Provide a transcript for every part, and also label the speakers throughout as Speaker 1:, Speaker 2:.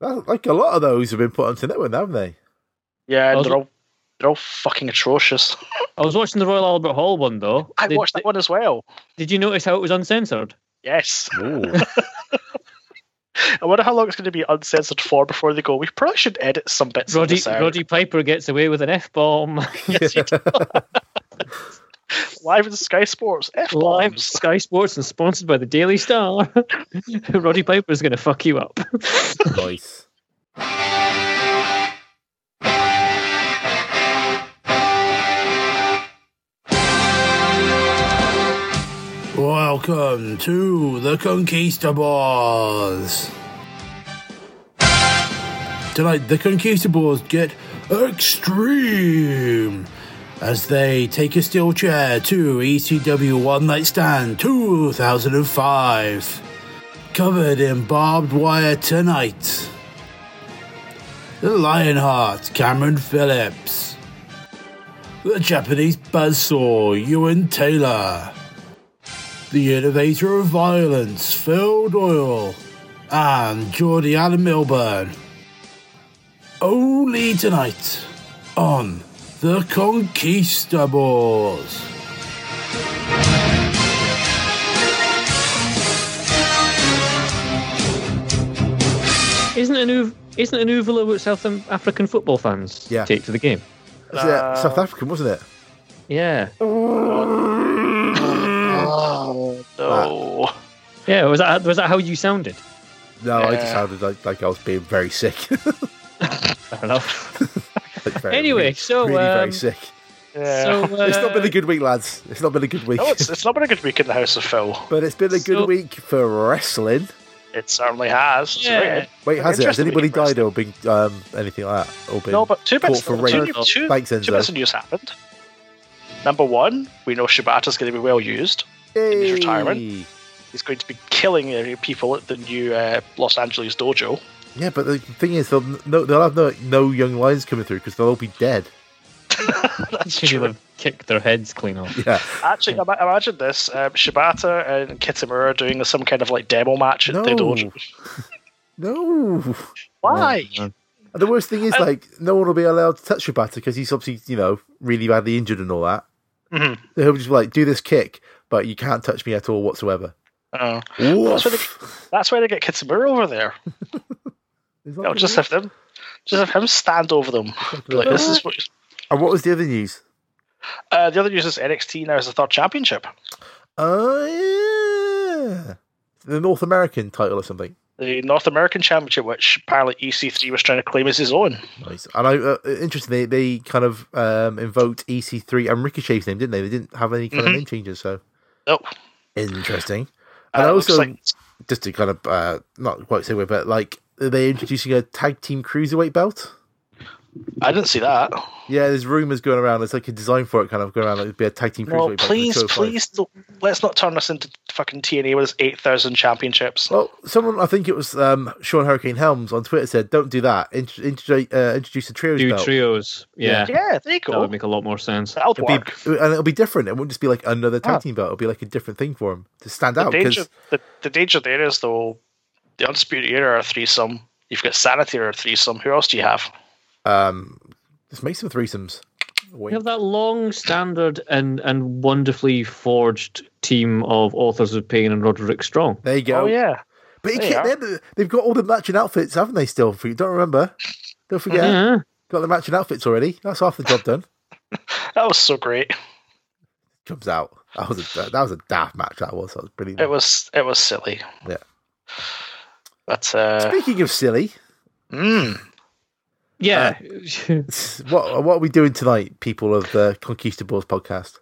Speaker 1: That, like a lot of those have been put onto Netflix, haven't they?
Speaker 2: Yeah,
Speaker 3: Those
Speaker 2: they're
Speaker 3: are-
Speaker 2: all they're all fucking atrocious.
Speaker 3: I was watching the Royal Albert Hall one though.
Speaker 2: I
Speaker 3: did,
Speaker 2: watched that one as well.
Speaker 3: Did you notice how it was uncensored?
Speaker 2: Yes.
Speaker 1: Ooh.
Speaker 2: I wonder how long it's going to be uncensored for before they go. We probably should edit some bits of
Speaker 3: Roddy
Speaker 2: this out.
Speaker 3: Roddy Piper gets away with an f bomb.
Speaker 2: Yes, you do. Live in Sky Sports. F
Speaker 3: Live
Speaker 2: bombs.
Speaker 3: Sky Sports and sponsored by the Daily Star. Roddy Piper's going to fuck you up.
Speaker 1: nice.
Speaker 4: Welcome to the Conquistadors. Tonight, the Conquistadors get extreme as they take a steel chair to ECW One Night Stand 2005. Covered in barbed wire tonight. The Lionheart, Cameron Phillips. The Japanese Buzzsaw, Ewan Taylor the innovator of violence, Phil Doyle, and Geordie Adam Milburn. Only tonight on The Conquistadors.
Speaker 3: Isn't it new? Isn't it new villa what South African football fans
Speaker 1: Yeah.
Speaker 3: take to the game?
Speaker 1: That's
Speaker 2: Uh,
Speaker 1: it. South African, wasn't it?
Speaker 3: Yeah,
Speaker 2: Oh, no.
Speaker 3: Ah. yeah. Was that was that how you sounded?
Speaker 1: No, I just
Speaker 2: Yeah.
Speaker 1: sounded like, like I was being very sick.
Speaker 3: Fair enough.
Speaker 1: Like very-
Speaker 3: Anyway,
Speaker 1: really,
Speaker 3: so,
Speaker 1: really
Speaker 3: um,
Speaker 1: very sick.
Speaker 2: Yeah.
Speaker 3: So uh,
Speaker 1: It's not been a good week, lads. It's not been a good week,
Speaker 2: no, it's, it's not been a good week in the House of Phil.
Speaker 1: but it's been a good
Speaker 3: so-
Speaker 1: week for wrestling.
Speaker 2: It certainly has. It's
Speaker 3: Yeah.
Speaker 2: weird.
Speaker 1: Wait, has it? Has
Speaker 2: Interesting
Speaker 1: anybody
Speaker 2: week in
Speaker 1: died or been um, anything like that? Or been
Speaker 2: No, but two
Speaker 1: caught
Speaker 2: bits,
Speaker 1: for
Speaker 2: two,
Speaker 1: rape?
Speaker 2: new- two,
Speaker 1: Thanks,
Speaker 2: two bits of
Speaker 1: Enzo.
Speaker 2: news happened. Number one, we know Shibata's going to be well used. his retirement.
Speaker 1: Yay.
Speaker 2: He's going to be killing uh, people at the new uh, Los Angeles dojo.
Speaker 1: Yeah, but the thing is, they'll no, they'll have no, no young lions coming through because they'll all be dead.
Speaker 2: That's
Speaker 3: should
Speaker 2: true.
Speaker 3: uh, have kicked their heads clean off.
Speaker 1: Yeah,
Speaker 2: Actually, ima- imagine this: um, Shibata and Kitamura doing some kind of like demo match at the
Speaker 1: No.
Speaker 2: dojo.
Speaker 1: no.
Speaker 2: Why?
Speaker 1: And the worst thing is,
Speaker 2: I-
Speaker 1: like, no one will be allowed to touch Shibata because he's obviously, you know, really badly injured and all that.
Speaker 2: Mhm.
Speaker 1: So he'll just be like, do this kick, but you can't touch me at all whatsoever.
Speaker 2: Oh.
Speaker 1: Woof.
Speaker 2: That's why, they, that's why they get Kitamura over there.
Speaker 1: It's
Speaker 2: They'll
Speaker 1: not
Speaker 2: just
Speaker 1: good.
Speaker 2: have them, just have him stand over them. Be like, this is what.
Speaker 1: And what was the other news?
Speaker 2: Uh, the other news is NXT now is the third championship.
Speaker 1: Oh, yeah. The North American title or something.
Speaker 2: the North American Championship, which apparently EC3 was trying to claim as his own.
Speaker 1: Nice. And I, uh, interestingly, they kind of um, invoked EC3 and Ricochet's name, didn't they? They didn't have any kind
Speaker 2: Mhm.
Speaker 1: of name changes, so
Speaker 2: Nope.
Speaker 1: interesting.
Speaker 2: Uh,
Speaker 1: And
Speaker 2: it looks
Speaker 1: also,
Speaker 2: like,
Speaker 1: just to kind of uh, not quite segue, but like, are they introducing a tag team cruiserweight belt?
Speaker 2: I didn't see that.
Speaker 1: Yeah, there's rumors going around. There's like a design for it, kind of going around. Like, it'd be a tag team cruiserweight.
Speaker 2: No,
Speaker 1: belt for the
Speaker 2: please,
Speaker 1: 205.
Speaker 2: please, don't, let's not turn this into fucking TNA with its 8,000 championships.
Speaker 1: Well, someone, I think it was um, Sean Hurricane Helms on Twitter said, "Don't do that. Int- intro- uh, introduce a trios
Speaker 3: Do
Speaker 1: belt,
Speaker 3: trios. Yeah,
Speaker 2: yeah, there you
Speaker 3: that
Speaker 2: go.
Speaker 3: would make a lot more sense.
Speaker 2: That'll
Speaker 1: It'd be-
Speaker 2: work.
Speaker 1: and it'll be different. It won't just be like another tag
Speaker 2: Ah.
Speaker 1: team belt. It'll be like a different thing for him to stand
Speaker 2: The
Speaker 1: out.
Speaker 2: danger,
Speaker 1: Because
Speaker 2: the, the danger there is, though, the Undisputed Era are a threesome. You've got Sanity or a threesome. Who else do you have?
Speaker 1: um, just make some threesomes.
Speaker 3: We
Speaker 1: Wait.
Speaker 3: have that long standard and and wonderfully forged team of authors of pain and Roderick Strong.
Speaker 1: There you go.
Speaker 2: Oh, yeah.
Speaker 1: But he
Speaker 2: There you
Speaker 1: can't-
Speaker 2: are.
Speaker 1: they're- they've got all the matching outfits, haven't they? Still, If you don't remember. Don't forget,
Speaker 2: Mm-hmm.
Speaker 3: Yeah.
Speaker 1: got the matching outfits already. That's half the job done.
Speaker 2: That was so great.
Speaker 1: Comes out. That was a that was a daft match. That was that was brilliant.
Speaker 2: It was it was silly.
Speaker 1: Yeah.
Speaker 2: But, uh,
Speaker 1: Speaking of silly,
Speaker 2: mm,
Speaker 3: yeah. Uh,
Speaker 1: what what are we doing tonight, people of the Conquistadors podcast?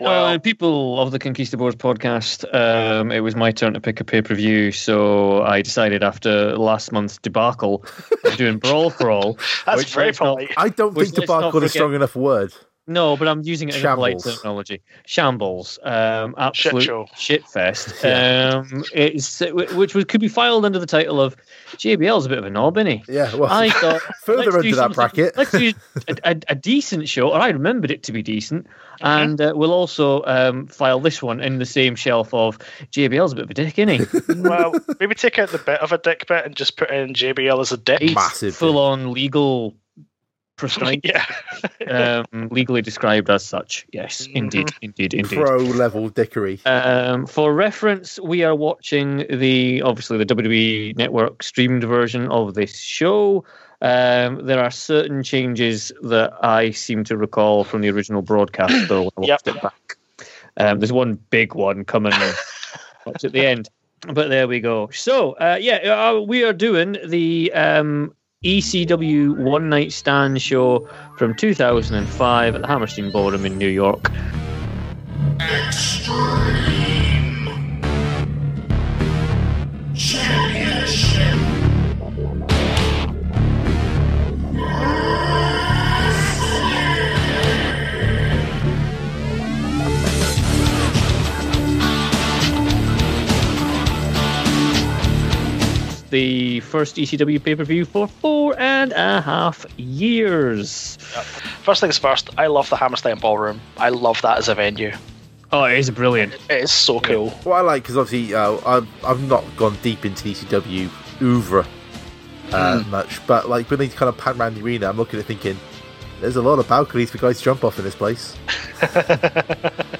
Speaker 2: well,
Speaker 3: Uh, people of the Conquistadors podcast, um, it was my turn to pick a pay per view, so I decided after last month's debacle of doing Brawl for All,
Speaker 2: that's
Speaker 3: which
Speaker 2: very
Speaker 3: let's not-
Speaker 2: polite.
Speaker 1: I don't
Speaker 3: Which
Speaker 1: think
Speaker 3: let's not
Speaker 1: debacle is
Speaker 3: forget-
Speaker 1: strong enough word.
Speaker 3: No, but I'm using it as a polite
Speaker 1: Shambles.
Speaker 3: terminology. Shambles, um, absolute
Speaker 2: show.
Speaker 3: shitfest. Um, it's which was, could be filed under the title of JBL's a bit of a knob, isn't he?
Speaker 1: Yeah, well,
Speaker 3: I thought
Speaker 1: further
Speaker 3: let's do
Speaker 1: under that
Speaker 3: something-
Speaker 1: bracket.
Speaker 3: Let's do a, a, a decent show, or I remembered it to be decent, and uh, we'll also um, file this one in the same shelf of JBL's a bit of a dick, isn't he?
Speaker 2: well, maybe take out the bit of a dick bit and just put in JBL as a dick.
Speaker 3: It's
Speaker 1: Massive.
Speaker 3: full on legal, prescribed,
Speaker 2: yeah.
Speaker 3: um, legally described as such. Yes, indeed, indeed, indeed.
Speaker 1: pro level dickery.
Speaker 3: Um, for reference, we are watching the obviously the WWE Network streamed version of this show. Um, there are certain changes that I seem to recall from the original broadcast, though when I
Speaker 2: Yep.
Speaker 3: watched it back. Um, there's one big one coming up at the end, but there we go. So uh, yeah, uh, we are doing the um, ECW One Night Stand show from 2005 at the Hammerstein Ballroom in New York.
Speaker 5: Extreme Championship
Speaker 3: the first E ECW pay per view for four and a half years.
Speaker 2: First things first, I love the Hammerstein Ballroom. I love that as a venue.
Speaker 3: Oh, it is brilliant.
Speaker 2: It is so cool.
Speaker 1: What I like, because obviously uh, I've, I've not gone deep into the ECW oeuvre uh,
Speaker 3: Hmm.
Speaker 1: much, but like when they kind of pan around the arena, I'm looking at it thinking, there's a lot of balconies for guys to jump off in this place.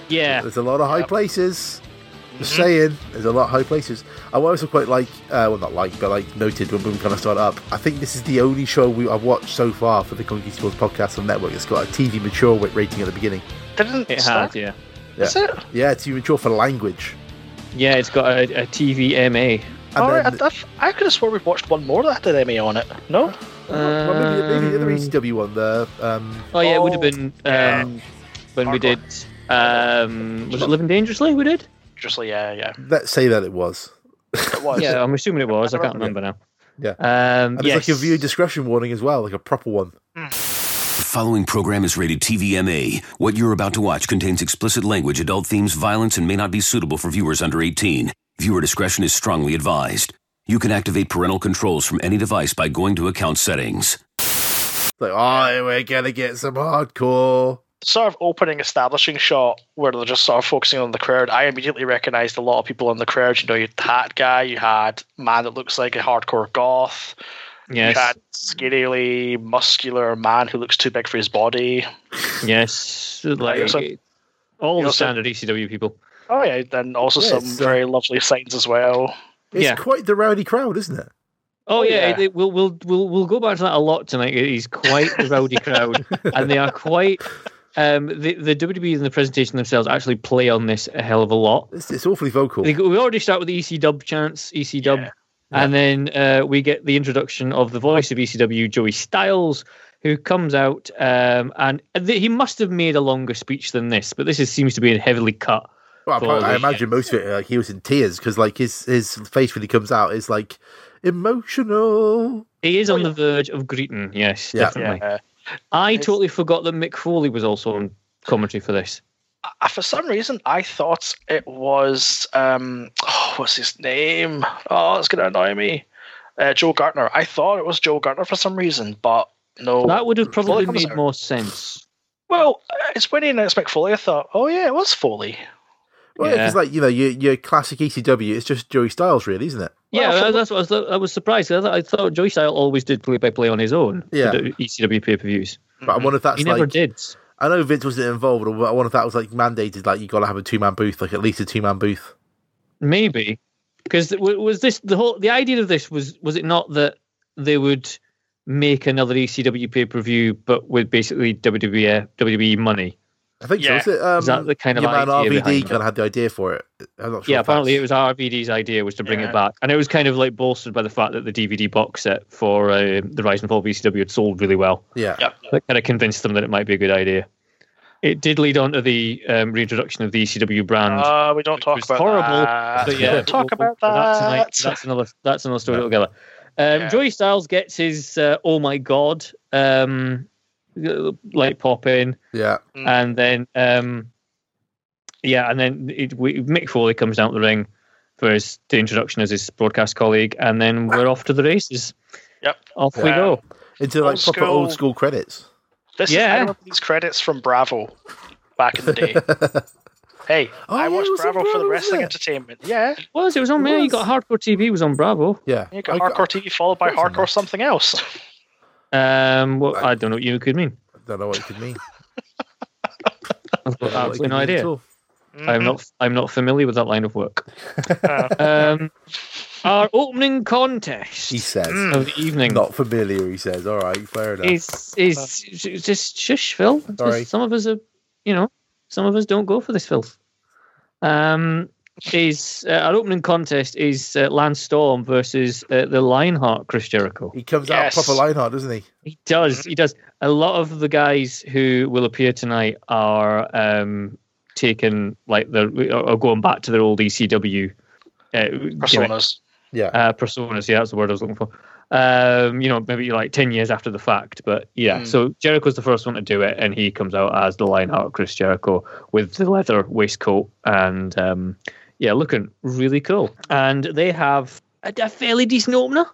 Speaker 3: Yeah.
Speaker 1: There's a lot of high places. Just saying, there's a lot of high places. I also quite like, uh, well, not like, but like noted when we kind of start up. I think this is the only show we, I've watched so far for the Conky Sports Podcast on Network that's got a TV mature wa- rating at the beginning.
Speaker 2: Didn't
Speaker 3: It
Speaker 2: start-
Speaker 3: had, yeah.
Speaker 2: Is it?
Speaker 1: Yeah, TV mature for language.
Speaker 3: Yeah, it's got a, a TVMA.
Speaker 1: And
Speaker 2: All right,
Speaker 1: then-
Speaker 2: I, I've- I could have sworn we watched one more that had MA on it. No?
Speaker 1: Well, maybe, maybe the other
Speaker 3: Um,
Speaker 1: ECW one, the um,
Speaker 3: Oh, yeah, it would have been
Speaker 2: yeah.
Speaker 3: um, when we
Speaker 2: Hardcore.
Speaker 3: did. Um, was it Living Dangerously? We did?
Speaker 2: Just like, yeah, yeah.
Speaker 1: let's say that it was.
Speaker 2: It was.
Speaker 3: Yeah, I'm assuming it was. I can't remember now.
Speaker 1: Oh, Yeah.
Speaker 3: Um,
Speaker 1: And
Speaker 3: yes.
Speaker 1: there's like a view discretion warning as well, like a proper one.
Speaker 6: The following program is rated TVMA. What you're about to watch contains explicit language, adult themes, violence, and may not be suitable for viewers under 18. Viewer discretion is strongly advised. You can activate parental controls from any device by going to account settings.
Speaker 1: It's like, oh, we're gonna get some hardcore.
Speaker 2: Sort of opening establishing shot where they're just sort of focusing on the crowd. I immediately recognised a lot of people in the crowd. You know, you had the hat guy, you had man that looks like a hardcore goth, you
Speaker 3: Yes.
Speaker 2: had scarily muscular man who looks too big for his body.
Speaker 3: Yes. Like,
Speaker 2: also-
Speaker 3: all
Speaker 2: you
Speaker 3: the
Speaker 2: also-
Speaker 3: standard ECW people.
Speaker 2: Oh yeah, and also
Speaker 1: Yeah,
Speaker 2: some
Speaker 1: it's, uh,
Speaker 2: very lovely signs as well.
Speaker 1: It's
Speaker 3: Yeah.
Speaker 1: quite the rowdy crowd, isn't it?
Speaker 3: Oh yeah,
Speaker 2: yeah.
Speaker 3: it- it- we'll we'll we'll we'll go back to that a lot tonight. It is quite a rowdy crowd, and they are quite. Um, the the WWE and the presentation themselves actually play on this a hell of a lot.
Speaker 1: It's, it's awfully vocal.
Speaker 3: They go- we already start with the EC Dub chants, EC Dub,
Speaker 2: Yeah.
Speaker 3: and then uh, we get the introduction of the voice of ECW, Joey Styles, who comes out, um, and th- he must have made a longer speech than this, but this is, seems to be heavily cut.
Speaker 1: Well,
Speaker 3: for all
Speaker 1: I
Speaker 3: the-
Speaker 1: imagine most of it, like he was in tears because, like, his his face when he comes out is like emotional.
Speaker 3: He is on the verge of greeting. Yes,
Speaker 1: Yeah.
Speaker 3: definitely.
Speaker 2: Oh, Yeah.
Speaker 3: I
Speaker 2: It's-
Speaker 3: totally forgot that Mick Foley was also on commentary for this.
Speaker 2: I, for some reason, I thought it was um, oh, what's his name? Oh, it's gonna annoy me. Uh, Joe Gartner. I thought it was Joe Gartner for some reason, but no.
Speaker 3: That would have probably
Speaker 2: comes
Speaker 3: made
Speaker 2: out.
Speaker 3: more sense.
Speaker 2: Well, uh, it's when he announced McFoley. I thought, oh yeah, it was Foley.
Speaker 1: Well, because
Speaker 3: Yeah.
Speaker 1: like you know, your your classic ECW, it's just Joey Styles, really, isn't it?
Speaker 3: yeah,
Speaker 2: Well, for-
Speaker 3: that's what I was, I was surprised. I thought, I thought Joey Style always did play by play on his own. for
Speaker 1: Yeah.
Speaker 3: the E ECW pay per views.
Speaker 1: But I wonder if that's
Speaker 3: Mm-hmm. He never
Speaker 1: like
Speaker 3: did.
Speaker 1: I know Vince wasn't involved, but I wonder if that was like mandated, like you got to have a two man booth, like at least a two man booth.
Speaker 3: Maybe because was this the whole the idea of this was was it not that they would make another E ECW pay per view but with basically E, WWE WWE money?
Speaker 1: I think
Speaker 2: Yeah.
Speaker 1: so. Was it, um,
Speaker 3: Is that the kind of
Speaker 1: your man
Speaker 3: idea
Speaker 1: RVD
Speaker 3: behind
Speaker 1: kind of had the idea for it? I'm not sure.
Speaker 3: yeah,
Speaker 1: if
Speaker 3: apparently it
Speaker 1: that's-
Speaker 3: was RVD's idea was to bring
Speaker 2: Yeah.
Speaker 3: it back, and it was kind of like bolstered by the fact that the DVD box set for uh, the Rise and Fall of ECW had sold really well.
Speaker 1: Yeah,
Speaker 2: Yep.
Speaker 3: that kind of convinced them that it might be a good idea. It did lead on to the um, reintroduction of the ECW brand.
Speaker 2: Uh, we don't
Speaker 3: which
Speaker 2: talk
Speaker 3: was
Speaker 2: about
Speaker 3: horrible,
Speaker 2: that.
Speaker 3: but yeah,
Speaker 2: don't talk
Speaker 3: we'll-
Speaker 2: about
Speaker 3: we'll- That's, another-
Speaker 2: that.
Speaker 3: that's another. That's another story altogether. Um,
Speaker 2: Yeah.
Speaker 3: Joey Styles gets his uh, "Oh my God" um, uh, like pop in,
Speaker 1: Yeah.
Speaker 2: Mm.
Speaker 3: and then um, yeah, and then it, we, Mick Foley comes down to the ring for his the introduction as his broadcast colleague, and then we're off to the races.
Speaker 2: Yep.
Speaker 3: off we
Speaker 2: Yeah.
Speaker 3: go.
Speaker 1: Into like
Speaker 2: Old
Speaker 1: proper old
Speaker 2: school.
Speaker 1: school credits.
Speaker 2: This is,
Speaker 3: Yeah.
Speaker 2: I remember these credits from Bravo back in the day. hey,
Speaker 1: Oh, yeah,
Speaker 2: I
Speaker 1: it
Speaker 2: watched
Speaker 1: was on
Speaker 2: Bravo
Speaker 1: Bravo,
Speaker 2: for the
Speaker 1: wasn't
Speaker 2: wrestling
Speaker 1: it?
Speaker 2: entertainment. Yeah,
Speaker 3: It was it was on there? You got Hardcore TV was on Bravo.
Speaker 1: Yeah.
Speaker 2: you got
Speaker 1: I-
Speaker 2: hardcore TV followed
Speaker 1: What
Speaker 2: by
Speaker 1: was on
Speaker 2: hardcore something else.
Speaker 3: Um, well, I don't know what you could mean.
Speaker 1: I don't know what it could mean.
Speaker 3: I've got
Speaker 1: Don't know what it
Speaker 3: absolutely
Speaker 1: could
Speaker 3: no
Speaker 1: mean at
Speaker 3: idea.
Speaker 1: all.
Speaker 2: Mm-hmm.
Speaker 3: I'm not. I'm not familiar with that line of work.
Speaker 2: Uh,
Speaker 3: um, our opening contest
Speaker 1: He says.
Speaker 2: Mm.
Speaker 3: of the evening
Speaker 1: Not familiar, he says. All right, fair enough.
Speaker 3: is is just shush, Phil. Just-
Speaker 1: Sorry.
Speaker 3: some of us are, you know, some of us don't go for this filth. Um, is uh, our opening contest is uh, Lance Storm versus uh, the Lionheart Chris Jericho.
Speaker 1: He comes
Speaker 2: Yes.
Speaker 1: out proper Lionheart, doesn't he?
Speaker 3: He does.
Speaker 2: Mm-hmm.
Speaker 3: He does. A lot of the guys who will appear tonight are um, taken like they're are going back to their old ECW uh, gimmick,
Speaker 2: Personas.
Speaker 1: Yeah.
Speaker 3: uh, personas. Yeah, that's the word I was looking for. Um, you know, maybe like ten years after the fact, but yeah.
Speaker 2: Mm.
Speaker 3: So Jericho's the first one to do it, and he comes out as the Lionheart Chris Jericho with the leather waistcoat and um, yeah, looking really cool. And they have a, a fairly decent opener.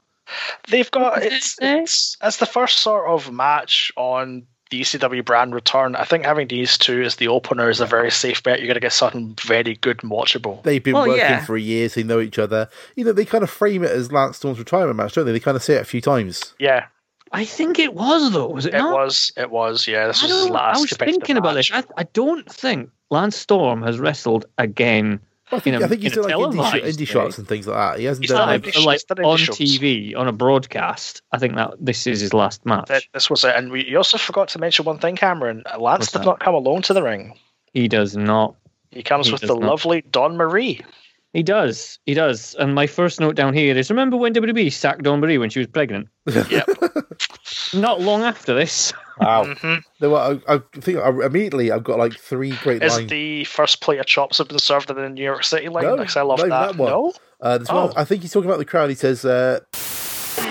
Speaker 2: They've got it's
Speaker 3: Eh?
Speaker 2: it's as the first sort of match on the ECW brand return. I think having these two as the opener is a very safe bet. You're going to get something very good and watchable.
Speaker 1: They've been
Speaker 3: Well,
Speaker 1: working
Speaker 3: yeah.
Speaker 1: for years. They know each other. You know, they kind of frame it as Lance Storm's retirement match, don't they? They kind of say it a few times.
Speaker 2: Yeah,
Speaker 3: I think it was though, was it?
Speaker 2: it
Speaker 3: not?
Speaker 2: was. It was. Yeah, this
Speaker 3: I,
Speaker 2: was his
Speaker 3: don't,
Speaker 2: last.
Speaker 3: I was
Speaker 2: competitive
Speaker 3: thinking about
Speaker 2: match.
Speaker 3: this. I, I don't think Lance Storm has wrestled again.
Speaker 1: I think,
Speaker 3: In a-
Speaker 1: I think he's
Speaker 3: in a
Speaker 1: done like indie, sh-
Speaker 3: televised
Speaker 1: indie
Speaker 3: way.
Speaker 1: shots and things like that. He hasn't
Speaker 2: He's
Speaker 1: done
Speaker 2: not
Speaker 1: like,
Speaker 2: indie
Speaker 3: Like, uh, like
Speaker 2: shows, they're indie
Speaker 3: on
Speaker 2: shows.
Speaker 3: TV on a broadcast. I think that this is his last match.
Speaker 2: That- This was it, and we you also forgot to mention one thing, Cameron. Lance
Speaker 3: What's
Speaker 2: did
Speaker 3: that?
Speaker 2: not come alone to the ring.
Speaker 3: he does not.
Speaker 2: He comes
Speaker 3: He
Speaker 2: with
Speaker 3: does
Speaker 2: the
Speaker 3: not.
Speaker 2: lovely Don Marie.
Speaker 3: He does. He does. And my first note down here is: Remember when WWE sacked Dawn Marie when she was pregnant?
Speaker 2: Yep.
Speaker 3: Not long after this.
Speaker 1: wow.
Speaker 2: Mhm.
Speaker 1: There were, I, I think I, immediately I've got like three great
Speaker 2: Is
Speaker 1: lines.
Speaker 2: the first plate of chops have been served in the New York City line?
Speaker 1: No,
Speaker 2: because I love
Speaker 1: not
Speaker 2: that.
Speaker 1: even that one.
Speaker 2: No,
Speaker 1: Uh, this one,
Speaker 2: Oh.
Speaker 1: I think he's talking about the crowd. He says, uh,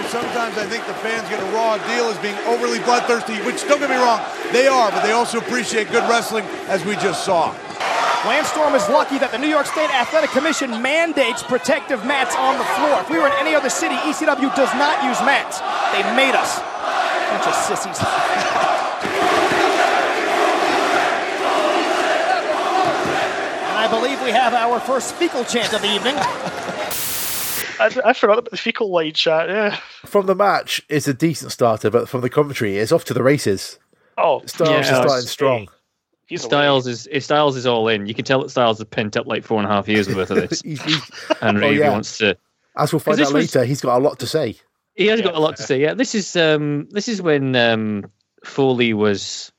Speaker 7: Sometimes I think the fans get a raw deal as being overly bloodthirsty, which don't get me wrong, they are, but they also appreciate good wrestling as we just saw.
Speaker 8: Lance Storm is lucky that the New York State Athletic Commission mandates protective mats on the floor. If we were in any other city, ECW does not use mats. They made us. Bunch of sissies. and I believe we have our first fecal chant of the evening.
Speaker 2: I, I forgot about the fecal line chat. Yeah.
Speaker 1: from the match, it's a decent starter, but from the commentary, it's off to the races.
Speaker 2: Oh,
Speaker 1: Styles
Speaker 3: Yeah.
Speaker 1: is starting strong.
Speaker 2: he's a
Speaker 3: Styles is Styles is all in. You can tell that Styles has pent up like four and a half years worth of this,
Speaker 1: He's, he's,
Speaker 3: and
Speaker 1: Oh,
Speaker 3: really
Speaker 1: yeah.
Speaker 3: wants to
Speaker 1: as we'll find
Speaker 3: this
Speaker 1: out
Speaker 3: was-
Speaker 1: later, he's got a lot to say.
Speaker 3: He has got a lot to say. Yeah, this is um, this is when um, Foley was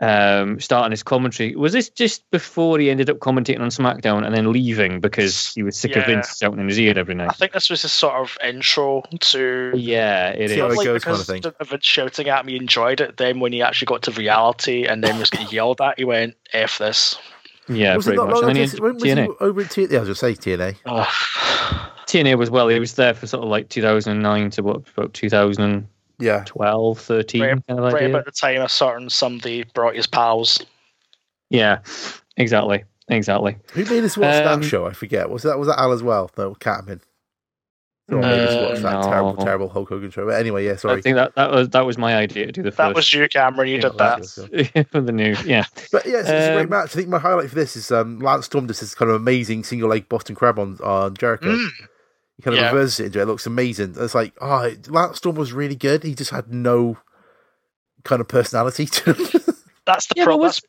Speaker 3: um, starting his commentary. Was this just before he ended up commentating on SmackDown and then leaving because he was sick of
Speaker 2: Yeah.
Speaker 3: Vince shouting in his ear every
Speaker 2: I
Speaker 3: night?
Speaker 2: think this was his sort of intro to.
Speaker 3: Yeah, it
Speaker 1: See how
Speaker 3: is.
Speaker 1: it
Speaker 2: Probably
Speaker 1: goes kind of
Speaker 2: because
Speaker 1: thing.
Speaker 2: of it shouting at me, enjoyed it. Then when he actually got to reality and then was getting yelled at, he went "f this."
Speaker 3: Yeah,
Speaker 1: was it
Speaker 3: pretty
Speaker 1: not
Speaker 3: much.
Speaker 1: long
Speaker 3: And then
Speaker 1: ago?
Speaker 3: he
Speaker 1: When was
Speaker 3: ended up
Speaker 1: he
Speaker 3: TNA.
Speaker 1: over at TNA? Yeah, I was going to say TNA.
Speaker 2: Ugh.
Speaker 3: TNA was well. He was there for sort of like 2009 to what about 2012,
Speaker 1: Yeah.
Speaker 3: 13
Speaker 2: Right-
Speaker 3: kind of
Speaker 2: right
Speaker 3: idea.
Speaker 2: about the time a certain somebody brought his pals.
Speaker 3: Yeah, exactly, exactly.
Speaker 1: Who made this What's
Speaker 3: Um,
Speaker 1: That show? I forget. Was that was that Al as well? No, Catman. So I made this
Speaker 3: Uh,
Speaker 1: What's That
Speaker 3: no.
Speaker 1: terrible, terrible Hulk Hogan show. But anyway, yeah,
Speaker 3: I
Speaker 1: sorry.
Speaker 3: think that that was that was my idea to do the first.
Speaker 2: That was you, Cameron. You did that.
Speaker 3: for the new yeah.
Speaker 1: But yeah, it's, it's a
Speaker 3: Um,
Speaker 1: great match. I think my highlight for this is um, Lance Storm does this kind of amazing single leg Boston Crab on, on Jericho.
Speaker 2: Mm.
Speaker 1: He kind of
Speaker 2: Yeah.
Speaker 1: reverses it into it. It looks amazing. It's like, oh, Lance Storm was really good. He just had no kind of personality to him.
Speaker 2: That's the
Speaker 3: Yeah, but
Speaker 2: problem.
Speaker 3: was-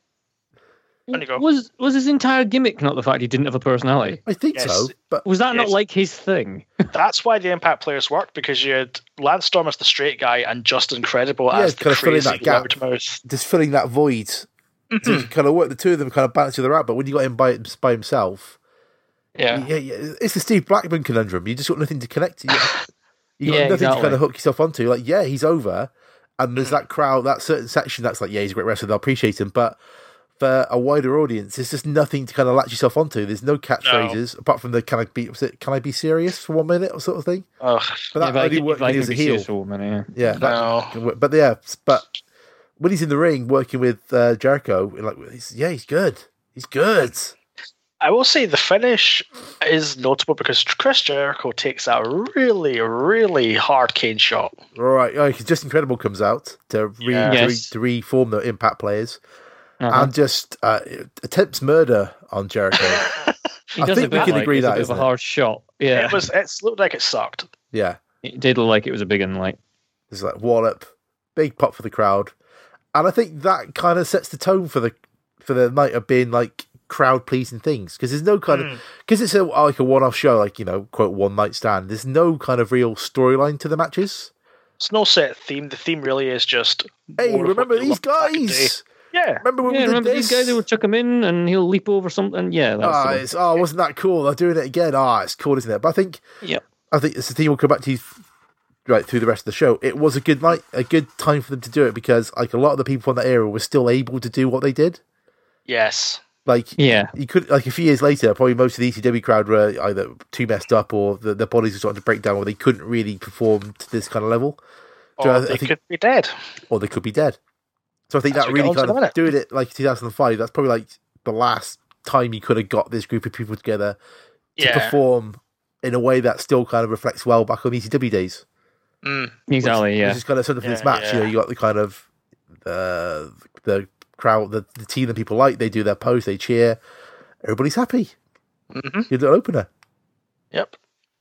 Speaker 2: There you go.
Speaker 3: Was was his entire gimmick not the fact he didn't have a personality?
Speaker 1: I think
Speaker 2: Yes.
Speaker 1: so. But
Speaker 3: Was that not
Speaker 2: Yes.
Speaker 3: like his thing?
Speaker 2: That's why the Impact players worked because you had Lance Storm as the straight guy and Justin Credible
Speaker 1: Yeah,
Speaker 2: as the
Speaker 1: kinda filling
Speaker 2: crazy
Speaker 1: that gap.
Speaker 2: loudmouth.
Speaker 1: just filling that void. So
Speaker 3: Mm-hmm.
Speaker 1: you kind of work the two of them, kind of balance each other out. But when you got him by, by himself,
Speaker 2: Yeah.
Speaker 1: yeah, yeah, it's the Steve Blackman conundrum. You just got nothing to connect to. You got, you got
Speaker 3: Yeah,
Speaker 1: nothing to
Speaker 3: exactly. Mm.
Speaker 1: kind of hook yourself onto. Like, yeah, he's over, and there's that crowd, that certain section that's like, yeah, he's a great wrestler, they'll appreciate him. But for a wider audience, there's just nothing to kind of latch yourself onto. There's no catchphrases apart from the "Can I be was it, Can I be serious for one minute?" or sort of thing.
Speaker 2: Ugh.
Speaker 1: But that
Speaker 3: If I
Speaker 1: only
Speaker 3: could-
Speaker 1: worked
Speaker 3: if I
Speaker 1: when he
Speaker 3: could
Speaker 1: was a
Speaker 3: be
Speaker 1: heel.
Speaker 3: serious for a minute, yeah.
Speaker 1: Yeah, that,
Speaker 2: No.
Speaker 1: but yeah, but when he's in the ring working with uh, Jericho, like he's, yeah, he's good. He's good.
Speaker 2: I will say the finish is notable because Chris Jericho takes a really, really hard cane shot.
Speaker 1: All right, oh, 'cause Just Incredible comes out to, re-
Speaker 2: Yeah.
Speaker 1: to, re-
Speaker 3: Yes.
Speaker 1: to reform the Impact players
Speaker 3: Uh-huh.
Speaker 1: and just uh, attempts murder on Jericho.
Speaker 3: He
Speaker 1: I
Speaker 3: does
Speaker 1: think
Speaker 3: a
Speaker 1: we
Speaker 3: bit
Speaker 1: can
Speaker 3: like
Speaker 1: agree
Speaker 3: it's
Speaker 1: that,
Speaker 3: a bit of
Speaker 1: isn't
Speaker 3: a
Speaker 1: it?
Speaker 3: hard shot. Yeah,
Speaker 2: It was. It looked like it sucked.
Speaker 1: yeah,
Speaker 3: it did look like it was a big one. Like
Speaker 1: there's like wallop, big pop for the crowd, and I think that kind of sets the tone for the for the night of being like crowd pleasing things because there's no kind
Speaker 2: Hmm.
Speaker 1: of because it's a like a one off show like you know quote one night stand. There's no kind of real storyline to the matches.
Speaker 2: It's no set theme. The theme really is just.
Speaker 1: Hey,
Speaker 2: more of
Speaker 1: remember
Speaker 2: what you
Speaker 1: these
Speaker 2: loved back in the day.
Speaker 1: guys?
Speaker 2: Yeah.
Speaker 1: Remember when
Speaker 3: yeah,
Speaker 1: we did
Speaker 3: remember
Speaker 1: this?
Speaker 3: these guys who would chuck him in and he'll leap over something. Yeah, that's
Speaker 1: Ah,
Speaker 3: the one.
Speaker 1: it's, oh, wasn't that cool? They're doing it again. Ah, it's cool, isn't it? But I think
Speaker 3: Yep.
Speaker 1: I think it's the thing we'll come back to right through the rest of the show. It was a good night, a good time for them to do it because like a lot of the people in that era were still able to do what they did.
Speaker 2: Yes.
Speaker 1: Like
Speaker 3: yeah.
Speaker 1: you could like a few years later, probably most of the ECW crowd were either too messed up or the, their bodies were starting to break down, or they couldn't really perform to this kind of level,
Speaker 2: Or
Speaker 1: Do I- I
Speaker 2: Oh, they
Speaker 1: think-
Speaker 2: could be dead.
Speaker 1: or they could be dead. So I think
Speaker 2: That's
Speaker 1: that
Speaker 2: what
Speaker 1: really
Speaker 2: got
Speaker 1: kind
Speaker 2: them
Speaker 1: of
Speaker 2: started.
Speaker 1: doing it like 2005. That's probably like the last time you could have got this group of people together to
Speaker 2: Yeah.
Speaker 1: perform in a way that still kind of reflects well back on ECW days.
Speaker 2: Mm.
Speaker 3: Exactly. yeah.
Speaker 1: Which is kind of sort of this
Speaker 2: Yeah,
Speaker 1: match. You know,
Speaker 2: yeah.
Speaker 1: you got the kind of uh, the crowd, the, the team that people like. They do their pose, they cheer. Everybody's happy.
Speaker 2: Mhm.
Speaker 1: Good little opener.
Speaker 2: Yep.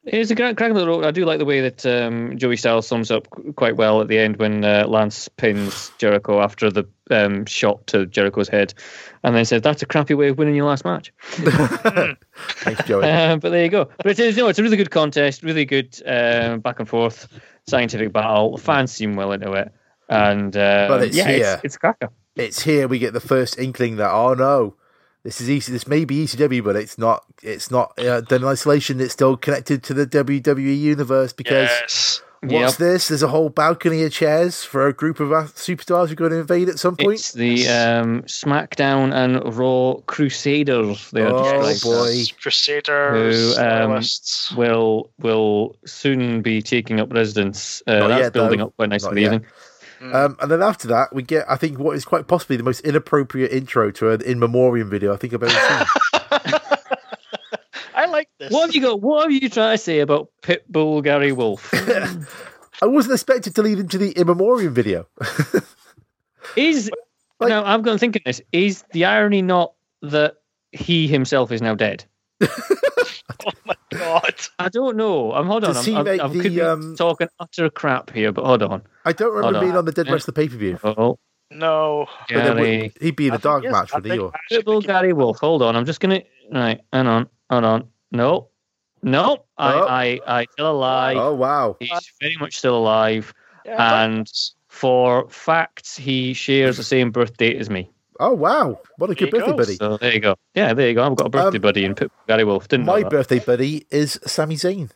Speaker 3: It's a great crack of the road. I do like the way that um, Joey Styles sums up qu- quite well at the end when uh, Lance pins Jericho after the um, shot to Jericho's head, and then says, "That's a crappy way of winning your last match."
Speaker 1: Thanks, Joey.
Speaker 3: Um, but there you go. But it is, no, it's a really good contest, really good um, back and forth scientific battle. The fans seem well into it, and uh,
Speaker 1: But it's
Speaker 3: yeah,
Speaker 1: here.
Speaker 3: It's, it's a cracker.
Speaker 1: it's here we get the first inkling that oh no, this is easy. This may be ECW, but it's not. It's not uh, done in isolation. It's still connected to the WWE universe because.
Speaker 2: Yes.
Speaker 1: What's this? There's a whole balcony of chairs for a group of uh, superstars who are going to invade at some point.
Speaker 3: It's the um, SmackDown and Raw Crusaders. They are
Speaker 1: Oh,
Speaker 3: described as.
Speaker 1: boy.
Speaker 2: Crusaders.
Speaker 3: Who, um,
Speaker 2: loyalists.
Speaker 3: will will soon be taking up residence. Uh,
Speaker 1: Not
Speaker 3: that's
Speaker 1: yet,
Speaker 3: building
Speaker 1: though.
Speaker 3: up quite nicely.
Speaker 1: Not
Speaker 3: the
Speaker 1: yet.
Speaker 3: evening. Mm.
Speaker 1: Um, and then after that, we get, I think, what is quite possibly the most inappropriate intro to an in memoriam video I think I've ever seen.
Speaker 2: I like this.
Speaker 3: What have you got? What have you trying to say about Pitbull Gary Wolf?
Speaker 1: I wasn't expected to lead into the in memoriam video.
Speaker 3: Is
Speaker 1: Like-
Speaker 3: now I've gone thinking this. Is the irony not that he himself is now dead?
Speaker 2: God.
Speaker 3: I don't know. I'm hold on.
Speaker 1: Does
Speaker 3: I'm,
Speaker 1: he
Speaker 3: I'm,
Speaker 1: make
Speaker 3: I'm-
Speaker 1: the,
Speaker 3: could be
Speaker 1: um,
Speaker 3: talking utter crap here, but hold on.
Speaker 1: I don't remember
Speaker 3: Hold on.
Speaker 1: being on the Dead Wrestler pay per view.
Speaker 3: Oh,
Speaker 2: No.
Speaker 3: Gary,
Speaker 1: He'd be in
Speaker 2: I
Speaker 1: a
Speaker 2: think
Speaker 1: dark
Speaker 2: yes,
Speaker 1: match
Speaker 2: I
Speaker 1: with the
Speaker 2: think
Speaker 1: Eeyore.
Speaker 2: actually
Speaker 3: Pitbull
Speaker 2: the-
Speaker 3: Gary Wolf. Hold on. I'm just gonna. Right. Hang on. Hold on. No. No.
Speaker 1: Oh.
Speaker 3: I, I I tell a lie.
Speaker 1: Oh, wow.
Speaker 3: He's very much still alive.
Speaker 2: Yeah, I
Speaker 1: Uh,
Speaker 2: thought-
Speaker 3: and for facts, he shares the same birth date as me.
Speaker 1: Oh, wow. What a good
Speaker 2: There you
Speaker 1: birthday
Speaker 2: go.
Speaker 1: buddy.
Speaker 3: So there you go. Yeah, there you go. I've got a birthday
Speaker 1: Um,
Speaker 3: buddy in Pip Gary Wolf. Didn't
Speaker 1: My
Speaker 3: know that.
Speaker 1: birthday buddy is Sami Zayn.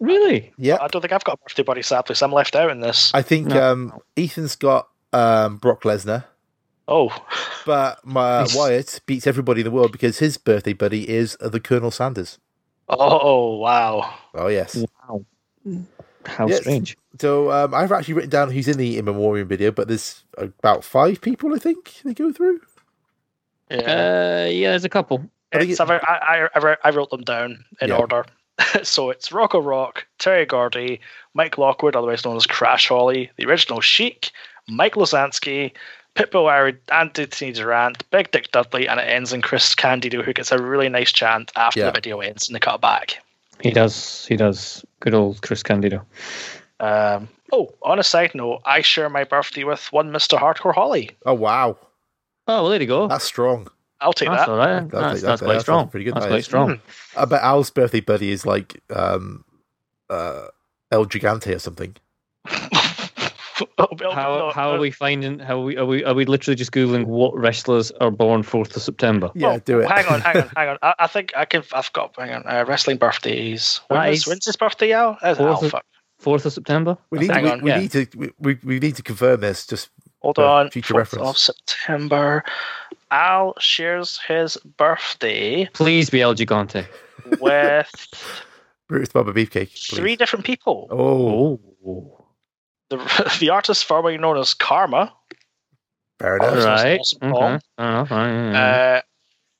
Speaker 3: really?
Speaker 1: Yeah.
Speaker 2: I don't think I've got a birthday buddy, sadly, so I'm left out in this.
Speaker 1: I think
Speaker 3: Uh, No.
Speaker 1: um, Ethan's got um, Brock Lesnar,
Speaker 2: Oh,
Speaker 1: but my
Speaker 3: Nice.
Speaker 1: Wyatt beats everybody in the world because his birthday buddy is the Colonel Sanders.
Speaker 2: oh, wow.
Speaker 1: Oh, yes.
Speaker 3: Wow. How
Speaker 1: Yes.
Speaker 3: strange.
Speaker 1: So um, I've actually written down who's in the in memoriam video, but there's about five people I think they go through.
Speaker 2: Yeah.
Speaker 3: Uh, yeah, there's a couple.
Speaker 1: I think
Speaker 2: It's-
Speaker 1: it-
Speaker 2: I, I, I wrote- I wrote them down in
Speaker 1: Yeah.
Speaker 2: order. so it's Rocco Rock, Terry Gordy, Mike Lockwood, otherwise known as Crash Holly, the original Sheik, Mike Losansky, Pitbull Ari, Anthony Durant, Big Dick Dudley, and it ends in Chris Candido, who gets a really nice chant after
Speaker 1: Yeah.
Speaker 2: the video ends and they cut back.
Speaker 3: He does. He does. Good old Chris Candido.
Speaker 2: Um, oh, on a side note, I share my birthday with one Mr. Hardcore Holly.
Speaker 1: Oh wow,
Speaker 3: Oh, well, there you go. That's,
Speaker 1: that's strong.
Speaker 2: I'll take that.
Speaker 3: all right. That's,
Speaker 1: That's-
Speaker 3: that's,
Speaker 1: that's-
Speaker 3: quite
Speaker 1: that's
Speaker 3: strong.
Speaker 1: pretty good,
Speaker 3: That's
Speaker 1: that
Speaker 3: quite
Speaker 1: is.
Speaker 3: strong.
Speaker 1: I bet Al's birthday buddy is like um, uh, El Gigante or something.
Speaker 3: How, how are we finding? How are we are we are we literally just googling what wrestlers are born fourth of September?
Speaker 1: Yeah,
Speaker 2: Oh,
Speaker 1: do it.
Speaker 2: Hang on, hang on, hang on. I, I think I can. I've got. Hang on. Uh, wrestling birthdays. When
Speaker 3: Nice.
Speaker 2: is, when's his birthday, Al? That's
Speaker 3: Fourth
Speaker 2: Alpha.
Speaker 3: Fourth of September.
Speaker 1: we need, to,
Speaker 2: hang
Speaker 1: we,
Speaker 2: on,
Speaker 1: we
Speaker 3: yeah.
Speaker 1: need to we, we, we need to confirm this. Just
Speaker 2: Hold
Speaker 1: for
Speaker 2: on.
Speaker 1: future
Speaker 2: 4th
Speaker 1: reference.
Speaker 2: of September. Al shares his birthday
Speaker 3: Please be El Gigante.
Speaker 2: with
Speaker 1: Brutus Barber Beefcake. Please.
Speaker 2: three different people.
Speaker 1: Oh,
Speaker 3: Oh.
Speaker 2: The, the artist formerly known as Karma.
Speaker 1: Fair
Speaker 2: Oh,
Speaker 1: enough.
Speaker 2: so-
Speaker 3: Right.
Speaker 2: Awesome
Speaker 3: Okay.
Speaker 2: Paul.
Speaker 3: Fair enough, right, yeah, yeah.
Speaker 2: Uh,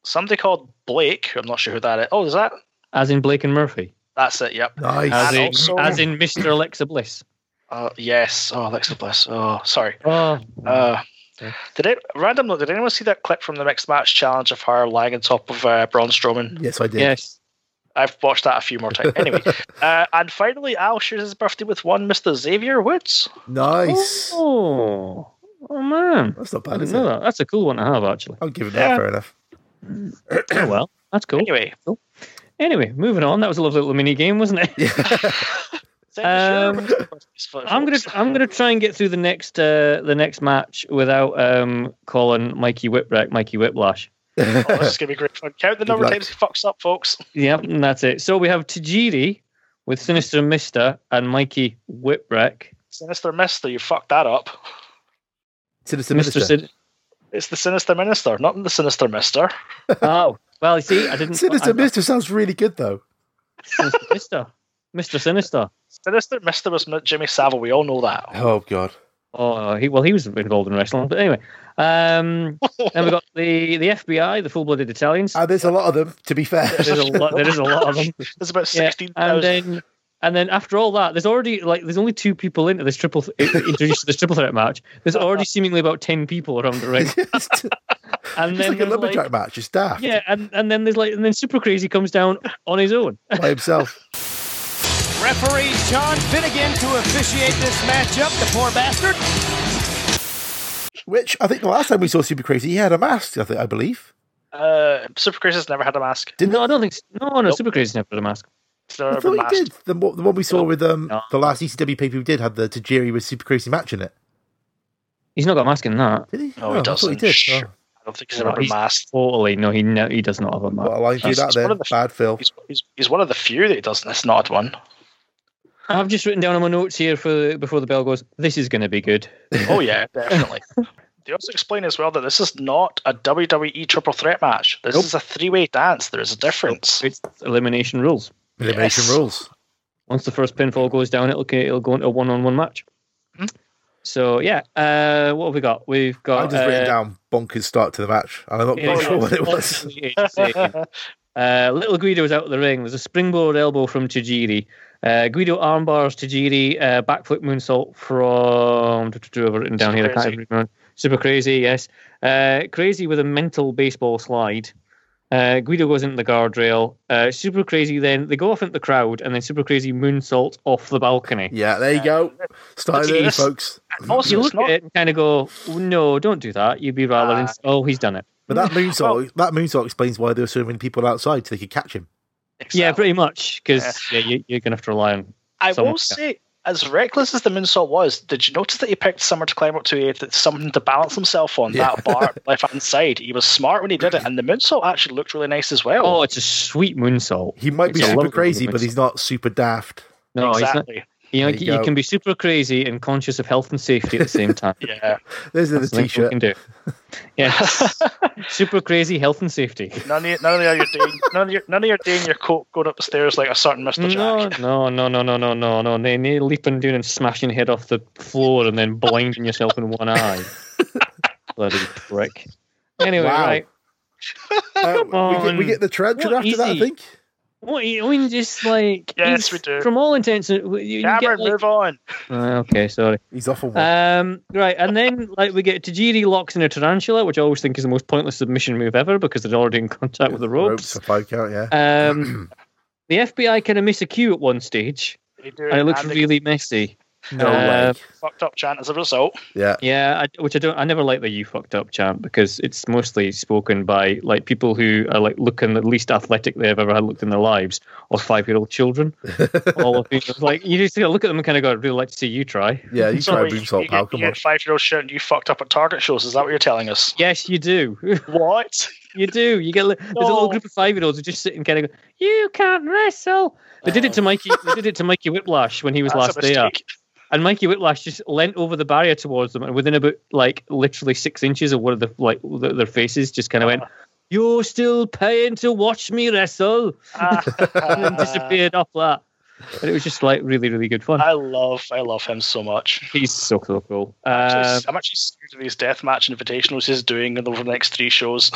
Speaker 2: somebody called Blake. who I'm not sure who that is. Oh, is that?
Speaker 3: as in Blake and Murphy.
Speaker 2: That's it. Yep.
Speaker 1: Nice.
Speaker 3: As
Speaker 2: And
Speaker 3: in,
Speaker 2: also-
Speaker 3: as in Mr. Alexa Bliss.
Speaker 2: Uh, yes. Oh, Alexa Bliss. Oh, sorry.
Speaker 3: Oh,
Speaker 2: Uh,
Speaker 3: Okay.
Speaker 2: did it, random note, did anyone see that clip from the mixed match challenge of her lying on top of uh, Braun Strowman?
Speaker 1: Yes, I did.
Speaker 3: yes.
Speaker 2: I've watched that a few more times. Anyway, uh, and finally, Al shares his birthday with one Mr. Xavier Woods.
Speaker 1: Nice.
Speaker 3: Oh, oh man.
Speaker 1: That's not
Speaker 3: I
Speaker 1: bad,
Speaker 3: didn't
Speaker 1: is
Speaker 3: know
Speaker 1: it?
Speaker 3: that. That's a cool one to have, actually.
Speaker 1: I'll give it that.
Speaker 2: Yeah.
Speaker 1: Fair enough.
Speaker 3: Oh, well, that's cool.
Speaker 2: Anyway,
Speaker 3: Anyway, moving on. That was a lovely little mini game, wasn't it?
Speaker 2: send us
Speaker 3: Um,
Speaker 2: your birthdays, folks.
Speaker 3: I'm gonna I'm gonna try and get through the next uh, the next match without um, calling Mikey Whipwreck Mikey Whiplash.
Speaker 2: Oh, this is gonna be great fun. Count the number of
Speaker 1: luck.
Speaker 2: times he fucks up, folks.
Speaker 3: Yep, and that's it. So we have Tajiri with Sinister Mister and Mikey Whipwreck.
Speaker 2: Sinister Mister, you fucked that up.
Speaker 1: Sinister Minister.
Speaker 3: Mister Sin-
Speaker 2: It's the Sinister Minister, not the Sinister Mister.
Speaker 3: oh well, you see, I didn't.
Speaker 1: Sinister
Speaker 3: I- I-
Speaker 1: Mister sounds really good, though.
Speaker 3: Sinister Mister. Mister Sinister.
Speaker 2: Sinister Mister was M- Jimmy Savile. We all know that.
Speaker 1: Oh God.
Speaker 3: Oh, he well, he was involved in wrestling, but anyway. Um, then we got the the FBI, the full blooded Italians.
Speaker 1: And Uh, there's a lot of them. To be fair.
Speaker 3: There's a lot. There is a lot of them.
Speaker 2: There's about
Speaker 3: Yeah,
Speaker 2: sixteen thousand.
Speaker 3: and then and then after all that, there's already like there's only two people into this triple th- introduced to this triple threat match. There's already seemingly about ten people around the ring,
Speaker 1: it's just like a
Speaker 3: and then there's, like-
Speaker 1: lumberjack match. It's daft
Speaker 3: yeah, and, and then there's like and then Super Crazy comes down on his own.
Speaker 1: by himself.
Speaker 8: Referee John Finnegan to officiate this matchup. The poor bastard.
Speaker 1: Which I think the last time we saw Super Crazy, he had a mask. I think I believe.
Speaker 2: Uh, Super Chris has never had a mask.
Speaker 3: No, I don't think s- no, no, Super Crazy's never had a mask.
Speaker 2: He's never
Speaker 1: I
Speaker 2: been
Speaker 1: thought he
Speaker 2: masked.
Speaker 1: did. The, mo- the one we saw with um,
Speaker 3: No.
Speaker 1: the last ECW pay per view did had the Tajiri with Super Crazy match in it.
Speaker 3: He's not got a mask in that.
Speaker 1: Did he?
Speaker 2: No, he
Speaker 1: I thought
Speaker 2: doesn't.
Speaker 1: did.
Speaker 2: Shh.
Speaker 1: Oh.
Speaker 2: I don't think he's
Speaker 3: No,
Speaker 2: ever been
Speaker 3: he's-
Speaker 2: masked.
Speaker 3: Totally, no, he no, he does not have a mask.
Speaker 1: Well, I do
Speaker 2: That's-
Speaker 1: that
Speaker 2: it's one
Speaker 1: then.
Speaker 2: of the-
Speaker 1: Bad Phil.
Speaker 2: He's, he's, he's one of the few that he doesn't. That's not one.
Speaker 3: I've just written down on my notes here for before the bell goes. This is going to be good.
Speaker 2: Oh yeah, definitely. They also explain as well that this is not a WWE triple threat match. This
Speaker 3: Nope.
Speaker 2: is a three-way dance. There is a difference.
Speaker 3: It's elimination rules.
Speaker 1: Elimination
Speaker 2: Yes.
Speaker 1: rules.
Speaker 3: once the first pinfall goes down, it'll it'll go into a one-on-one match.
Speaker 2: Mhm.
Speaker 3: So yeah, uh, what have we got? We've got. uh,
Speaker 1: I've just written down bonkers start to the match, and I'm not
Speaker 3: Oh, yeah,
Speaker 1: quite sure what it was.
Speaker 3: uh, uh, little Guido was out of the ring. There's a springboard elbow from Tajiri. Uh, Guido armbars Tajiri. Uh, backflip moonsault from. I've written down here. I can't
Speaker 2: Crazy.
Speaker 3: even remember. Super crazy, yes. Uh, crazy with a mental baseball slide. Uh, Guido goes into the guardrail. Uh, super crazy. Then they go off into the crowd, and then super crazy moonsault off the balcony.
Speaker 1: Yeah, there you go. Start
Speaker 2: Yes.
Speaker 1: it, folks.
Speaker 2: Also,
Speaker 3: you
Speaker 2: it's
Speaker 3: look
Speaker 2: not
Speaker 3: at it and kind of go, no, don't do that. You'd be rather, ins- oh, he's done it.
Speaker 1: But that moonsault, that moonsault explains why there were so many people outside, so they could catch him.
Speaker 3: Yeah,
Speaker 2: exactly-
Speaker 3: pretty much, because yeah, you, you're going to have to rely on.
Speaker 2: I
Speaker 3: someone-
Speaker 2: will say, as reckless as the moonsault was, did you notice that he picked Summer to climb up to? He had something to balance himself on
Speaker 1: Yeah.
Speaker 2: that bar left hand side. He was smart when he did it, and the moonsault actually looked really nice as well.
Speaker 3: Oh, it's a sweet moonsault.
Speaker 1: He might be
Speaker 3: It's a
Speaker 1: super
Speaker 3: lovely
Speaker 1: crazy, but
Speaker 3: moonsault.
Speaker 1: he's not super daft.
Speaker 3: No,
Speaker 2: exactly.
Speaker 3: he's not.
Speaker 1: There you
Speaker 3: You, know, you
Speaker 1: go.
Speaker 3: can be super crazy and conscious of health and safety at the same time.
Speaker 2: Yeah,
Speaker 1: There's the
Speaker 3: That's the thing we
Speaker 1: t-shirt.
Speaker 3: can do. Yeah, super crazy health and safety.
Speaker 2: none of you, none of you are doing none of you, none of you are doing your coat going up the stairs like a certain Mister
Speaker 3: No,
Speaker 2: Jack.
Speaker 3: no, no, no, no, no, no, no. They, they leaping down and smashing your head off the floor and then blinding yourself in one eye. Bloody prick. Anyway,
Speaker 1: Wow.
Speaker 3: right.
Speaker 1: Uh, we, get, we
Speaker 3: on.
Speaker 1: get the tarantula
Speaker 3: What
Speaker 1: after that, I
Speaker 3: easy.
Speaker 1: think.
Speaker 3: What I mean, just like
Speaker 2: Yes,
Speaker 3: he's-
Speaker 2: we do.
Speaker 3: From all intents, and you, you
Speaker 2: Cameron,
Speaker 3: get like,
Speaker 2: move on.
Speaker 3: Ah, okay, sorry.
Speaker 1: He's off on one.
Speaker 3: Um, right, and then like we get Tajiri locks in a tarantula, which I always think is the most pointless submission move ever because they're already in contact with the ropes.
Speaker 1: a five count, yeah.
Speaker 3: Um, the FBI kind of miss a cue at one stage,
Speaker 2: They do,
Speaker 3: and it looks
Speaker 2: and they
Speaker 3: really messy.
Speaker 1: no
Speaker 3: uh,
Speaker 1: way.
Speaker 2: fucked up chant as a result.
Speaker 1: Yeah.
Speaker 3: Yeah, I, which I don't. I never like the "you fucked up" chant because it's mostly spoken by like people who are like looking the least athletic they've ever had looked in their lives, or five-year-old children. all of whom like you just look at them and kind of go, "I'd really like to see you try."
Speaker 1: Yeah, you try a
Speaker 2: wait,
Speaker 1: moonsault,
Speaker 2: you
Speaker 1: pal.
Speaker 2: get- you
Speaker 1: Come
Speaker 2: get
Speaker 1: on.
Speaker 2: five-year-old shouting, "You fucked up at Target shows." Is that what you're telling us?
Speaker 3: Yes, you do.
Speaker 2: What?
Speaker 3: you do. You get li- there's a
Speaker 2: No.
Speaker 3: little group of five-year-olds who just sit and kind of go, "You can't wrestle." They did it to Mikey. they did it to Mikey Whiplash when he was
Speaker 2: Oh. That's a
Speaker 3: last there,
Speaker 2: mistake.
Speaker 3: and Mikey Whiplash just leant over the barrier towards them, and within about like literally six inches of one of the like th- their faces, just kind of went. You're still paying to watch me wrestle, and then disappeared off that. and it was just like really, really good fun.
Speaker 2: Ah, I love, I love him so much.
Speaker 3: He's so so cool.
Speaker 2: Actually,
Speaker 3: Uh,
Speaker 2: I'm actually scared of these deathmatch invitationals he's doing over the next three shows.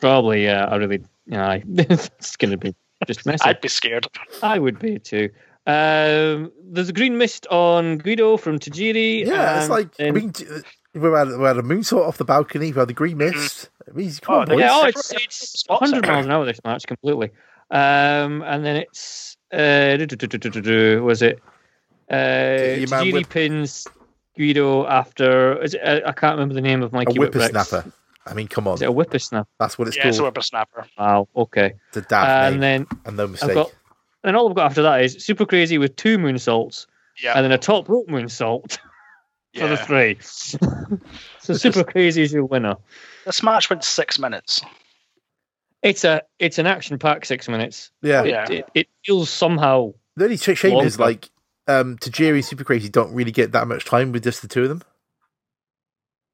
Speaker 3: probably, yeah. I really, aye. it's going to be just messy.
Speaker 2: I'd be scared.
Speaker 3: I would be too. Um, there's a green mist on Guido from Tajiri. um,
Speaker 1: Yeah, it's
Speaker 3: and
Speaker 1: like
Speaker 3: then-
Speaker 1: we, uh, we had we had a moonsault off the balcony. We had the green mist. I mean, come
Speaker 2: Oh,
Speaker 1: on,
Speaker 2: they-
Speaker 1: boys.
Speaker 3: yeah, Mm. oh,
Speaker 2: Separate-
Speaker 3: it's, it's
Speaker 2: spots
Speaker 3: 100
Speaker 2: there.
Speaker 3: miles an hour this match completely. Um, and then it's uh, do, do, do, do, do, do, do, was it uh,
Speaker 1: your man
Speaker 3: Tajiri
Speaker 1: whip-
Speaker 3: pins Guido after is it, uh, I can't remember the name of my
Speaker 1: a
Speaker 3: Cubic Rex.
Speaker 1: whippersnapper. I mean, come on,
Speaker 3: Is it a whippersnapper?
Speaker 1: that's what it's
Speaker 2: yeah, it's a
Speaker 1: called.
Speaker 2: whippersnapper.
Speaker 3: Wow, okay.
Speaker 1: It's a daft name,
Speaker 3: and then
Speaker 1: and no
Speaker 3: Um, I've
Speaker 1: mistake.
Speaker 3: got and all I've got after that is super crazy with two moonsaults
Speaker 2: Yeah,
Speaker 3: and then a top rope moonsault. for the
Speaker 2: yeah.
Speaker 3: three. so super crazy is your winner.
Speaker 2: This match went six minutes.
Speaker 3: It's a it's an action pack six minutes.
Speaker 1: yeah.
Speaker 2: Yeah.
Speaker 3: It, it, it feels somehow
Speaker 1: the only sh- shame is
Speaker 3: Wonka.
Speaker 1: like um, Tajiri and Super Crazy don't really get that much time with just the two of them.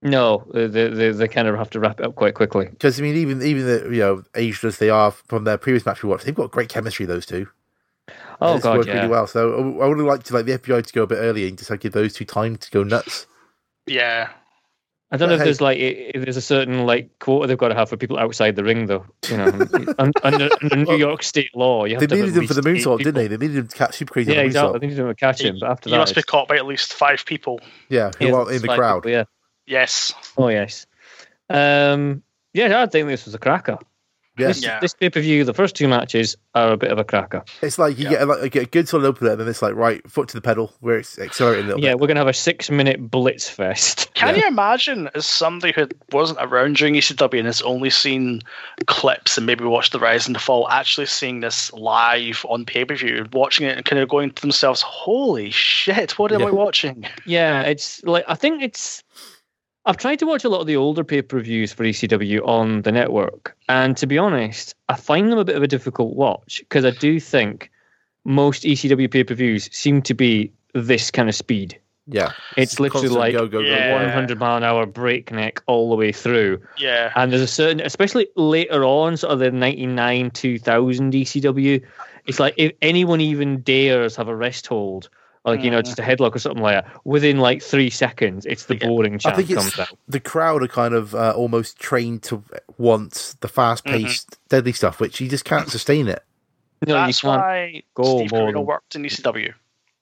Speaker 3: no uh, they, they, they kind of have to wrap it up quite quickly.
Speaker 1: Because I mean, even even the you know aged as they are from their previous match we watched, they've got great chemistry. Those two.
Speaker 3: Oh
Speaker 1: it's
Speaker 3: god,
Speaker 1: worked
Speaker 3: yeah.
Speaker 1: really well. So I, I would have liked to like the FBI to go a bit earlier and just like give those two time to go nuts.
Speaker 2: Yeah,
Speaker 3: I don't know if
Speaker 1: Hey.
Speaker 3: there's like i- if there's a certain like quota they've got to have for people outside the ring though. You know, un- under, under New
Speaker 1: Well,
Speaker 3: York state law, you have
Speaker 1: They
Speaker 3: to have
Speaker 1: needed
Speaker 3: at
Speaker 1: him for the
Speaker 3: least eight
Speaker 1: moonsault, didn't
Speaker 3: people.
Speaker 1: they? They needed him to catch Super Crazy
Speaker 3: Yeah,
Speaker 1: on the
Speaker 3: exactly.
Speaker 1: moonsault.
Speaker 3: They needed him to catch him, but after
Speaker 2: you
Speaker 3: that,
Speaker 2: must be
Speaker 3: it's-
Speaker 2: caught by at least five people.
Speaker 1: Yeah,
Speaker 3: yeah,
Speaker 1: who aren't in
Speaker 3: it's
Speaker 1: the
Speaker 3: five
Speaker 1: crowd.
Speaker 3: people, yeah.
Speaker 2: Yes,
Speaker 3: Oh yes. Um, yeah, I think this was a cracker.
Speaker 1: Yeah.
Speaker 3: This,
Speaker 2: Yeah.
Speaker 3: this pay per view, the first two matches are a bit of a cracker.
Speaker 1: It's like you
Speaker 2: Yeah.
Speaker 1: get, a, like, you get a good sort of opener, and then it's like right foot to the pedal where it's accelerating a little
Speaker 3: Yeah,
Speaker 1: bit.
Speaker 3: we're gonna have a six minute blitz fest.
Speaker 2: Can
Speaker 1: Yeah.
Speaker 2: you imagine as somebody who wasn't around during ECW and has only seen clips and maybe watched the rise and the fall, actually seeing this live on pay per view, watching it and kind of going to themselves, "Holy shit, what am
Speaker 1: Yeah.
Speaker 2: I watching?"
Speaker 3: Yeah, it's like I think it's. I've tried to watch a lot of the older pay per views for ECW on the network, and to be honest, I find them a bit of a difficult watch because I do think most E ECW pay per views seem to be this kind of speed.
Speaker 1: Yeah,
Speaker 3: It's literally
Speaker 1: Constant
Speaker 3: like
Speaker 1: go go go.
Speaker 2: Yeah.
Speaker 3: one hundred mile an hour breakneck all the way through.
Speaker 2: Yeah,
Speaker 3: And there's a certain, especially later on, sort of the 99, 2000 ECW, E it's like if anyone even dares have a wrest hold, or like, you know,
Speaker 2: Mm.
Speaker 3: just a headlock or something like that, within like three seconds, it's the boring
Speaker 1: I
Speaker 3: chant
Speaker 1: think it's
Speaker 3: comes out.
Speaker 1: the crowd are kind of uh, almost trained to want the fast paced, deadly stuff, which you just can't sustain it.
Speaker 3: No,
Speaker 2: that's
Speaker 3: you can't.
Speaker 2: why
Speaker 3: go
Speaker 2: Steve
Speaker 3: more
Speaker 2: Carino
Speaker 3: than-
Speaker 2: worked in ECW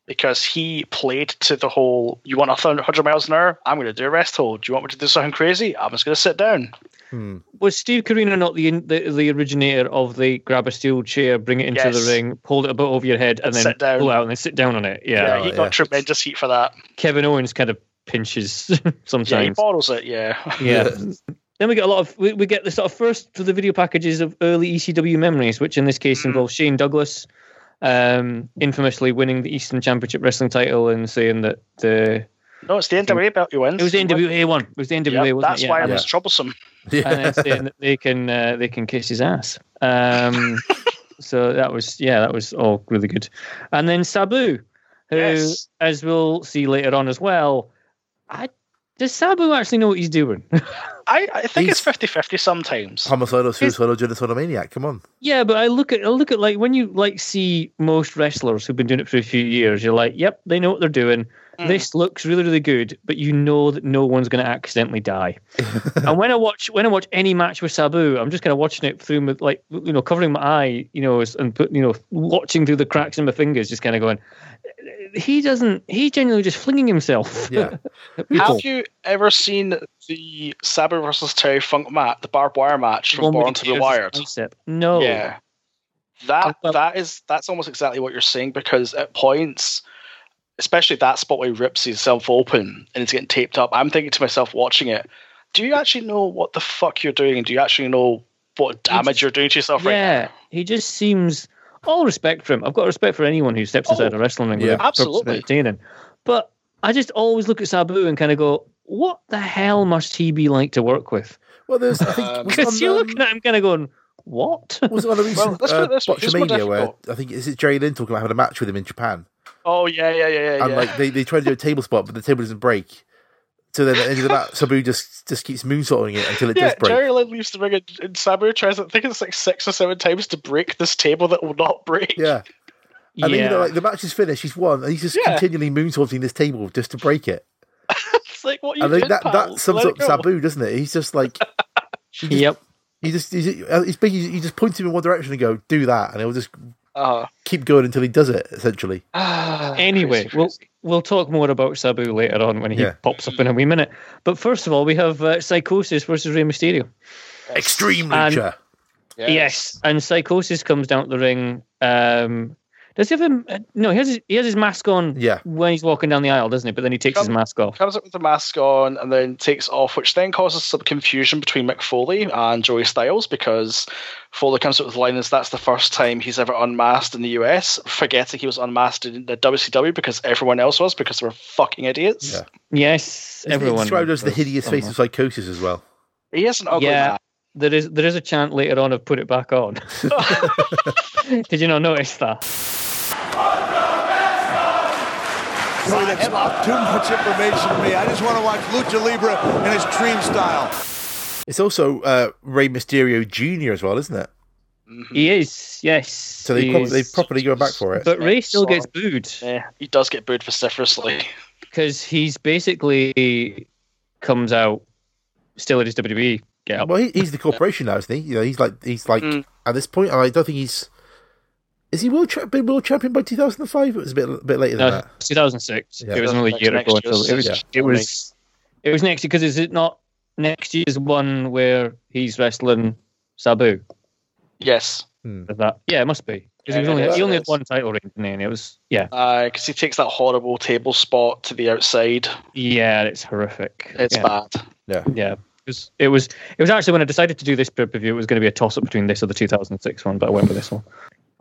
Speaker 2: because he played to the whole. You want a hundred miles an hour? I'm going to do a rest hold. Do you want me to do something crazy? I'm just going to sit down.
Speaker 1: Hmm.
Speaker 3: Was Steve Carino not the, in- the the originator of the grab a steel chair, bring it into
Speaker 2: Yes.
Speaker 3: the ring, pull it a bit over your head, and
Speaker 2: And
Speaker 3: then
Speaker 2: sit down.
Speaker 3: pull out and then sit down on it? Yeah.
Speaker 2: Yeah,
Speaker 1: right,
Speaker 2: he got
Speaker 1: yeah.
Speaker 2: tremendous heat for that.
Speaker 3: Kevin Owens kind of pinches
Speaker 2: Yeah, he
Speaker 3: sometimes.
Speaker 2: bottles it. Yeah,
Speaker 3: yeah. Uh, Then we get a lot of we, we get the sort of first to the video packages of early ECW memories, which in this
Speaker 2: Hmm.
Speaker 3: case involve Shane Douglas, um, infamously winning the Eastern Championship Wrestling title and saying that the
Speaker 2: no, it's the NWA belt you win.
Speaker 3: it was the NWA one, it was the NWA, wasn't
Speaker 2: that's
Speaker 3: it? Yeah.
Speaker 2: why it
Speaker 1: Yeah.
Speaker 2: was troublesome.
Speaker 3: and then saying that they can uh, they can kiss his ass. Um, so that was yeah, that was all really good. And then Sabu, who
Speaker 2: Yes.
Speaker 3: as we'll see later on as well, I, does Sabu actually know what he's doing?
Speaker 2: I, I think
Speaker 1: He's-
Speaker 2: it's 50 50 sometimes.
Speaker 1: Homicidal, suicidal, genocidal maniac. Come on.
Speaker 3: Yeah, but I look at I look at like when you like see most wrestlers who've been doing it for a few years, you're like, yep, they know what they're doing. This looks really really good, but you know that no one's going to accidentally die. and when I watch when I watch any match with Sabu, I'm just kind of watching it through my, like you know covering my eye, you know, as- and put you know watching through the cracks in my fingers, just kind of going. He doesn't. He's genuinely just flinging himself.
Speaker 1: Yeah.
Speaker 2: Have you ever seen the Sabu versus Terry Funk match, the barbed wire match from
Speaker 3: One with
Speaker 2: Born to be
Speaker 3: tears
Speaker 2: Wired?
Speaker 3: bicep. No.
Speaker 2: Yeah, that
Speaker 3: Well-
Speaker 2: that is that's almost exactly what you're saying because at points, especially that spot where he rips himself open and it's getting taped up, I'm thinking to myself watching it, do you actually know what the fuck you're doing? Do you actually know what damage you're doing to yourself right now?
Speaker 3: Yeah, he just seems. All respect for him. I've got respect for anyone who steps inside a wrestling ring. with
Speaker 1: Oh, yeah.
Speaker 3: the purpose of
Speaker 2: Absolutely.
Speaker 3: entertaining. But I just always look at Sabu and kind of go, "What the hell must he be like to work with?"
Speaker 1: Well, there's I think
Speaker 2: Um,
Speaker 1: was it
Speaker 3: Because
Speaker 1: on,
Speaker 3: you're
Speaker 1: um,
Speaker 3: looking at him, kind of going, "What?"
Speaker 1: was it on a recent
Speaker 2: let's put it
Speaker 1: uh,
Speaker 2: this way, here's what
Speaker 1: Botchamania
Speaker 2: I've
Speaker 1: where
Speaker 2: got.
Speaker 1: I think is it Jerry Lynn talking about having a match with him in Japan,
Speaker 2: Oh yeah, yeah, yeah, yeah.
Speaker 1: and
Speaker 2: yeah.
Speaker 1: like they, they try to do a table spot, but the table doesn't break. So then at the end of the match, Sabu just just keeps moonsaulting it until it
Speaker 2: Yeah,
Speaker 1: does break.
Speaker 2: Jerry Lynn leaves the ring and, and Sabu tries, I think it's like six or seven times to break this table that will not break.
Speaker 1: Yeah, And then, you know,
Speaker 3: Yeah.
Speaker 1: like the match is finished, he's won, and he's just
Speaker 2: Yeah.
Speaker 1: continually moonsaulting this table just to break it.
Speaker 2: It's like what you
Speaker 1: I think
Speaker 2: did,
Speaker 1: that,
Speaker 2: pal.
Speaker 1: that sums
Speaker 2: Let it
Speaker 1: up
Speaker 2: go.
Speaker 1: Sabu, doesn't it? He's just like
Speaker 3: Yep.
Speaker 1: he just he's, uh, he's big. You just point him in one direction and go do that, and he'll just
Speaker 2: Uh,
Speaker 1: keep going until he does it. Essentially,
Speaker 2: ah,
Speaker 3: Ah. Anyway,
Speaker 2: crazy,
Speaker 3: we'll
Speaker 2: crazy.
Speaker 3: we'll talk more about Sabu later on when he
Speaker 1: Yeah.
Speaker 3: pops up in a wee minute. But first of all, we have uh, Psychosis versus Rey Mysterio.
Speaker 1: extreme
Speaker 3: And-
Speaker 1: lucha.
Speaker 2: Yes.
Speaker 3: Yes, and Psychosis comes down to the ring. Um, does he have him? uh, No, he has his, he has his mask on.
Speaker 1: Yeah.
Speaker 3: when he's walking down the aisle, doesn't he? But then he takes his
Speaker 2: Come-
Speaker 3: mask off.
Speaker 2: Comes up with the mask on and then takes it off, which then causes some confusion between Mick Foley and Joey Styles because Foley comes up with the line as that's the first time he's ever unmasked in the US, forgetting he was unmasked in the WCW because everyone else was because they were fucking idiots.
Speaker 1: Yeah.
Speaker 3: Yes,
Speaker 1: It's
Speaker 3: everyone
Speaker 1: described as the
Speaker 3: knows
Speaker 1: hideous face
Speaker 3: someone.
Speaker 1: of psychosis as well.
Speaker 2: He is an ugly
Speaker 3: Yeah.
Speaker 2: man.
Speaker 3: There is there is a chant later on of put it back on. Did you not notice that?
Speaker 7: Boy, that's too much information to me. I just want to watch Lucha Libre in his dream style.
Speaker 1: It's also uh, Rey Mysterio Jr. as well, isn't it?
Speaker 2: Mm-hmm.
Speaker 3: He is. Yes.
Speaker 1: So they
Speaker 3: he
Speaker 1: prob- they
Speaker 3: is.
Speaker 1: properly go back for it.
Speaker 3: But Ray still gets
Speaker 2: Sorry.
Speaker 3: booed
Speaker 2: Yeah, he does get booed vociferously.
Speaker 3: because he's basically comes out still at his WWE get up.
Speaker 1: well, he, he's the corporation now, isn't he? You know, he's like he's like
Speaker 2: Mm.
Speaker 1: at this point, and I don't think he's is he world cha- been world champion by two thousand and five. It was a bit a bit later than
Speaker 3: No,
Speaker 1: that.
Speaker 3: 2006.
Speaker 1: Yeah.
Speaker 3: It was another year
Speaker 2: Next
Speaker 3: ago.
Speaker 2: year,
Speaker 3: Until it was.
Speaker 2: yeah.
Speaker 3: It was. It was next because is it not next year's one where he's wrestling Sabu?
Speaker 2: Yes.
Speaker 3: Is that yeah, it must be because he was
Speaker 2: Yeah,
Speaker 3: only
Speaker 2: it
Speaker 3: he only had
Speaker 2: is.
Speaker 3: one title reign, didn't he? And it was yeah,
Speaker 2: Because Uh, he takes that horrible table spot to the outside.
Speaker 3: yeah, it's horrific.
Speaker 2: It's
Speaker 3: yeah.
Speaker 2: bad.
Speaker 3: Yeah, because it was it was actually when I decided to do this pay per view, it was going to be a toss up between this or the 2006 one, but I went with this one.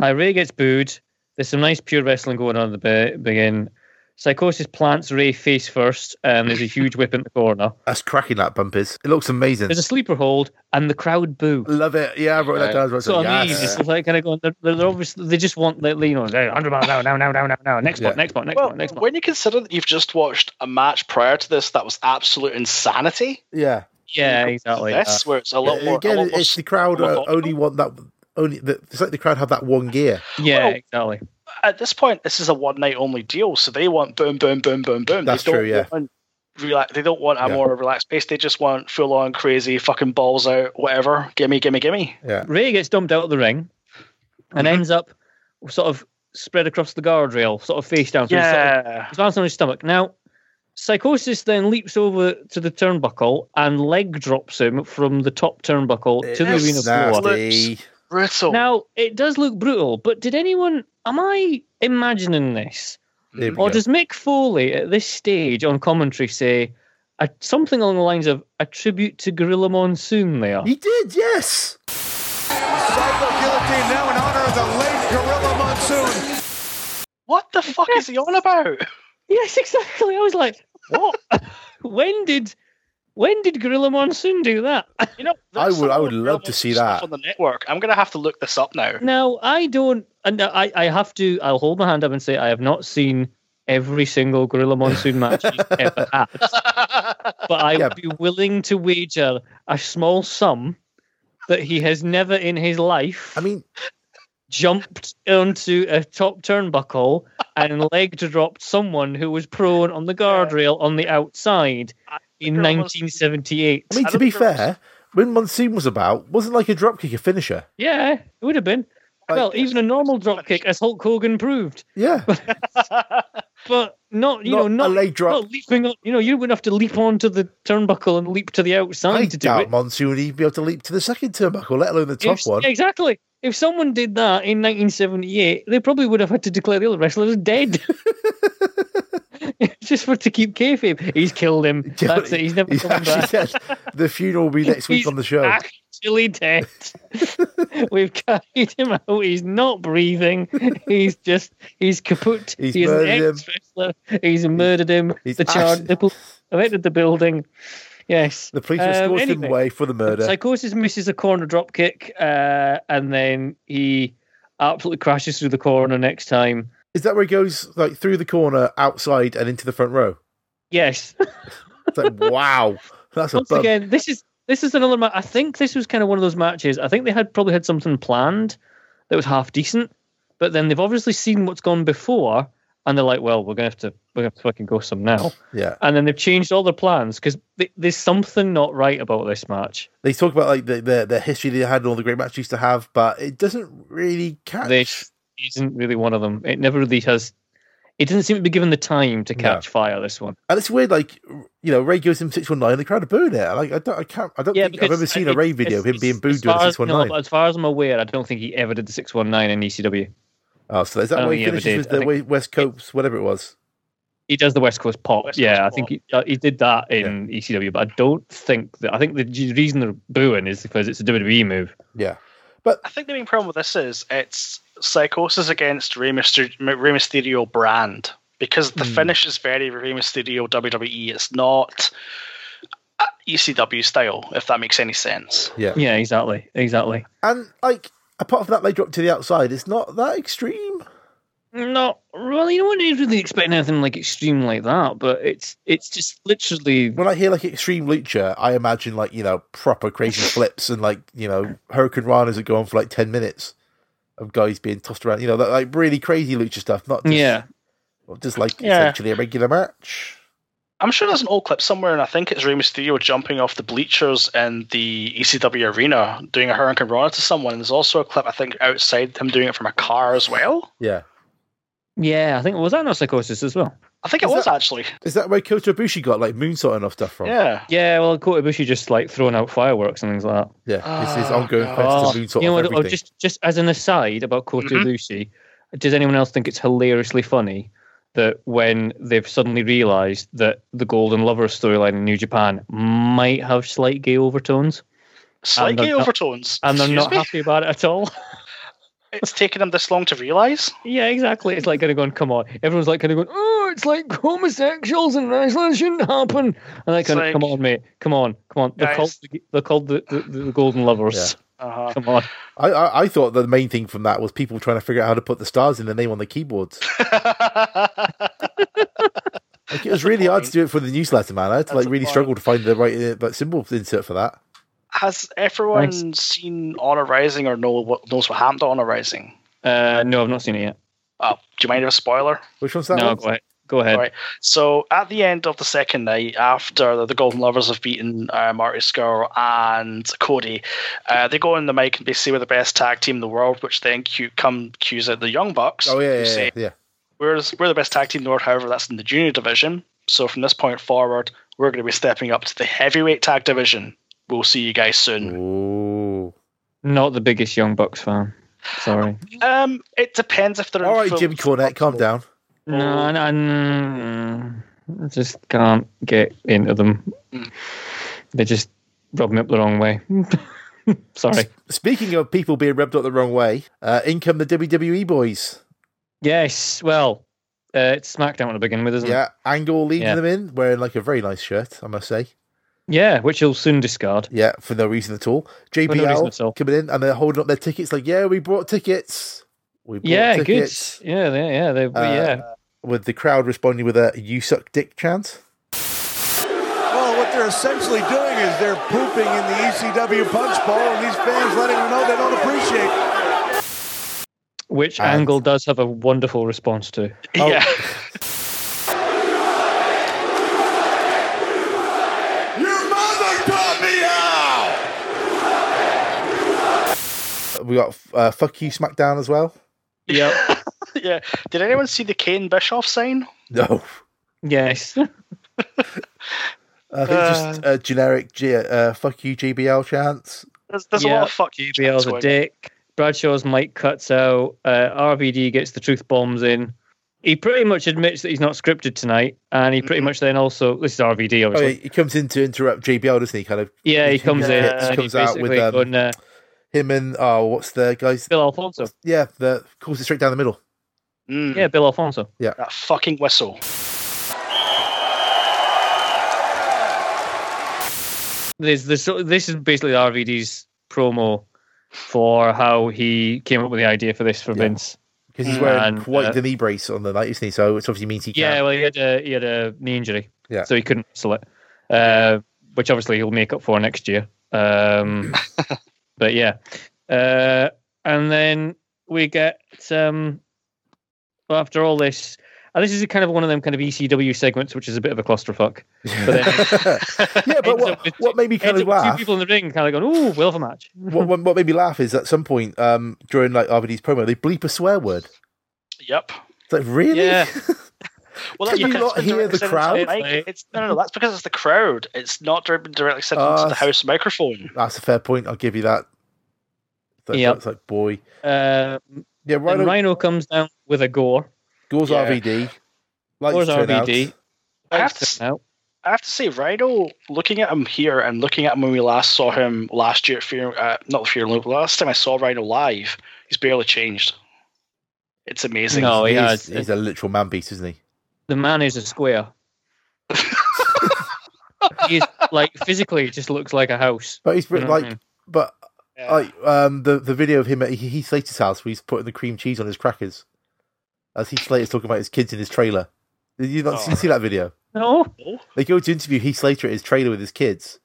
Speaker 3: Uh, Ray gets booed. There's some nice pure wrestling going on at the be- begin. Psychosis plants Ray face first, and there's a huge whip in the corner.
Speaker 1: That's cracking. That bump is. It looks amazing.
Speaker 3: There's a sleeper hold, and the crowd boo.
Speaker 1: Love it. Yeah, I wrote that down. as well.
Speaker 3: So
Speaker 1: So,
Speaker 3: I'm
Speaker 1: yes.
Speaker 3: It's like kind of going. They're, they're obviously they just want they you know 100 miles an hour now now now now now next spot
Speaker 1: Yeah.
Speaker 3: next spot next
Speaker 2: Well,
Speaker 3: spot next spot.
Speaker 2: when you consider that you've just watched a match prior to this that was absolute insanity,
Speaker 1: Yeah.
Speaker 3: Yeah, exactly.
Speaker 2: this where it's a lot more. a
Speaker 1: Again,
Speaker 2: lot more
Speaker 1: it's the crowd
Speaker 2: a lot
Speaker 1: uh,
Speaker 2: more-
Speaker 1: only want that. Only the, it's like the crowd have that one gear.
Speaker 3: yeah,
Speaker 2: well-
Speaker 3: exactly.
Speaker 2: at this point, this is a one night only deal, so they want boom, boom, boom, boom, boom.
Speaker 1: That's
Speaker 2: they don't
Speaker 1: true, yeah.
Speaker 2: Want Relax. They don't want a
Speaker 1: Yeah.
Speaker 2: more relaxed pace. They just want full on crazy fucking balls out, whatever. Gimme, gimme, gimme.
Speaker 1: Yeah.
Speaker 3: Ray gets dumped out of the ring and
Speaker 2: Mm-hmm.
Speaker 3: ends up sort of spread across the guardrail, sort of face down. So he's sort of-
Speaker 2: Yeah.
Speaker 3: he's balanced on his stomach. Now, Psychosis then leaps over to the turnbuckle and leg drops him from the top turnbuckle to the
Speaker 2: It's
Speaker 3: arena floor.
Speaker 1: nasty.
Speaker 2: Brutal.
Speaker 3: Now, it does look brutal, but did anyone, am I imagining this?
Speaker 1: There we
Speaker 3: Or
Speaker 1: go.
Speaker 3: does Mick Foley at this stage on commentary say a, something along the lines of a tribute to Gorilla Monsoon there?
Speaker 1: He did, yes.
Speaker 7: Psycho guillotine now in honor of the late Gorilla Monsoon.
Speaker 2: what the fuck is he on about?
Speaker 3: Yes, exactly. I was like, what? when did when did Gorilla Monsoon do that?
Speaker 2: You know,
Speaker 1: I
Speaker 2: there's
Speaker 1: would- I
Speaker 2: some
Speaker 1: would
Speaker 2: more
Speaker 1: love to
Speaker 2: real
Speaker 1: see
Speaker 2: stuff
Speaker 1: that.
Speaker 2: on the network. I'm gonna have to look this up now.
Speaker 3: Now I don't, and I, I have to. I'll hold my hand up and say I have not seen every single Gorilla Monsoon match he's ever had, but I
Speaker 1: Yeah.
Speaker 3: would be willing to wager a small sum that he has never in his life
Speaker 1: I mean,
Speaker 3: jumped onto a top turnbuckle and leg dropped someone who was prone on the guardrail on the outside in
Speaker 2: Gorilla Monsoon-
Speaker 3: 1978.
Speaker 1: I mean
Speaker 2: I
Speaker 1: to
Speaker 2: don't
Speaker 1: be
Speaker 2: think there was-
Speaker 1: fair, when Monsoon was about, wasn't like a dropkick a finisher.
Speaker 3: Yeah, it would have been.
Speaker 1: Like-
Speaker 3: well, even a normal dropkick, as Hulk Hogan proved,
Speaker 1: Yeah,
Speaker 3: but not you
Speaker 1: Not
Speaker 3: know
Speaker 1: a
Speaker 3: not,
Speaker 1: leg drop.
Speaker 3: not leaping. On, you know, you would have to leap onto the turnbuckle and leap to the outside
Speaker 1: I
Speaker 3: to do
Speaker 1: doubt
Speaker 3: it.
Speaker 1: Monsoon would even be able to leap to the second turnbuckle, let alone the top
Speaker 3: If-
Speaker 1: one.
Speaker 3: Exactly. If someone did that in 1978, they probably would have had to declare the other wrestler as dead. Just for to keep kayfabe, he's killed him.
Speaker 1: Yeah,
Speaker 3: That's it. He's never
Speaker 1: He
Speaker 3: coming
Speaker 1: actually
Speaker 3: back.
Speaker 1: said the funeral will be next week
Speaker 3: He's
Speaker 1: on the show.
Speaker 3: Actually dead. We've carried him out. He's not breathing. He's just he's kaput.
Speaker 1: He's
Speaker 3: He is
Speaker 1: murdered him.
Speaker 3: an ex-wrestler. He's murdered him.
Speaker 1: he's
Speaker 3: the charge
Speaker 1: ash-
Speaker 3: the pol- have entered the building. Yes.
Speaker 1: The police
Speaker 3: Um,
Speaker 1: escorted him
Speaker 3: anyway.
Speaker 1: away for the murder.
Speaker 3: Psychosis misses a corner drop kick, uh, and then he absolutely crashes through the corner next time.
Speaker 1: Is that where he goes like through the corner, outside, and into the front row?
Speaker 3: Yes.
Speaker 1: It's like, wow, that's a
Speaker 3: Once
Speaker 1: bump.
Speaker 3: again, this is this is another match. I think this was kind of one of those matches. I think they had probably had something planned that was half decent, But then they've obviously seen what's gone before, and they're like, well, we're gonna have to we're gonna have to fucking go some now.
Speaker 1: Yeah.
Speaker 3: And then they've changed all their plans because there's something not right about this match.
Speaker 1: They talk about like the, the, the history they had and all the great matches they used to have, but it doesn't really catch.
Speaker 3: This isn't really one of them. It never really has. It doesn't seem to be given the time to
Speaker 1: No.
Speaker 3: catch fire. This one.
Speaker 1: And it's weird, like you know, Ray gives him six one nine, and the crowd are booing it. Like I don't, I can't, I don't think I've
Speaker 3: because
Speaker 1: ever seen a
Speaker 3: it-
Speaker 1: Ray video of him
Speaker 3: it's-
Speaker 1: being booed
Speaker 3: as
Speaker 1: doing
Speaker 3: far
Speaker 1: six
Speaker 3: as-
Speaker 1: one
Speaker 3: no,
Speaker 1: nine.
Speaker 3: but as far as I'm aware, I don't think he ever did the 619 in E ECW.
Speaker 1: Oh, so is
Speaker 3: I
Speaker 1: that
Speaker 3: don't
Speaker 1: why he
Speaker 3: think he ever
Speaker 1: finishes with
Speaker 3: did. I
Speaker 1: the way West Coast, whatever it was?
Speaker 3: He does the West Coast pop.
Speaker 2: West
Speaker 3: yeah,
Speaker 2: Coast
Speaker 3: I think he, uh, he did that in ECW, but I don't think that. I think the g- reason they're booing is because it's a WWE move.
Speaker 1: Yeah,
Speaker 2: I think the main problem with this is it's psychosis against Rey, Myster- Rey Mysterio brand because
Speaker 1: Hmm.
Speaker 2: the finish is very Rey Mysterio WWE. It's not uh, ECW style, if that makes any sense.
Speaker 1: yeah,
Speaker 3: Yeah, exactly, exactly.
Speaker 1: And like apart from that, they drop to the outside. It's not that extreme.
Speaker 3: Not really. You wouldn't really expect anything like extreme like that, but it's it's just literally
Speaker 1: When I hear like extreme lucha, I imagine like you know proper crazy flips and like you know hurricane ranas that go on for like ten minutes of guys being tossed around. You know, that, like really crazy lucha stuff, not just,
Speaker 3: yeah.
Speaker 1: not just like
Speaker 3: Yeah.
Speaker 1: essentially a regular match.
Speaker 2: I'm sure there's an old clip somewhere, and I think it's Rey Mysterio jumping off the bleachers in the ECW arena doing a Hurricane Rana to someone. And there's also a clip, I think, outside him doing it from a car as well.
Speaker 1: Yeah,
Speaker 3: Yeah, I think was that not psychosis as well.
Speaker 2: I think it
Speaker 1: Is
Speaker 2: was
Speaker 1: that-
Speaker 2: actually.
Speaker 1: is that where Kota Ibushi got like moonsaulting off stuff from?
Speaker 2: Yeah.
Speaker 3: Yeah, well, Kota Bushi just like throwing out fireworks and things like that.
Speaker 1: yeah. It's his
Speaker 2: Oh,
Speaker 1: ongoing
Speaker 2: God.
Speaker 1: quest to moonsault
Speaker 3: you know
Speaker 1: off
Speaker 3: what? oh,
Speaker 1: everything.
Speaker 3: Just just as an aside about Kota
Speaker 2: Mhm.
Speaker 3: Ibushi, does anyone else think it's hilariously funny that when they've suddenly realised that the Golden Lover storyline in New Japan might have slight gay overtones,
Speaker 2: Slight
Speaker 3: And they're
Speaker 2: gay
Speaker 3: not-
Speaker 2: overtones.
Speaker 3: and they're
Speaker 2: Excuse
Speaker 3: not
Speaker 2: me?
Speaker 3: happy about it at all?
Speaker 2: It's taken them this long to realise.
Speaker 3: yeah, exactly. It's like going to go and come on. Everyone's like going to go, oh, it's like homosexuals and wrestling it shouldn't happen. And like,
Speaker 2: It's
Speaker 3: going,
Speaker 2: like-
Speaker 3: come on, mate, come on, come on. They're
Speaker 2: Guys.
Speaker 3: called the, they're called the, the, the Golden Lovers.
Speaker 2: Uh-huh.
Speaker 3: Come on.
Speaker 1: I, I, I thought the main thing from that was people trying to figure out how to put the stars in the name on the keyboards. Like, it was really hard to do it for the newsletter, man. I had to, like
Speaker 2: the
Speaker 1: really
Speaker 2: point.
Speaker 1: struggle to find the right uh, that symbol insert for that.
Speaker 2: Has everyone
Speaker 3: Nice.
Speaker 2: seen Honor Rising or know what knows what happened to Honor Rising?
Speaker 3: Uh, no, I've not seen it yet.
Speaker 2: Uh, do you mind if a spoiler?
Speaker 1: Which one's that?
Speaker 3: no,
Speaker 1: one?
Speaker 3: go ahead. Go ahead.
Speaker 2: Alright. So at the end of the second night, after the, the Golden Lovers have beaten uh, Marty Skrull and Cody, uh, they go on the mic and basically we're the best tag team in the world, which then cue, come cues out the Young Bucks.
Speaker 1: Oh
Speaker 2: who
Speaker 1: yeah, yeah,
Speaker 2: say,
Speaker 1: yeah, yeah.
Speaker 2: We're, we're the best tag team in the world, however, that's in the junior division. So from this point forward, we're going to be stepping up to the heavyweight tag division. We'll see you guys
Speaker 3: Mm.
Speaker 2: soon.
Speaker 1: Ooh.
Speaker 3: Not the biggest Young Bucks fan. Sorry.
Speaker 2: Um, it depends if they're in
Speaker 1: All right,
Speaker 2: full-
Speaker 1: Jim Cornette, calm down.
Speaker 3: No, no, no, I just can't get into them. They just rub me up the wrong way. Sorry.
Speaker 1: Speaking of people being rubbed up the wrong way, uh, in come the WWE boys.
Speaker 3: Yes. Well, uh, it's SmackDown to begin with, isn't it?
Speaker 1: Yeah, Angle leading
Speaker 3: Mm. Yeah.
Speaker 1: them in, wearing like a very nice shirt, I must say.
Speaker 3: Yeah, which you'll soon discard.
Speaker 1: Yeah, for no reason at all. JBL
Speaker 3: reason at all.
Speaker 1: coming in and they're holding up their tickets, like, yeah, we brought tickets. We brought
Speaker 3: Yeah, good.
Speaker 1: tickets. Uh,
Speaker 3: Yeah, they- yeah, they, yeah.
Speaker 1: With the crowd responding with a "You suck dick" chant.
Speaker 7: Well, what they're essentially doing is they're pooping in the ECW punch bowl, and these fans letting them know they don't appreciate.
Speaker 3: Which
Speaker 1: and-
Speaker 3: Angle does have a wonderful response to.
Speaker 2: Yeah.
Speaker 1: Oh.
Speaker 7: Your mother taught me how.
Speaker 1: We got uh, "Fuck You" SmackDown as well.
Speaker 3: Yep.
Speaker 2: yeah. Did anyone see the Kane Bischoff sign?
Speaker 1: No,
Speaker 3: yes.
Speaker 1: I think it's just a generic G- uh, "Fuck You" JBL chants.
Speaker 2: There's, there's a
Speaker 3: Yeah.
Speaker 2: lot of fuck you.
Speaker 3: JBL's a dick. Bradshaw's mic cuts out. Uh, RVD gets the truth bombs in. He pretty much admits that he's not scripted tonight, and he pretty much then also this is RVD
Speaker 1: Oh, yeah,
Speaker 3: obviously.
Speaker 1: he comes in to interrupt JBL, doesn't he? Kind of
Speaker 3: yeah, he comes in
Speaker 1: Yeah, he
Speaker 3: and
Speaker 1: comes
Speaker 3: he
Speaker 1: out
Speaker 3: basically
Speaker 1: with, um,
Speaker 3: going, uh,
Speaker 1: him and oh, what's the guy's?
Speaker 3: Bill Alfonso.
Speaker 1: Yeah, the calls it straight down the middle.
Speaker 2: Mm,
Speaker 3: Yeah, Bill Alfonso.
Speaker 2: That fucking whistle.
Speaker 3: There's this. This is basically RVD's promo for how he came up with the idea for this for
Speaker 1: Yeah.
Speaker 3: Vince.
Speaker 1: Because he's wearing
Speaker 3: And,
Speaker 1: quite
Speaker 3: uh,
Speaker 1: the knee brace on the night, isn't he? So it obviously means he
Speaker 3: Yeah,
Speaker 1: can't.
Speaker 3: well, he had a he had a knee injury,
Speaker 1: Yeah.
Speaker 3: so he couldn't wrestle it, uh, which obviously he'll make up for next year. Um, but yeah, uh, and then we get um, well, after all this, and this is kind of one of them kind of ECW segments, which is a bit of a clusterfuck. But then it
Speaker 1: yeah, but
Speaker 3: ends
Speaker 1: what,
Speaker 3: up with-
Speaker 1: what made me kind
Speaker 3: ends
Speaker 1: of
Speaker 3: up with
Speaker 1: laugh
Speaker 3: Two people in the ring, kind of going, "Ooh, we'll have a match."
Speaker 1: what, what what made me laugh is at some point um, during like RVD's promo, they bleep a swear word.
Speaker 2: Yep.
Speaker 1: It's like really?
Speaker 3: Yeah.
Speaker 2: Well,
Speaker 1: Can you
Speaker 2: because
Speaker 1: not
Speaker 2: it's been
Speaker 1: hear the
Speaker 2: directly sent
Speaker 1: crowd?
Speaker 2: into the mic. It's, no, no, no. That's because it's the crowd. It's not dir- been directly sent
Speaker 1: Ah,
Speaker 2: into the
Speaker 1: that's-
Speaker 2: house microphone.
Speaker 1: That's a fair point. I'll give you that. That's,
Speaker 3: Yep.
Speaker 1: that's like boy.
Speaker 3: Uh,
Speaker 1: Yeah,
Speaker 3: Rhino,
Speaker 1: Rhino
Speaker 3: Rhino comes down with a gore.
Speaker 1: goes
Speaker 2: Yeah.
Speaker 1: RVD. Lights
Speaker 3: Gore's
Speaker 1: turn out.
Speaker 3: RVD.
Speaker 2: I have to
Speaker 3: Lights turn out.
Speaker 2: I have to say, Rhino, looking at him here and looking at him when we last saw him last year at Fear, uh, not Fear and Loathing, last time I saw Rhino live, he's barely changed. It's amazing.
Speaker 3: No, Oh, he
Speaker 1: He is-
Speaker 3: has.
Speaker 1: He's a literal man beast, isn't he?
Speaker 3: the man is a square. He's like physically just looks like a house.
Speaker 1: But he's
Speaker 3: know
Speaker 1: written
Speaker 3: what I
Speaker 1: like,
Speaker 3: mean?
Speaker 1: but
Speaker 2: Yeah.
Speaker 1: like um, the the video of him at Heath Slater's house where he's putting the cream cheese on his crackers, as Heath Slater's talking about his kids in his trailer. Did you not see,
Speaker 2: Oh.
Speaker 1: see that video?
Speaker 3: No,
Speaker 1: They go to interview Heath Slater at his trailer with his kids.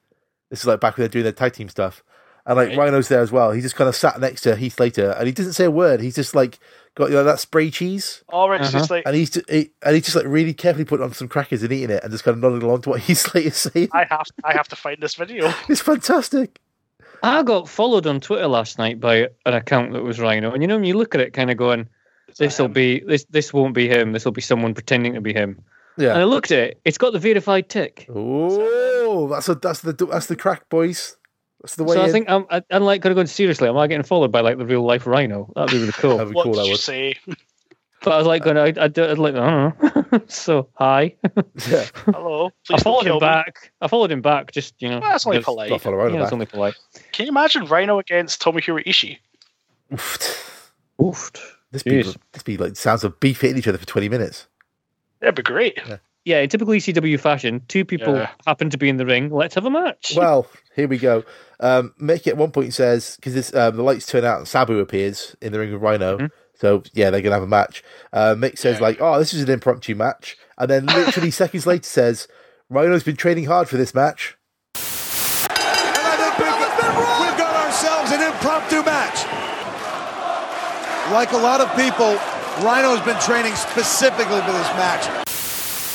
Speaker 1: This is like back when they're doing their tag team stuff, and like
Speaker 2: Right.
Speaker 1: Rhino's there as well. He just kind of sat next to Heath Slater, and he doesn't say a word. He's just like got you know that spray cheese,
Speaker 2: All right, so
Speaker 3: Uh-huh.
Speaker 2: it's like,
Speaker 1: and he's just, he, and he's just like really carefully putting on some crackers and eating it, and just kind of nodding along to what Heath Slater's saying.
Speaker 2: I have, I have to find this video.
Speaker 1: It's fantastic.
Speaker 3: I got followed on Twitter last night by an account that was Rhino, and you know when you look at it, kind of going, "This will be this. This won't be him. This will be someone pretending to be him." And I
Speaker 1: Yeah.
Speaker 3: looked at it; it's got the verified tick.
Speaker 1: Oh, that's a, that's the that's the crack, boys. That's the way.
Speaker 3: So I
Speaker 1: in.
Speaker 3: think I'm, I- I'm like kind of going seriously. Am I getting followed by like the real life Rhino? That'd be really
Speaker 1: That'd
Speaker 3: cool.
Speaker 1: be
Speaker 2: What
Speaker 1: cool.
Speaker 2: did
Speaker 1: That
Speaker 2: you
Speaker 1: would.
Speaker 2: say?
Speaker 3: but I was like going, I, I, do- I'd like, I don't know. so hi,
Speaker 1: Yeah.
Speaker 2: Hello. Please
Speaker 3: I
Speaker 2: don't
Speaker 3: followed
Speaker 2: kill
Speaker 3: him
Speaker 2: me.
Speaker 3: back. I followed him back. Just you know,
Speaker 2: Ah, That's only
Speaker 3: because-
Speaker 2: polite.
Speaker 1: Got follow
Speaker 3: Yeah,
Speaker 1: Rhino
Speaker 3: it's
Speaker 1: back.
Speaker 3: only polite.
Speaker 2: Can you imagine Rhino against Tomohiro Ishii?
Speaker 1: Oof.
Speaker 3: Oofed.
Speaker 1: This be,
Speaker 3: Jeez.
Speaker 1: this be like sounds of beef hitting each other for twenty minutes.
Speaker 2: That'd be great.
Speaker 3: Yeah, in typical ECW fashion, two people
Speaker 2: Yeah.
Speaker 3: happen to be in the ring. Let's have a match.
Speaker 1: Well, here we go. Um, Mick at one point says because um, the lights turn out and Sabu appears in the ring with Rhino.
Speaker 3: Mm-hmm.
Speaker 1: So yeah, they're gonna have a match. Uh, Mick says like, "Oh, this is an impromptu match," and then literally seconds later says, "Rhino's been training hard for this match."
Speaker 7: And I think we've, we've got ourselves an impromptu match. Like a lot of people, Rhino's been training specifically for this match.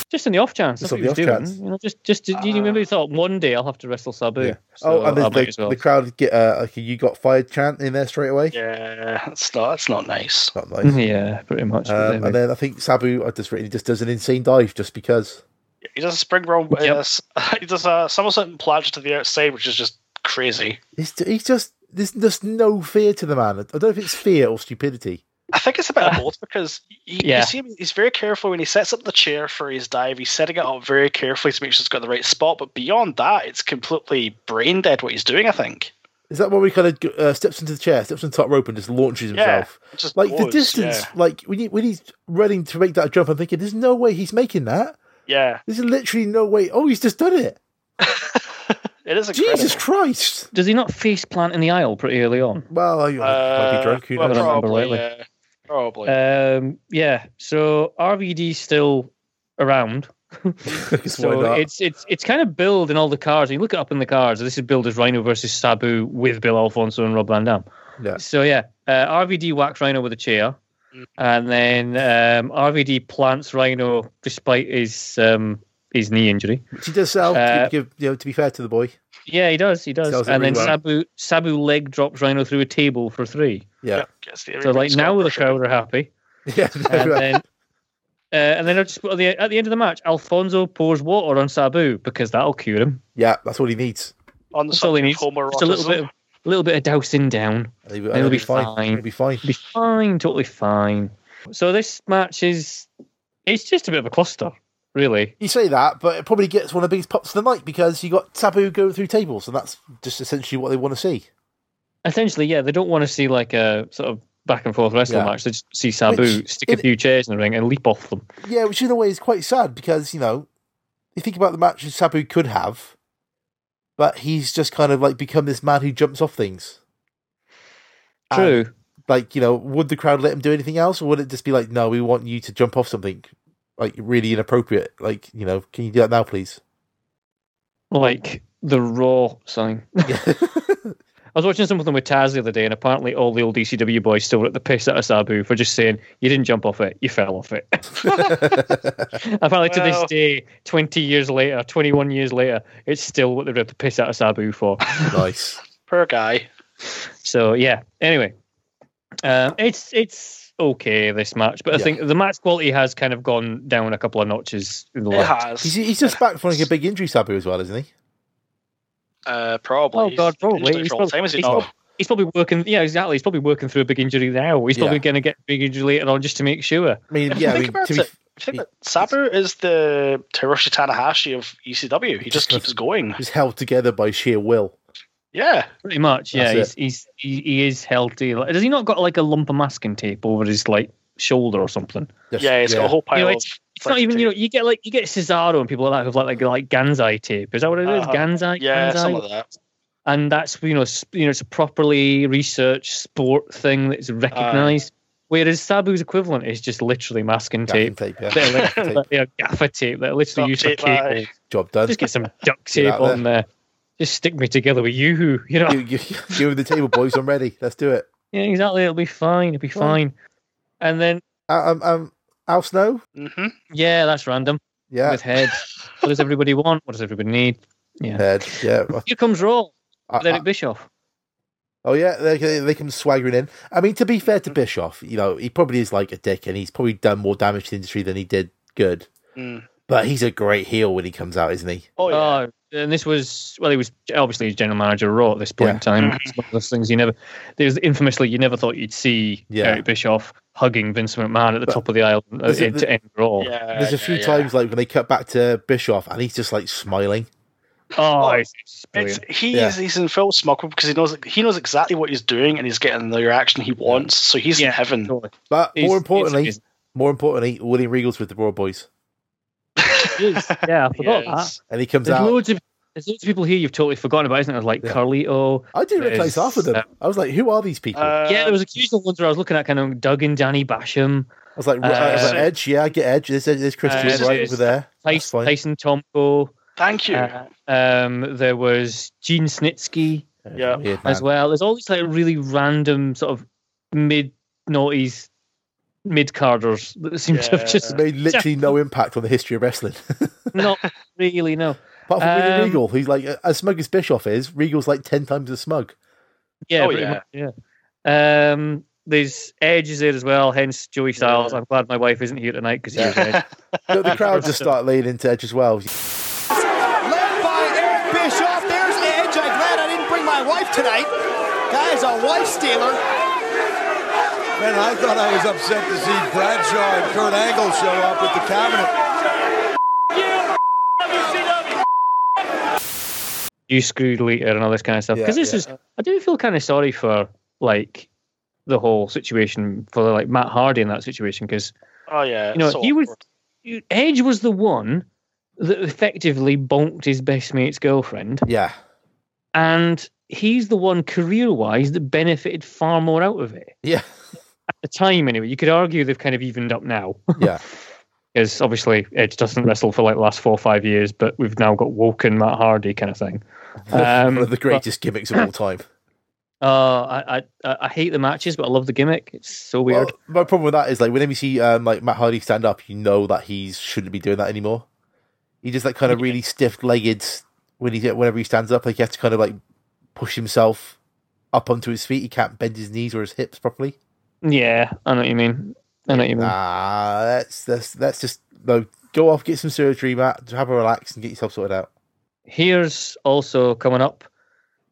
Speaker 3: just on the off chance.
Speaker 1: Just
Speaker 3: That's what
Speaker 1: on
Speaker 3: he was
Speaker 1: the
Speaker 3: doing.
Speaker 1: off chance.
Speaker 3: You know, just just you remember he thought one day I'll have to wrestle Sabu.
Speaker 1: Yeah.
Speaker 3: So
Speaker 1: oh, and the,
Speaker 3: I might
Speaker 1: the,
Speaker 3: as well.
Speaker 1: the crowd get uh, like a "You got fired" chant in there straight away.
Speaker 2: Yeah, that's not, that's not nice.
Speaker 1: Not nice.
Speaker 3: yeah, pretty much.
Speaker 1: Um, and then I think Sabu, I just really just does an insane dive just because.
Speaker 2: He does a spring roll. uh,
Speaker 3: Yep.
Speaker 2: s- he does a somersault and plunge to the outside, which is just crazy.
Speaker 1: He's, he's just there's just no fear to the man. I don't know if it's fear or stupidity.
Speaker 2: I think it's about both because he,
Speaker 3: Uh, Yeah.
Speaker 2: you see him, he's very careful when he sets up the chair for his dive. He's setting it up very carefully to make sure it's got the right spot. But beyond that, it's completely brain dead what he's doing. I think.
Speaker 1: Is that where we kind of uh, steps into the chair, steps on the top rope, and just launches himself?
Speaker 2: Yeah, just
Speaker 1: Like the
Speaker 2: goes,
Speaker 1: distance, like when, he, when he's running to make that jump, I'm thinking there's no way he's making that.
Speaker 2: Yeah,
Speaker 1: There's literally no way. Oh, he's just done it.
Speaker 2: yeah. it is incredible.
Speaker 1: Jesus Christ!
Speaker 3: Does he not face plant in the aisle pretty early on?
Speaker 1: Well, I, I might be
Speaker 2: Uh,
Speaker 1: drunk. Who
Speaker 2: well,
Speaker 1: knows?
Speaker 3: I don't remember
Speaker 2: probably.
Speaker 3: rightly.
Speaker 2: Yeah, probably.
Speaker 3: Um, yeah. So RVD's still around.
Speaker 1: Why
Speaker 3: So
Speaker 1: not?
Speaker 3: it's it's it's kind of billed in all the cards. You look it up in the cards. This is billed as Rhino versus Sabu with Bill Alfonso and Rob Van Dam.
Speaker 1: Yeah.
Speaker 3: So yeah, uh, RVD whacks Rhino with a chair, and then um, RVD plants Rhino despite his um, his knee injury.
Speaker 1: Which he does sell.
Speaker 3: uh,
Speaker 1: to, give, you know, to be fair to the boy,
Speaker 3: Yeah, he does. He does.
Speaker 1: Sells it
Speaker 3: And then
Speaker 1: really well.
Speaker 3: Sabu Sabu leg drops Rhino through a table for three.
Speaker 1: yeah,
Speaker 2: Gets the-
Speaker 3: So like
Speaker 2: everybody's
Speaker 3: now
Speaker 2: got
Speaker 3: the
Speaker 2: pressure.
Speaker 3: crowd are happy.
Speaker 1: yeah.
Speaker 2: um,
Speaker 3: and then uh, and then I just put at the, at the end of the match, Alfonso pours water on Sabu because that'll cure him.
Speaker 1: yeah, that's all he needs.
Speaker 2: on the
Speaker 3: That's all he
Speaker 2: subject
Speaker 3: needs.
Speaker 2: of homoerotic.
Speaker 3: Just a little bit, of, little bit of dousing down.
Speaker 1: And he- and
Speaker 3: be fine.
Speaker 1: He'll be fine.
Speaker 3: Be fine, totally fine. So this match is it's just a bit of a cluster, really.
Speaker 1: You say that, but it probably gets one of the biggest pops of the night because you got Sabu going through tables, and that's just essentially what they want to see.
Speaker 3: Essentially, yeah, they don't want to see like a sort of back and forth wrestling
Speaker 1: Yeah.
Speaker 3: match. They just see Sabu
Speaker 1: Which-
Speaker 3: stick a
Speaker 1: it-
Speaker 3: few chairs in the ring and leap off them.
Speaker 1: Yeah, which in a way is quite sad because you know, you think about the matches Sabu could have, but he's just kind of like become this man who jumps off things. And,
Speaker 3: True.
Speaker 1: like you know, would the crowd let him do anything else, or would it just be like, no, we want you to jump off something, like really inappropriate? Like you know, can you do that now, please?
Speaker 3: like the raw sign. I was watching something with Taz the other day, and apparently all the old ECW boys still at the piss out of Sabu for just saying you didn't jump off it, you fell off it. apparently to this
Speaker 2: Well-
Speaker 3: day, twenty years later, twenty-one years later, it's still what they're at the piss out of Sabu for.
Speaker 1: Nice.
Speaker 2: Poor guy.
Speaker 3: So yeah. Anyway, um, it's it's okay this match, but I
Speaker 1: Yeah.
Speaker 3: think the match quality has kind of gone down a couple of notches in the
Speaker 2: It
Speaker 3: last.
Speaker 2: has.
Speaker 1: He's, he's just back from like, a big injury, Sabu, as well, isn't he?
Speaker 2: Uh, probably.
Speaker 3: Oh, God,
Speaker 2: He's been
Speaker 3: probably.
Speaker 2: injured
Speaker 3: He's
Speaker 2: for all the
Speaker 3: probably-
Speaker 2: time, is he
Speaker 3: he's
Speaker 2: not?
Speaker 3: probably- He's probably working. Yeah, exactly. He's probably working through a big injury now. He's probably
Speaker 1: Yeah.
Speaker 3: going to get a big injury later on just to make sure.
Speaker 1: I mean,
Speaker 2: If you
Speaker 1: yeah, I
Speaker 2: think
Speaker 1: mean,
Speaker 2: about
Speaker 1: to be,
Speaker 2: it, If you think that Sabu is the Hiroshi Tanahashi of ECW. He just keeps going.
Speaker 1: he's held together by sheer will.
Speaker 2: Yeah.
Speaker 3: Pretty much. Yeah, he's,
Speaker 1: That's
Speaker 3: he's he, he is healthy. Like, Does he not got like a lump of masking tape over his like shoulder or something?
Speaker 1: Just-
Speaker 2: yeah, he's got a whole pile
Speaker 3: You know,
Speaker 2: of.
Speaker 3: It's not even you know
Speaker 2: plastic
Speaker 3: you get like you get Cesaro and people like that who've like like, like Ganzai tape. Is that what it is?
Speaker 2: Uh-huh.
Speaker 3: Ganzai.
Speaker 2: tape. Yeah,
Speaker 3: Ganzai?
Speaker 2: something like that.
Speaker 3: and that's you know sp- you know it's a properly researched sport thing that's recognised. Whereas Sabu's equivalent is just literally masking
Speaker 1: Gaffing
Speaker 3: tape,
Speaker 1: tape, yeah.
Speaker 3: They're like-
Speaker 1: Gaffing tape.
Speaker 3: like, you know, gaffer tape that are literally
Speaker 2: Duct
Speaker 3: used for
Speaker 2: tape, aye.
Speaker 3: cables.
Speaker 1: Job done.
Speaker 3: Just get some duct
Speaker 1: Get
Speaker 3: tape
Speaker 1: out there.
Speaker 3: on there. Just stick me together with you, you know.
Speaker 1: you, you, you and the table, boys. I'm ready. Let's do it.
Speaker 3: Yeah, exactly. It'll be fine. It'll be fine. And then
Speaker 1: Um, um, Al Snow.
Speaker 2: Mm-hmm.
Speaker 3: yeah, that's random
Speaker 1: Yeah.
Speaker 3: with head. what does everybody want? What does everybody need? Yeah.
Speaker 1: Head. Yeah.
Speaker 3: Here comes Raw
Speaker 1: I-
Speaker 3: with Eric
Speaker 1: I-
Speaker 3: Bischoff.
Speaker 1: oh yeah, they, they come swaggering in. I mean, to be fair to Bischoff, you know, he probably is like a dick, and he's probably done more damage to the industry than he did good.
Speaker 2: Mm.
Speaker 1: But he's a great heel when he comes out, isn't he?
Speaker 2: Oh, yeah.
Speaker 3: Oh, and this was well, he was obviously he's general manager of Raw at this point
Speaker 1: Yeah.
Speaker 3: in time. It's one of those things you never there's infamously you never thought you'd see
Speaker 1: Yeah.
Speaker 3: Eric Bischoff hugging Vince McMahon at the
Speaker 1: But-
Speaker 3: top of the aisle uh,
Speaker 1: Is it
Speaker 3: to
Speaker 1: the-
Speaker 3: end Raw.
Speaker 2: Oh. yeah.
Speaker 1: There's a
Speaker 2: yeah,
Speaker 1: few
Speaker 2: yeah.
Speaker 1: times like when they cut back to Bischoff, and he's just like smiling.
Speaker 3: Oh, it's, it's
Speaker 2: It's,
Speaker 3: brilliant.
Speaker 2: he
Speaker 1: Yeah.
Speaker 2: is, he's in full smock because he knows he knows exactly what he's doing and he's getting the reaction he wants. So he's
Speaker 3: Yeah.
Speaker 2: in heaven.
Speaker 3: Totally.
Speaker 1: But
Speaker 3: He's-
Speaker 1: more
Speaker 3: he's-
Speaker 1: importantly,
Speaker 3: he's-
Speaker 1: more importantly, William Regal's with the Raw Boys,
Speaker 3: he's- yeah, I forgot that.
Speaker 2: Yes.
Speaker 1: and he comes
Speaker 3: There's
Speaker 1: out.
Speaker 3: loads of there's loads of people here you've totally forgotten about, isn't there? Like
Speaker 1: Yeah.
Speaker 3: Carlito.
Speaker 1: I didn't
Speaker 3: There's,
Speaker 1: recognize half of them.
Speaker 3: uh,
Speaker 1: I was like, who are these people?
Speaker 2: Uh,
Speaker 3: yeah, there was a few ones where I was looking at kind of Duggan, Danny Basham,
Speaker 1: I was like, I was like
Speaker 2: so-
Speaker 1: Edge, yeah, I get Edge. There's, there's Chris
Speaker 3: Uh,
Speaker 1: Jewett
Speaker 3: so
Speaker 1: right
Speaker 3: it's-
Speaker 1: over there. That's
Speaker 3: Tyson,
Speaker 1: fine.
Speaker 3: Tyson Tomko.
Speaker 2: Thank you.
Speaker 3: Uh, um, there was Gene Snitsky.
Speaker 2: yeah.
Speaker 1: Weird
Speaker 3: as
Speaker 1: man.
Speaker 3: well. There's all these like really random sort of mid noughties, mid carders that seem to have just
Speaker 1: It made literally no impact on the history of wrestling.
Speaker 3: not really no.
Speaker 1: Apart from William
Speaker 3: Um,
Speaker 1: Regal, who's like as smug as Bischoff is. Regal's like ten times as smug.
Speaker 3: Yeah,
Speaker 2: Oh,
Speaker 3: pretty much, yeah. Um, there's Edge is there as well. Hence Joey Styles. I'm glad my wife isn't here tonight because he's Edge.
Speaker 1: Look, the crowd just start leaning into Edge as well.
Speaker 8: Led by Eric Bischoff. There's Edge. I'm glad I didn't bring my wife tonight. Guy's a wife stealer.
Speaker 7: Man, I thought I was upset to see Bradshaw and Kurt Angle show up with the cabinet.
Speaker 3: you screwed later and all this kind of stuff.
Speaker 1: Yeah,
Speaker 3: Because this
Speaker 1: yeah.
Speaker 3: is, I do feel kind of sorry for like the whole situation for like Matt Hardy in that situation because
Speaker 2: Oh yeah.
Speaker 3: you know,
Speaker 2: so
Speaker 3: he was
Speaker 2: awkward.
Speaker 3: you- Edge was the one that effectively bonked his best mate's girlfriend,
Speaker 1: Yeah,
Speaker 3: and he's the one career-wise that benefited far more out of it
Speaker 1: yeah,
Speaker 3: at the time. Anyway, you could argue they've kind of evened up now.
Speaker 1: Yeah.
Speaker 3: Because obviously Edge doesn't wrestle for like the last four or five years, but we've now got Woken Matt Hardy kind of thing. Um,
Speaker 1: one of the
Speaker 3: but,
Speaker 1: greatest gimmicks of all time.
Speaker 3: uh, I, I- I I hate the matches, but I love the gimmick. It's so weird.
Speaker 1: Well, my problem with that is like whenever you see um, like Matt Hardy stand up, you know that he shouldn't be doing that anymore. He does that kind of really stiff-legged when he whenever he stands up, like he has to kind of like push himself up onto his feet. He can't bend his knees or his hips properly.
Speaker 3: yeah, I know what you mean. I know what you mean.
Speaker 1: Ah, that's that's that's just no. Go off, get some surgery, Matt. Have a relax and get yourself sorted out.
Speaker 3: Here's also coming up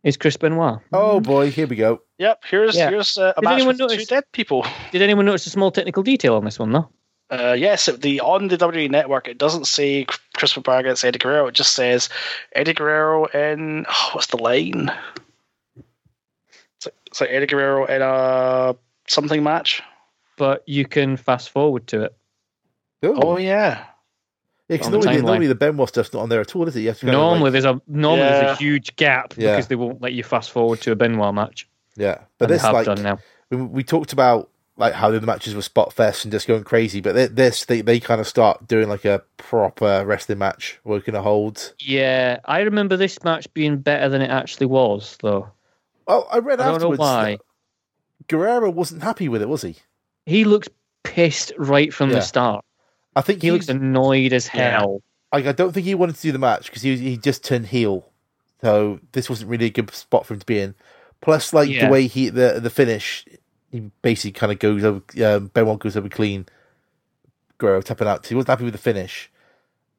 Speaker 3: is Chris Benoit.
Speaker 1: Oh boy, here we go.
Speaker 2: Yep. Here's
Speaker 3: Yeah.
Speaker 2: here's uh, a
Speaker 3: Did
Speaker 2: match
Speaker 3: anyone
Speaker 2: with
Speaker 3: notice-
Speaker 2: two dead people.
Speaker 3: Did anyone notice a small technical detail on this one, though?
Speaker 2: Uh, yes, it- the on the WWE network, it doesn't say Christopher Barr against Eddie Guerrero. It just says Eddie Guerrero in oh, what's the line? It's like, it's like Eddie Guerrero in a something match.
Speaker 3: But you can fast forward to it.
Speaker 2: Oh yeah,
Speaker 1: yeah, 'cause
Speaker 3: on the
Speaker 1: normally,
Speaker 3: timeline.
Speaker 1: normally the Benoit stuff's not on there at all, is it? You have to kind of, like-
Speaker 3: Normally, there's a normally there's
Speaker 2: Yeah.
Speaker 3: a huge gap
Speaker 1: Yeah.
Speaker 3: because they won't let you fast forward to a Benoit match.
Speaker 1: yeah. But
Speaker 3: But they
Speaker 1: this
Speaker 3: have
Speaker 1: like
Speaker 3: done now.
Speaker 1: we, we talked about like how the other matches were spot fest and just going crazy, but thi- this they they kind of start doing like a proper wrestling match, working a hold.
Speaker 3: Yeah, I remember this match being better than it actually was, though.
Speaker 1: Well, Oh, I read
Speaker 3: I don't know
Speaker 1: afterwards.
Speaker 3: why.
Speaker 1: that Guerrero wasn't happy with it, was he?
Speaker 3: He looks pissed right from
Speaker 1: Yeah.
Speaker 3: the start.
Speaker 1: I think
Speaker 3: He looks annoyed as
Speaker 2: Yeah.
Speaker 3: hell.
Speaker 1: like I don't think he wanted to do the match because he he just turned heel, so this wasn't really a good spot for him to be in. Plus, like
Speaker 3: Yeah.
Speaker 1: the way he the the finish, he basically kind of goes over. Um, Benoit goes over clean. Guerrero tapping out. 'cause He wasn't happy with the finish,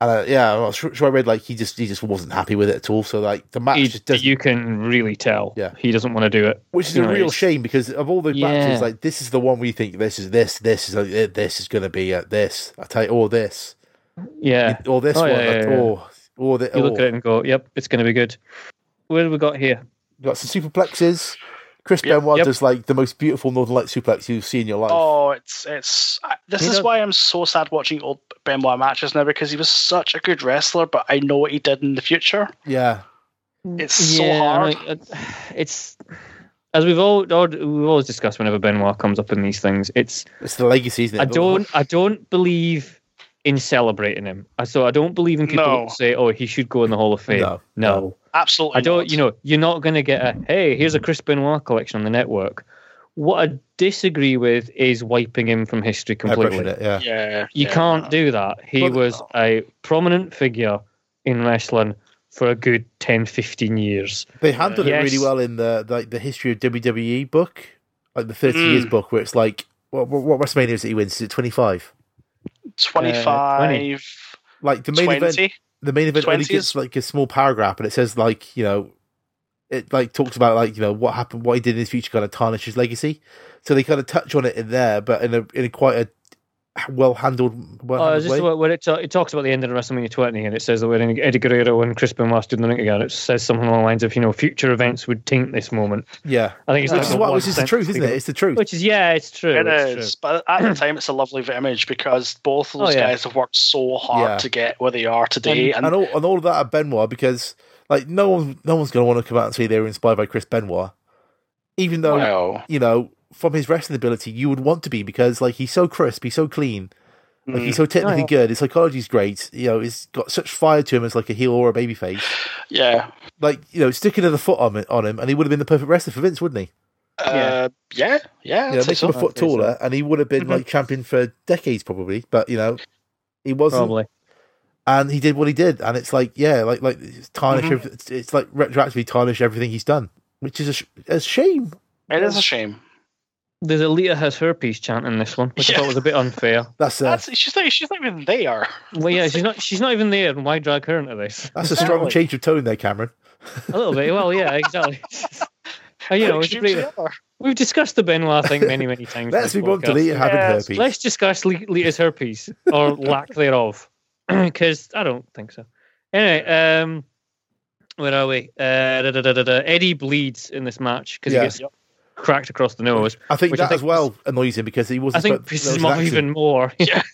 Speaker 1: and uh, yeah, I'm not sure, sure I read like he just he just wasn't happy with it at all. So like the match
Speaker 3: He-
Speaker 1: just doesn't,
Speaker 3: you can really tell.
Speaker 1: Yeah.
Speaker 3: He doesn't want to do it.
Speaker 1: which is
Speaker 3: You
Speaker 1: a
Speaker 3: know,
Speaker 1: real
Speaker 3: it's-
Speaker 1: shame because of all the
Speaker 3: Yeah.
Speaker 1: matches, like this is the one we think this is this this is uh, this is going to be uh, this. I tell you, or this
Speaker 3: Yeah.
Speaker 1: or this
Speaker 3: Oh,
Speaker 1: one
Speaker 3: yeah, yeah, yeah.
Speaker 1: or or the
Speaker 3: You
Speaker 1: or-
Speaker 3: look at it and go, yep, it's going to be good. What have we got here?
Speaker 1: We've got some superplexes. Chris
Speaker 2: Yep,
Speaker 1: Benoit
Speaker 3: yep.
Speaker 1: does like the most beautiful Northern Light suplex you've seen in your life.
Speaker 2: Oh, it's it's. I- This
Speaker 3: You
Speaker 2: is
Speaker 3: know-
Speaker 2: why I'm so sad watching old Benoit matches now because he was such a good wrestler, but I know what he did in the future.
Speaker 1: Yeah,
Speaker 2: It's so
Speaker 3: I
Speaker 2: hard.
Speaker 3: know, it- it's as we've all or- we've always discussed whenever Benoit comes up in these things. It's
Speaker 1: it's the legacy, isn't it?
Speaker 3: I don't I don't believe in celebrating him. I- So I don't believe in people
Speaker 2: No.
Speaker 3: who say, "Oh, he should go in the Hall of Fame."
Speaker 1: No,
Speaker 3: No,
Speaker 1: no.
Speaker 2: Absolutely,
Speaker 3: I don't.
Speaker 2: not.
Speaker 3: You know, you're not going to get a "Hey, here's a Chris Benoit collection on the network." What I disagree with is wiping him from history
Speaker 1: I'm brushing
Speaker 3: completely.
Speaker 1: it. Yeah,
Speaker 2: Yeah,
Speaker 3: You
Speaker 2: yeah. oh.
Speaker 3: can't uh, do that. He
Speaker 1: Well,
Speaker 3: was a prominent figure in wrestling for a good 10, 15 years.
Speaker 1: they handled it really
Speaker 3: Yes.
Speaker 1: well in the like the history of WWE book, like the thirty
Speaker 3: Mm.
Speaker 1: years book, where it's like what what, what WrestleMania is that he wins? Is it twenty five?
Speaker 2: twenty-five,
Speaker 1: Like the main
Speaker 2: twenty.
Speaker 1: event, the main event only
Speaker 2: 20s?
Speaker 1: gets like a small paragraph, and it says like you know, it like talks about like you know what happened, what he did in his future, kind of tarnished his legacy. So they kind of touch on it in there, but in a in a quite a well handled. Well
Speaker 3: Oh, is this
Speaker 1: way.
Speaker 3: the one where it, ta- it talks about the end of WrestleMania 20 and it says that when Eddie Guerrero and Chris Benoit stood in the ring together, it says something along the lines of, you know, future events would taint this moment.
Speaker 1: yeah,
Speaker 3: I think it's
Speaker 1: which
Speaker 3: like
Speaker 1: is
Speaker 3: a
Speaker 1: what
Speaker 3: one
Speaker 1: which is the
Speaker 3: sentence
Speaker 1: truth, isn't
Speaker 3: thing.
Speaker 1: it? It's the truth.
Speaker 3: Which is, yeah, it's true.
Speaker 2: It
Speaker 3: it's
Speaker 2: is, but at the time, it's a lovely image because both of
Speaker 3: Oh,
Speaker 2: those
Speaker 3: yeah.
Speaker 2: guys have worked so hard
Speaker 1: Yeah.
Speaker 2: to get where they are today, and,
Speaker 1: and all and all of that at Benoit because like no one no one's going to want to come out and say they were inspired by Chris Benoit, even though
Speaker 2: wow,
Speaker 1: you know from his wrestling ability you would want to be because like he's so crisp, he's so clean, like
Speaker 2: Mm. Oh,
Speaker 1: he's so technically good, his psychology's great, you know, he's got such fire to him as like a heel or a baby face,
Speaker 2: yeah,
Speaker 1: like you know, stick another foot on on him and he would have been the perfect wrestler for Vince, wouldn't he?
Speaker 2: uh, yeah, yeah, I'd
Speaker 1: You know,
Speaker 2: say
Speaker 1: make him a
Speaker 2: so.
Speaker 1: foot
Speaker 3: I'd say so.
Speaker 1: taller and he would have been like champion for decades probably, but you know, he
Speaker 3: true.
Speaker 1: wasn't.
Speaker 3: Probably.
Speaker 1: and he did what he did, and it's like yeah, like like it's tarnish.
Speaker 2: Mm-hmm.
Speaker 1: It's, it's like retroactively tarnish everything he's done, which is a, sh- a shame.
Speaker 2: It is a shame.
Speaker 3: There's Alita has herpes chant in this one, which
Speaker 2: Yeah.
Speaker 3: I thought was a bit unfair.
Speaker 1: That's a that's,
Speaker 2: That's she's not, she's not even there.
Speaker 3: Well, yeah, she's not. She's not even there, and why drag her into this?
Speaker 1: a strong
Speaker 3: Exactly.
Speaker 1: change of tone there, Cameron.
Speaker 3: A little bit. Well, yeah, exactly. Uh, you know, it's
Speaker 2: Extremes
Speaker 3: great.
Speaker 2: together.
Speaker 3: we've discussed the Benoit thing many, many times. on
Speaker 1: Let's
Speaker 3: this
Speaker 1: move on to
Speaker 3: podcast.
Speaker 1: Lita having
Speaker 2: Yes,
Speaker 1: herpes.
Speaker 3: Let's discuss Le- Lita's herpes or lack thereof, because I don't think so. Anyway, um, where are we? Uh, da, da, da, da, da. Eddie bleeds in this match because
Speaker 1: Yeah.
Speaker 3: he gets cracked across the nose.
Speaker 1: I think
Speaker 3: which
Speaker 1: that
Speaker 3: I think
Speaker 1: as well annoys him because he wasn't.
Speaker 3: I think
Speaker 1: supposed-
Speaker 3: pisses him
Speaker 1: that was
Speaker 3: off
Speaker 1: an
Speaker 3: even more.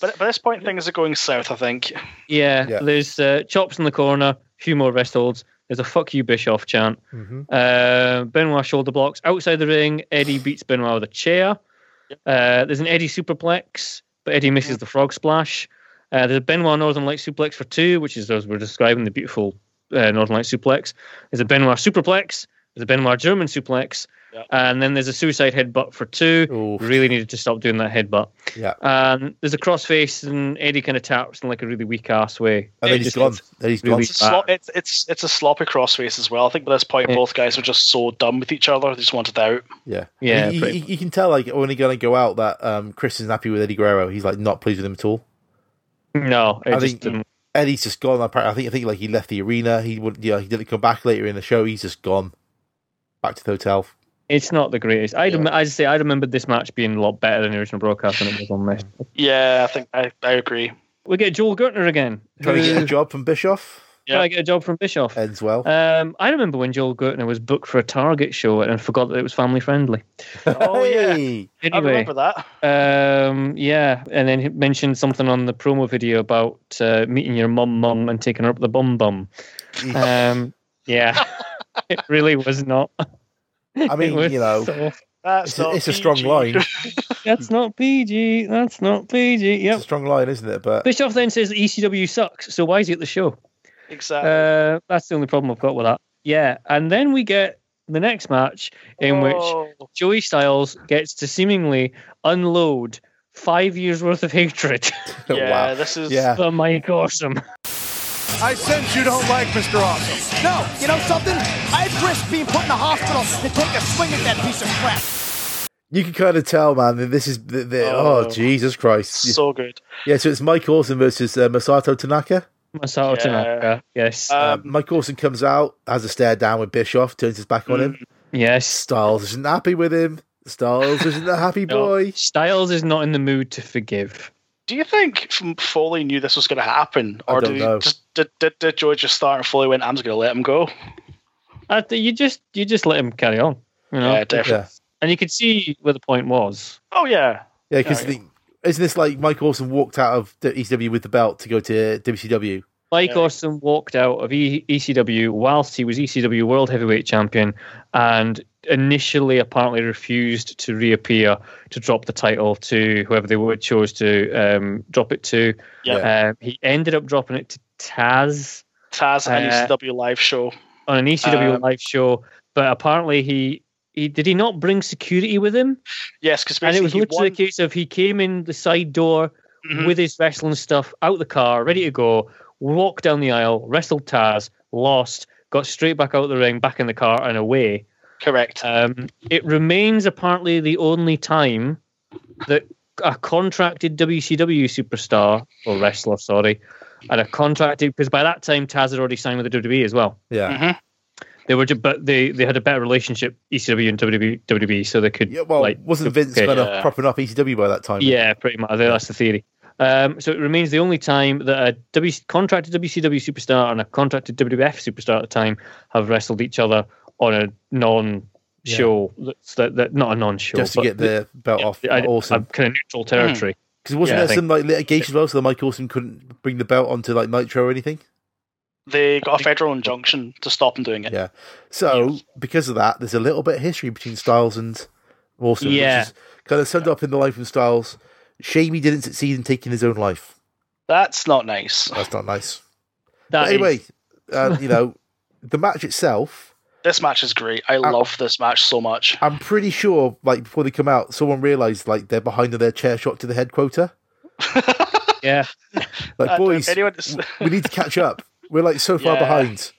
Speaker 2: But at by this point, things are going south. I think.
Speaker 3: yeah,
Speaker 1: Yeah.
Speaker 3: there's uh, chops in the corner, few more wrist holds. There's a fuck you Bischoff chant.
Speaker 1: accident. Mhm.
Speaker 3: Uh, Benoit shoulder blocks outside the ring. Eddie beats Benoit with a chair. Uh, there's an Eddie superplex, but Eddie misses the frog splash. Uh, there's a Benoit Northern Light suplex for two, which is as we're describing the beautiful uh, Northern Light suplex. There's a Benoit superplex. There's a Benoit German suplex,
Speaker 2: Yeah.
Speaker 3: and then there's a suicide headbutt for two.
Speaker 1: Oof.
Speaker 3: Really needed to stop doing that headbutt.
Speaker 1: Yeah,
Speaker 3: Um, there's a crossface, and Eddie kind of taps in like a really weak ass way.
Speaker 1: and
Speaker 3: It
Speaker 1: then he's
Speaker 3: just
Speaker 1: gone.
Speaker 3: looks-
Speaker 1: Then he's
Speaker 3: really
Speaker 1: gone.
Speaker 2: It's a, slo- it's, it's it's a sloppy crossface as well. I think by this point,
Speaker 3: Yeah.
Speaker 2: both guys were just so done with each other. They just wanted out.
Speaker 1: Yeah,
Speaker 3: Yeah,
Speaker 1: You,
Speaker 3: pretty
Speaker 1: you- you can tell like when he's going to go out that um, Chris isn't happy with Eddie Guerrero. He's like not pleased with him at all.
Speaker 3: No, it
Speaker 1: I
Speaker 3: just
Speaker 1: think-
Speaker 3: didn't-
Speaker 1: Eddie's just gone. apparently. I think I think like he left the arena. He would yeah. He didn't come back later in the show. He's just gone back to the hotel.
Speaker 3: It's not the greatest. I rem- I say I remembered this match being a lot better than the original broadcast than it was on this.
Speaker 2: Yeah, I think I, I agree.
Speaker 3: We get Joel Gertner again.
Speaker 1: Trying to get a
Speaker 3: Who
Speaker 1: job from Bischoff.
Speaker 2: Yeah.
Speaker 3: I get a job from Bischoff.
Speaker 1: ends well.
Speaker 3: Um, I remember when Joel Gertner was booked for a Target show and forgot that it was family friendly.
Speaker 2: Oh yeah,
Speaker 1: Hey!
Speaker 2: I
Speaker 3: Anyway,
Speaker 2: remember that.
Speaker 3: um, yeah, and then he mentioned something on the promo video about uh, meeting your mum, mum, and taking her up the bum, bum. Um, yeah, it really was not.
Speaker 1: I mean,
Speaker 3: It was
Speaker 1: you know,
Speaker 3: so-
Speaker 2: That's
Speaker 1: it's, a,
Speaker 2: not
Speaker 1: it's a strong
Speaker 2: PG.
Speaker 1: line.
Speaker 3: that's not PG. That's not PG.
Speaker 1: It's a
Speaker 3: Yep.
Speaker 1: strong line, isn't it? But
Speaker 3: Bischoff then says that ECW sucks, so why is he at the show?
Speaker 2: Exactly.
Speaker 3: Uh, that's the only problem I've got with that. Yeah, and then we get the next match in which
Speaker 2: Oh.
Speaker 3: Joey Styles gets to seemingly unload five years worth of hatred
Speaker 2: Yeah,
Speaker 1: Oh, Wow.
Speaker 2: this is.
Speaker 1: Yeah.
Speaker 3: for Mike Awesome.
Speaker 7: I sense you don't like Mr. Awesome.
Speaker 8: No, you know something? I'd risk being put in the hospital to take a swing at that piece of crap.
Speaker 1: You can kind of tell, man, that this is. The, the, oh,
Speaker 2: Oh.
Speaker 1: Jesus Christ.
Speaker 2: So good.
Speaker 1: yeah, so it's Mike Orson versus uh, Masato Tanaka.
Speaker 3: Masato
Speaker 2: Yeah. Uh,
Speaker 3: Tanaka. Yes.
Speaker 1: Um, Mike Orson comes out, has a stare down with Bischoff, turns his back on him.
Speaker 3: yes.
Speaker 1: Styles isn't happy with him. Styles isn't a happy
Speaker 3: No,
Speaker 1: boy.
Speaker 3: Styles is not in the mood to forgive.
Speaker 2: Do you think from Foley knew this was going to happen,
Speaker 1: I
Speaker 2: or
Speaker 1: don't
Speaker 2: did,
Speaker 1: know.
Speaker 2: he just, did did did Joey just start and Foley went, "I'm just going to let him go"?
Speaker 3: I th- you just you just let him carry on. You know?
Speaker 2: Yeah, definitely.
Speaker 1: Yeah,
Speaker 3: And you could see where the point was.
Speaker 2: Oh yeah,
Speaker 1: yeah, because
Speaker 2: Yeah,
Speaker 1: isn't this like Mike Orson walked out of the ECW with the belt to go to E WCW?
Speaker 3: Mike
Speaker 2: Yeah.
Speaker 3: Austin walked out of e- ECW whilst he was ECW World Heavyweight Champion and initially apparently refused to reappear to drop the title to whoever they would chose to um, drop it to.
Speaker 1: Yeah.
Speaker 3: Um, he ended up dropping it to Taz
Speaker 2: Taz and
Speaker 3: Uh,
Speaker 2: ECW live show.
Speaker 3: on an ECW
Speaker 2: Um,
Speaker 3: live show, but apparently he. He, did he not bring security with him?
Speaker 2: Yes, because
Speaker 3: And it
Speaker 2: basically
Speaker 3: was
Speaker 2: he
Speaker 3: literally
Speaker 2: won-
Speaker 3: a case of he came in the side door
Speaker 2: Mhm.
Speaker 3: with his wrestling stuff out the car, ready to go, walked down the aisle, wrestled Taz, lost, got straight back out the ring, back in the car, and away.
Speaker 2: correct.
Speaker 3: Um, it remains apparently the only time that a contracted WCW superstar or wrestler, sorry, and a contracted because by that time Taz had already signed with the WWE as well.
Speaker 1: Yeah.
Speaker 2: Mhm.
Speaker 3: They were, ju- but they, they had a better relationship ECW and WWE, WWE so they could
Speaker 1: Yeah, well,
Speaker 3: like,
Speaker 1: wasn't Vince
Speaker 3: okay.
Speaker 1: kind of
Speaker 2: yeah.
Speaker 1: propping up ECW by that time?
Speaker 3: Yeah, pretty much. That's the theory. Um, so it remains the only time that a w- contracted WCW superstar and a contracted WWF superstar at the time have wrestled each other on a non-show. That's that, that not a non-show.
Speaker 1: just to
Speaker 3: but
Speaker 1: get the belt off Hmm.
Speaker 3: a-
Speaker 1: Orson.
Speaker 3: a kind of neutral territory.
Speaker 1: Because wasn't
Speaker 3: yeah, I
Speaker 1: there some like litigation as well, so that Mike Orson couldn't bring the belt onto like Nitro or anything?
Speaker 2: They got a federal injunction to stop him doing it.
Speaker 1: Yeah. So because of that, there's a little bit of history between Styles and Orson,
Speaker 3: Yeah.
Speaker 1: which is kind of summed up in the line from Styles. Shame he didn't succeed in taking his own life.
Speaker 2: That's not nice.
Speaker 1: That's not nice.
Speaker 3: That
Speaker 1: But
Speaker 3: is-
Speaker 1: anyway, uh, you know, the match itself,
Speaker 2: This match is great. I
Speaker 1: Uh,
Speaker 2: love this match so much.
Speaker 1: I'm pretty sure, like before they come out, someone realised like they're behind on their chair shot to the head quota.
Speaker 3: yeah,
Speaker 1: Like,
Speaker 2: Uh,
Speaker 1: boys,
Speaker 2: anyone that's-
Speaker 1: we need to catch up. We're like so far
Speaker 2: Yeah.
Speaker 1: behind.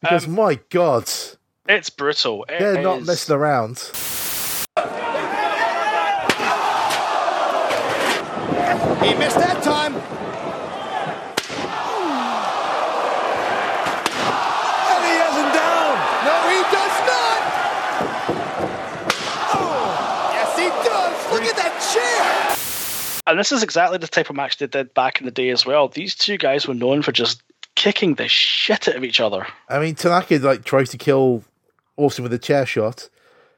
Speaker 1: Because my God,
Speaker 2: it's brutal. It
Speaker 1: they're not
Speaker 2: is-
Speaker 1: messing around.
Speaker 8: He missed that time. Oh,
Speaker 7: And he has him down. No, he does not.
Speaker 8: Yes, he does. Look at that chair.
Speaker 2: And this is exactly the type of match they did back in the day as well. These two guys were known for just kicking the shit out of each other.
Speaker 1: I mean, Tanaka like tries to kill Austin with a chair shot.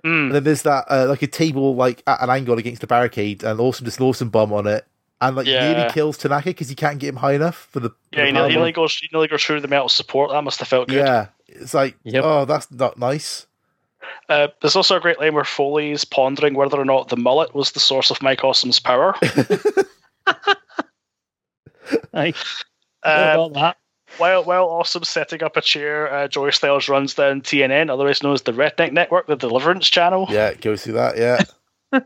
Speaker 2: Mm.
Speaker 1: And then there's that uh, like a table like at an angle against the barricade, and Austin just an Austin bomb on it, and like
Speaker 2: Yeah.
Speaker 1: nearly kills Tanaka because he can't get him high enough for the for
Speaker 2: Yeah,
Speaker 1: the
Speaker 2: he nearly,
Speaker 1: powerbomb.
Speaker 2: nearly goes, he nearly goes through the metal support. That must have felt good.
Speaker 1: yeah. It's like
Speaker 3: Yep.
Speaker 1: oh, that's not nice.
Speaker 2: Uh, there's also a great line where Foley's pondering whether or not the mullet was the source of Mike Awesome's power.
Speaker 3: I
Speaker 2: Uh,
Speaker 3: forgot that.
Speaker 2: while while Awesome's setting up a chair, uh, Joey Styles runs down TNN, otherwise known as the Redneck Network, the Deliverance Channel.
Speaker 1: Yeah, it goes through that. Yeah,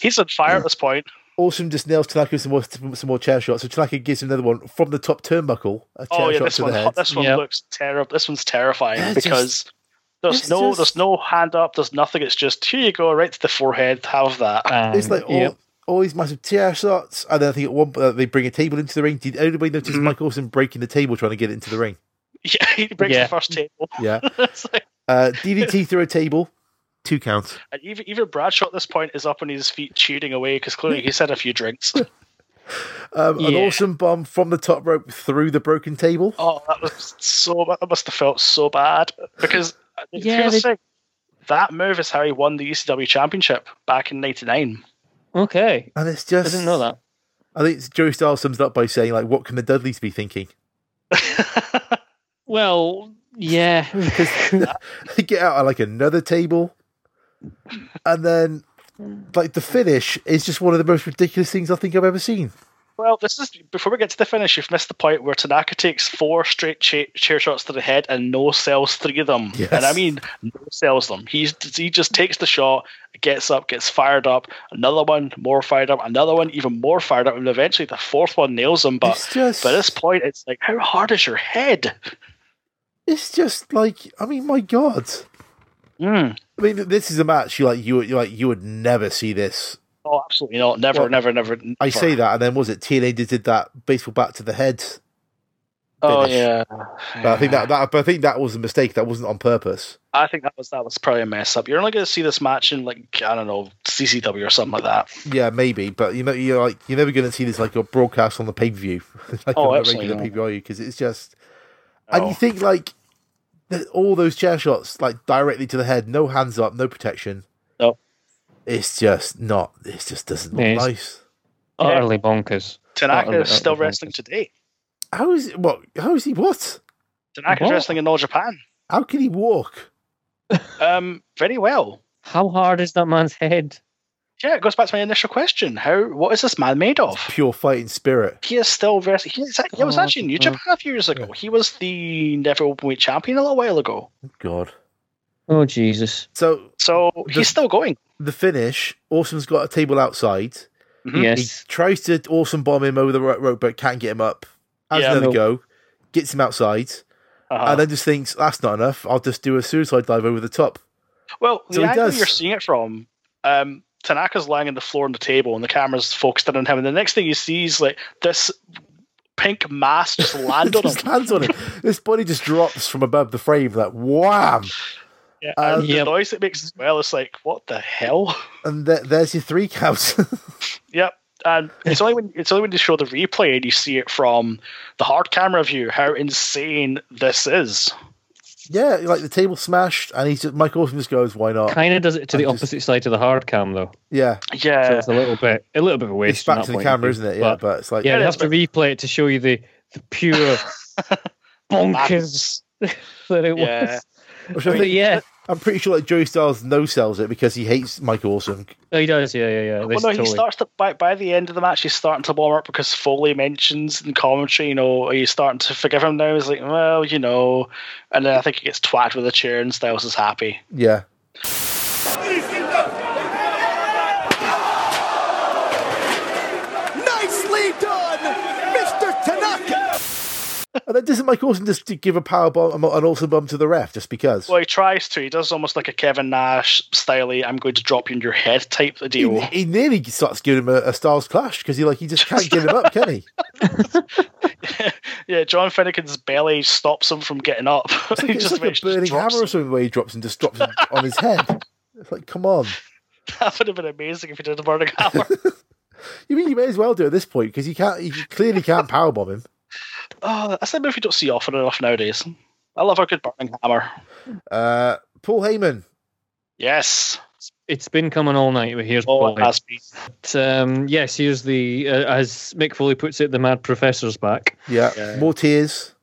Speaker 2: He's on fire at this point.
Speaker 1: Awesome just nails Tanaka with some more some more chair shots. So Tanaka gives him another one from the top turnbuckle, a chair
Speaker 2: Oh yeah,
Speaker 1: shot
Speaker 2: this
Speaker 1: to
Speaker 2: one
Speaker 1: the head.
Speaker 2: this one
Speaker 3: Yep.
Speaker 2: looks terrible. This one's terrifying
Speaker 1: Yeah, just-
Speaker 2: because there's
Speaker 1: it's
Speaker 2: no
Speaker 1: just-
Speaker 2: there's no hand up, there's nothing. It's just here you go, right to the forehead. Have that.
Speaker 3: Um,
Speaker 1: It's like oh, all,
Speaker 3: yep.
Speaker 1: all these massive chair shots, and then I think at one point uh, they bring a table into the ring. Did anybody notice
Speaker 3: Mm-hmm.
Speaker 1: Mike Awesome breaking the table trying to get it into the ring?
Speaker 2: yeah, he breaks
Speaker 3: Yeah.
Speaker 2: the first table.
Speaker 1: Yeah.
Speaker 2: It's like-
Speaker 1: Uh, DDT through a table, two counts.
Speaker 2: and even even Bradshaw at this point is up on his feet cheating away because clearly he's had a few drinks.
Speaker 1: Um, An
Speaker 3: Yeah.
Speaker 1: awesome bomb from the top rope through the broken table.
Speaker 2: Oh, that was so. That must have felt so bad because uh,
Speaker 3: Yeah,
Speaker 2: here's the
Speaker 3: they-
Speaker 2: thing, that move is how he won the ECW championship back in '99.
Speaker 3: okay.
Speaker 1: And it's
Speaker 3: I
Speaker 1: just.
Speaker 3: didn't know that.
Speaker 1: I think it's Joey Styles sums it up by saying, like, what can the Dudleys be thinking?
Speaker 3: Well, yeah,
Speaker 1: They get out on, like, another table. And then, like, the finish is just one of the most ridiculous things I think I've ever seen.
Speaker 2: Well, this is before we get to the finish. You've missed the point where Tanaka takes four straight cha- chair shots to the head and no sells three of them.
Speaker 1: Yes.
Speaker 2: And I mean, no sells them. He's he just takes the shot, gets up, gets fired up. Another one, more fired up. Another one, even more fired up. And eventually, the fourth one nails him. But
Speaker 1: It's just-
Speaker 2: by this point, it's like, how hard is your head?
Speaker 1: It's just like I mean, my God.
Speaker 2: Mm.
Speaker 1: I mean, this is a match you like. You would- you like you would never see this.
Speaker 2: Oh, absolutely not. Never,
Speaker 1: Well,
Speaker 2: never, never.
Speaker 1: I
Speaker 2: never.
Speaker 1: say that, and then was it TNA did, did that baseball bat to the head?
Speaker 2: Oh
Speaker 1: finish.
Speaker 2: yeah.
Speaker 1: But I think that, that but I think that was a mistake. That wasn't on purpose.
Speaker 2: I think that was that was probably a mess up. You're only going to see this match in like I don't know CCW or something like that.
Speaker 1: Yeah, maybe, but you know, you're like you're never going to see this like a broadcast on the pay per view, like
Speaker 2: Oh,
Speaker 1: on the
Speaker 2: absolutely
Speaker 1: regular
Speaker 2: not.
Speaker 1: pay per view, because it's just.
Speaker 2: No.
Speaker 1: And you think like that all those chair shots, like directly to the head, no hands up, no protection.
Speaker 2: No.
Speaker 1: It's just not. It just doesn't look
Speaker 3: Yes.
Speaker 1: nice.
Speaker 3: Utterly bonkers.
Speaker 2: Tanaka
Speaker 3: Utterly,
Speaker 2: is still
Speaker 3: utterly
Speaker 2: wrestling
Speaker 3: bonkers.
Speaker 2: today.
Speaker 1: How is what? How is he? What?
Speaker 2: Tanaka's
Speaker 3: What?
Speaker 2: wrestling in All Japan.
Speaker 1: How can he walk?
Speaker 2: Um, very well.
Speaker 3: How hard is that man's head?
Speaker 2: Yeah, it goes back to my initial question. How? What is this man made of?
Speaker 1: Pure fighting spirit.
Speaker 2: He is still wrestling. He, is, he was
Speaker 3: Oh,
Speaker 2: actually in New
Speaker 3: uh,
Speaker 2: Japan a few years ago. He was the never openweight champion a little while ago.
Speaker 1: God.
Speaker 3: Oh Jesus!
Speaker 1: So
Speaker 2: So
Speaker 1: The-
Speaker 2: he's still going.
Speaker 1: the finish. Awesome's got a table outside.
Speaker 2: Mhm.
Speaker 1: He
Speaker 3: Yes,
Speaker 1: tries to awesome bomb him over the ro- rope, but can't get him up. Has
Speaker 2: Yeah.
Speaker 1: another
Speaker 3: No. Ah.
Speaker 1: go, gets him outside,
Speaker 2: Uh-huh.
Speaker 1: and then just thinks that's not enough. I'll just do a suicide dive over the top.
Speaker 2: Well,
Speaker 1: So
Speaker 2: the
Speaker 1: he
Speaker 2: angle
Speaker 1: does.
Speaker 2: you're seeing it from, um, Tanaka's lying on the floor on the table, and the camera's focused in on him. And the next thing you see is like this pink mass just land on him.
Speaker 1: just lands on him. This body just drops from above the frame, like wham!
Speaker 2: Yeah,
Speaker 1: Um,
Speaker 2: and
Speaker 3: Yeah.
Speaker 2: the noise it makes as well is like, what the hell?
Speaker 1: And th- there's your three counts.
Speaker 2: Yep. And it's only when it's only when you show the replay and you see it from the hard camera view how insane this is.
Speaker 1: yeah, like the table smashed, and he's just, Mike Awesome just goes, "Why not?"
Speaker 3: kind of does it to the
Speaker 1: I'm just-
Speaker 3: opposite side of the hard cam though.
Speaker 1: Yeah,
Speaker 3: So
Speaker 2: Yeah.
Speaker 3: it's a little bit, a little bit of a waste.
Speaker 1: it's back
Speaker 3: from
Speaker 1: to
Speaker 3: that
Speaker 1: the
Speaker 3: point of
Speaker 1: camera,
Speaker 3: view.
Speaker 1: isn't it? Yeah,
Speaker 3: But,
Speaker 1: but it's like
Speaker 3: yeah,
Speaker 2: It
Speaker 3: they
Speaker 2: is,
Speaker 3: have to replay it to show you the the pure bonkers that it
Speaker 2: Yeah.
Speaker 3: was.
Speaker 1: which I
Speaker 3: But
Speaker 1: think,
Speaker 3: yeah,
Speaker 1: I'm pretty sure like Joey Styles no sells it because he hates Mike Awesome.
Speaker 3: oh, he does. Yeah, yeah, yeah.
Speaker 2: Well,
Speaker 3: This
Speaker 2: no, he
Speaker 3: totally-
Speaker 2: starts to by by the end of the match he's starting to warm up because Foley mentions in commentary, you know, he's starting to forgive him now. He's like, well, you know, and then I think he gets twat with a chair and Styles is happy.
Speaker 1: Yeah,
Speaker 8: Nicely done, Mr. Tanaka.
Speaker 1: and then doesn't Mike Awesome just give a power bomb, an awesome bomb to the ref just because?
Speaker 2: Well, he tries to. He does almost like a Kevin Nash styley, I'm going to drop you in your head type of
Speaker 1: He,
Speaker 2: deal.
Speaker 1: he nearly starts giving him a, a Styles clash because he like he just can't get him up, can he?
Speaker 2: yeah, John Finnegan's belly stops him from getting up.
Speaker 1: It's
Speaker 2: he
Speaker 1: like, it's
Speaker 2: just
Speaker 1: like a
Speaker 2: eventually
Speaker 1: burning
Speaker 2: just drops
Speaker 1: hammer or
Speaker 2: him.
Speaker 1: something where he drops and just drops him on his head. It's like, come on.
Speaker 2: That would have been amazing if he did a burning hammer.
Speaker 1: You mean you may as well do it at this point because you can't. You clearly can't powerbomb him.
Speaker 2: oh, that's a move you don't see often enough nowadays. I love a good burning hammer.
Speaker 1: Uh, Paul Heyman.
Speaker 2: Yes.
Speaker 3: It's been coming all night, but here's
Speaker 2: Oh, it
Speaker 3: Polly.
Speaker 2: has been.
Speaker 3: But, um, yes, here's the uh, as Mick Foley puts it, the Mad Professor's back.
Speaker 1: Yeah,
Speaker 2: Yeah.
Speaker 1: more tears.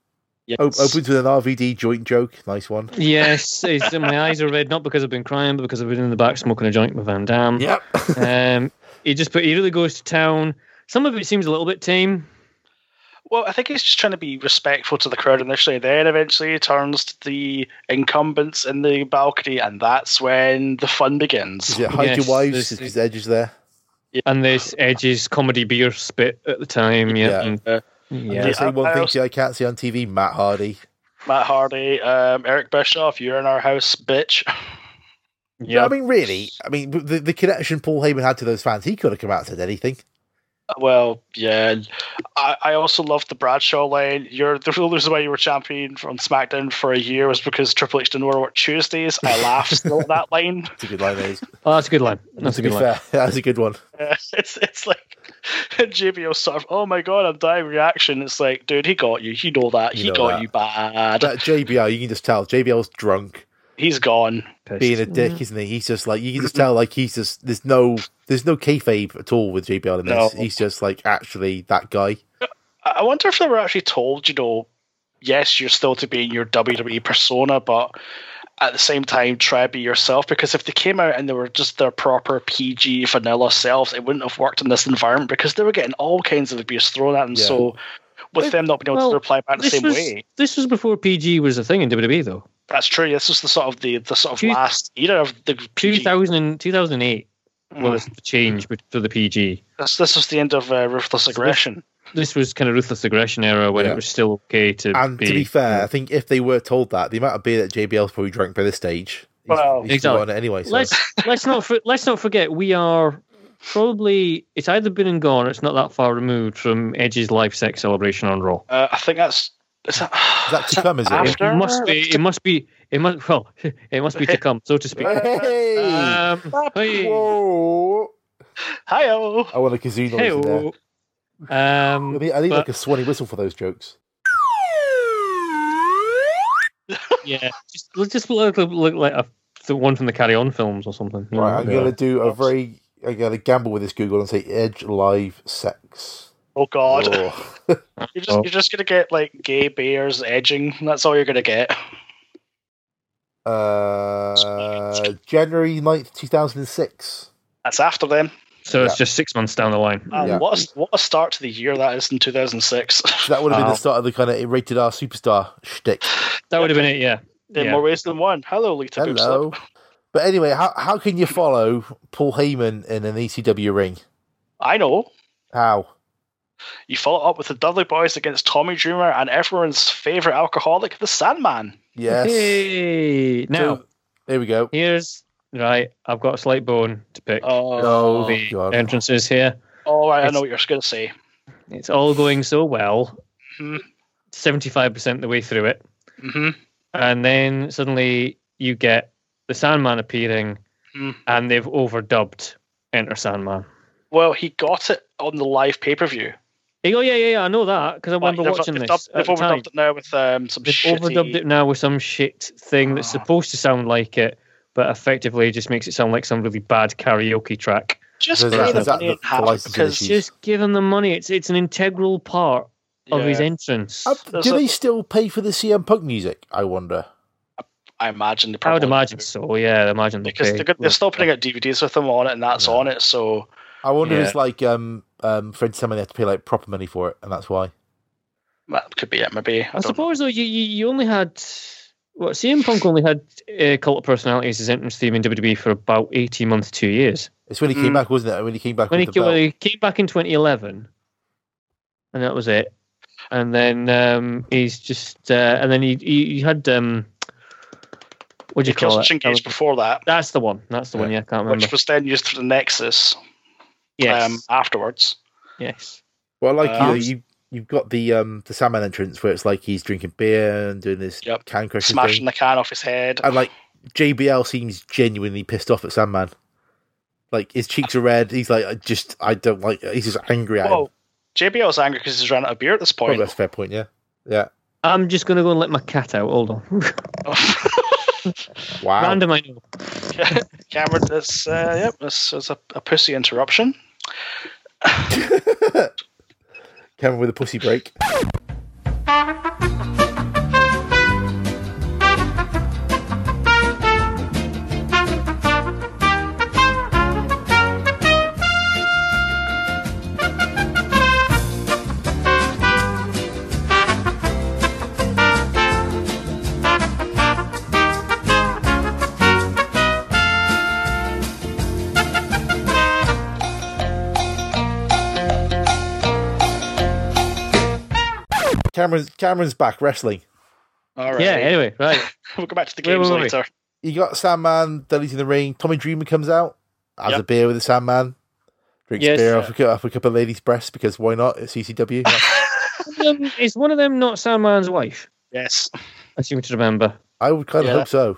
Speaker 2: Yes.
Speaker 1: O- opens with an RVD joint joke. Nice one.
Speaker 3: Yes, it's, my eyes are red not because I've been crying, but because I've been in the back smoking a joint with Van Damme.
Speaker 1: Yep.
Speaker 3: Um, he just put he really goes to town. Some of it seems a little bit tame.
Speaker 2: Well, I think he's just trying to be respectful to the crowd initially. Then eventually he turns to the incumbents in the balcony, and that's when the fun begins.
Speaker 1: Is it hide
Speaker 3: Yes,
Speaker 1: your wives?
Speaker 3: this
Speaker 1: Is
Speaker 3: is-
Speaker 1: his edges there?
Speaker 3: And this Edge's comedy beer spit at the time.
Speaker 1: Yeah.
Speaker 3: Yeah. and-
Speaker 2: Uh,
Speaker 1: Yeah,
Speaker 3: yeah.
Speaker 1: they say
Speaker 2: I-
Speaker 1: one
Speaker 2: I
Speaker 1: thing
Speaker 2: also-
Speaker 1: to you I can't see on TV. Matt Hardy.
Speaker 2: Matt Hardy, um, Eric Bischoff, you're in our house, bitch.
Speaker 1: Yeah.
Speaker 3: yeah.
Speaker 1: I mean, really. I mean, the, the connection Paul Heyman had to those fans, he could have come out and said anything.
Speaker 2: Well, yeah. and I, I also loved the Bradshaw line. You're the real reason why you were champion on SmackDown for a year was because Triple H didn't order what Tuesdays. I laugh still at that line.
Speaker 1: It's a good line. That is.
Speaker 3: Oh, that's a good line. That's
Speaker 1: to
Speaker 3: a
Speaker 1: be
Speaker 3: good line.
Speaker 1: fair, that's a good one.
Speaker 2: Uh, it's it's like JBL sort of, oh my god, I'm dying reaction. It's like, dude, he got you. You know that.
Speaker 1: You
Speaker 2: he
Speaker 1: know
Speaker 2: got
Speaker 1: that.
Speaker 2: you bad.
Speaker 1: That JBL, you can just tell JBL's drunk,
Speaker 2: He's gone.
Speaker 3: Pissed.
Speaker 1: being a
Speaker 2: Mm.
Speaker 1: dick, isn't he? He's just like you can just tell, like he's just there's no there's no kayfabe at all with JBL in this.
Speaker 2: No.
Speaker 1: He's just like actually that guy.
Speaker 2: I I wonder if they were actually told, you know, yes, you're still to be in your WWE E persona, but at the same time try to be yourself because if they came out and they were just their proper PG vanilla selves, it wouldn't have worked in this environment because they were getting all kinds of abuse thrown at them.
Speaker 1: Yeah.
Speaker 2: So with them not being able
Speaker 3: well,
Speaker 2: to reply back the
Speaker 3: this
Speaker 2: same
Speaker 3: was,
Speaker 2: way,
Speaker 3: This was before PG was a thing in WWE, though.
Speaker 2: that's true. This is the sort of the, the sort of
Speaker 3: Two-
Speaker 2: last era of the PG.
Speaker 3: 2000 and, 2008 was
Speaker 2: Mm.
Speaker 3: the change bet- to the PG.
Speaker 2: This, this was the end of uh, ruthless aggression.
Speaker 3: This was kind of ruthless aggression era when
Speaker 1: Yeah.
Speaker 3: it was still okay to
Speaker 1: And
Speaker 3: be.
Speaker 1: to be fair, I think if they were told that, the amount of beer that JBL's probably drank by this stage, he's,
Speaker 2: Well,
Speaker 1: he's
Speaker 3: Exactly.
Speaker 1: on it anyway. So.
Speaker 3: let's let's not for, let's not forget we are probably it's either been and gone. Or it's not that far removed from Edge's life sex celebration on Raw.
Speaker 2: Uh, I think that's is that,
Speaker 1: Is that to come, is it?
Speaker 2: after?
Speaker 3: It must be. It must be. It must. Well, it must be to come, so to speak.
Speaker 1: Hey!
Speaker 3: Um, hey,
Speaker 1: Whoa!
Speaker 2: Hi-oh.
Speaker 1: I want a kazoo noise in there.
Speaker 3: hey-o. Um,
Speaker 1: I need, I need
Speaker 3: but-
Speaker 1: like a swanny whistle for those jokes.
Speaker 3: yeah, just, look- just look, look, look like a, the one from the Carry On films or something. you
Speaker 1: Right,
Speaker 3: know,
Speaker 1: I'm
Speaker 3: yeah.
Speaker 1: gonna do a very. I'm gonna gamble with this Google and say Edge Live Sex.
Speaker 2: Oh God!
Speaker 1: Oh.
Speaker 2: You're just you're just gonna get like gay bears edging. That's all you're gonna get.
Speaker 1: Uh, January 9th, 2006.
Speaker 2: That's after them.
Speaker 3: So it's just six months down the line.
Speaker 2: Uh,
Speaker 1: Ah, Yeah.
Speaker 2: What a, what a start to the year that is in 2006.
Speaker 1: So that would have been
Speaker 3: Wow.
Speaker 1: the start of the kind of rated R superstar shtick.
Speaker 3: That would have been it. Yeah.
Speaker 2: In
Speaker 3: Yeah.
Speaker 2: more ways than one. Hello, Lita
Speaker 1: Hello.
Speaker 2: Boopslip.
Speaker 1: But anyway, how, how can you follow Paul Heyman in an ECW ring?
Speaker 2: I know.
Speaker 1: How?
Speaker 2: You follow up with the Dudley Boys against Tommy Dreamer and everyone's favorite alcoholic, the Sandman.
Speaker 1: Yes.
Speaker 3: Hey, now
Speaker 1: So, there we go.
Speaker 3: here's right. I've got a slight bone to pick.
Speaker 1: Oh,
Speaker 2: Oh,
Speaker 3: the
Speaker 1: God.
Speaker 3: entrances here.
Speaker 2: all right. I
Speaker 3: it's-
Speaker 2: know what you're gonna say.
Speaker 3: It's all going so well.
Speaker 2: Mhm.
Speaker 3: Seventy-five percent the way through it,
Speaker 2: hmm
Speaker 3: and then suddenly you get the Sandman appearing,
Speaker 2: Mhm.
Speaker 3: and they've overdubbed Enter Sandman.
Speaker 2: Well, he got it on the live pay per view.
Speaker 3: Hey, oh yeah, yeah, yeah. I know that because I remember watching
Speaker 2: they've,
Speaker 3: this.
Speaker 2: dubbed-
Speaker 3: at
Speaker 2: they've
Speaker 3: the time.
Speaker 2: overdubbed it now with um, some
Speaker 3: They've
Speaker 2: shitty.
Speaker 3: overdubbed it now with some shit thing that's
Speaker 2: Ah.
Speaker 3: supposed to sound like it, but effectively just makes it sound like some really bad karaoke track.
Speaker 2: Just
Speaker 1: Is that-
Speaker 2: pay the
Speaker 1: is that
Speaker 2: money
Speaker 1: the-
Speaker 2: in
Speaker 1: the
Speaker 2: half
Speaker 1: licensing
Speaker 2: because
Speaker 1: issue?
Speaker 3: Just give him the money. It's it's an integral part of his
Speaker 2: Yeah,
Speaker 3: entrance.
Speaker 1: Uh,
Speaker 2: There's
Speaker 1: do
Speaker 2: a-
Speaker 1: they still pay for the CM Punk music? I wonder.
Speaker 2: I imagine. They
Speaker 3: I would
Speaker 2: probably
Speaker 3: imagine
Speaker 2: do.
Speaker 3: so. Yeah, I imagine they
Speaker 2: because
Speaker 3: pay.
Speaker 2: they're, go- they're still putting out DVDs with them on it, and that's
Speaker 1: Yeah.
Speaker 2: on it. So
Speaker 1: I wonder if
Speaker 3: Yeah.
Speaker 1: it's like um um Fred Salmon they have to pay like proper money for it, and that's why.
Speaker 2: that could be it. Maybe I,
Speaker 3: I
Speaker 2: don't know.
Speaker 3: suppose though you, you you only had what CM Punk only had uh, cult of personalities as entrance theme in WWE for about eighteen months, two years.
Speaker 1: It's when he came back, wasn't it? When he came back
Speaker 3: Mm. When he,
Speaker 1: with the
Speaker 3: came, when
Speaker 1: belt.
Speaker 3: he came back in twenty eleven, and that was it. And then um, he's just uh, and then he he, he had um, what do
Speaker 2: He
Speaker 3: you call
Speaker 2: kills
Speaker 3: it?
Speaker 2: Engage before that,
Speaker 3: That's the one. That's the one. Yeah, I can't remember.
Speaker 2: which was then used for the Nexus
Speaker 3: yes,
Speaker 2: um, afterwards.
Speaker 3: yes.
Speaker 1: Well, like
Speaker 3: uh,
Speaker 2: Um,
Speaker 1: you, you, you've got the um the Salmon entrance where it's like he's drinking beer and doing this
Speaker 2: Yep.
Speaker 1: can crushing
Speaker 2: Smashing
Speaker 1: thing,
Speaker 2: the can off his head.
Speaker 1: and like JBL seems genuinely pissed off at Sandman. Like his cheeks are red. He's like, I just, I don't like. He's just angry at him.
Speaker 2: Well, JBL's angry because he's ran out of beer at this
Speaker 1: Probably
Speaker 2: point.
Speaker 1: that's a fair point. Yeah, yeah.
Speaker 3: I'm just gonna go and let my cat out. Hold on.
Speaker 1: Wow.
Speaker 3: Random, I know.
Speaker 2: Cameron, that's uh, yep, that's, that's a, a pussy interruption.
Speaker 1: Cameron with a pussy break. Cameron's Cameron's back wrestling.
Speaker 2: All right,
Speaker 3: Yeah. Anyway, right.
Speaker 2: we'll go back to the
Speaker 3: Wait,
Speaker 2: games
Speaker 3: wait, wait.
Speaker 2: later.
Speaker 1: You got Sandman, Dudley's in the ring. Tommy Dreamer comes out, has
Speaker 2: Yep.
Speaker 1: a beer with the Sandman, drinks
Speaker 3: Yes.
Speaker 1: beer off a, cou- off a couple of ladies' breasts because why not? It's ECW.
Speaker 3: Um, is one of them not Sandman's wife?
Speaker 2: Yes,
Speaker 3: I seem to remember.
Speaker 1: I would kind of
Speaker 2: Yeah.
Speaker 1: hope so.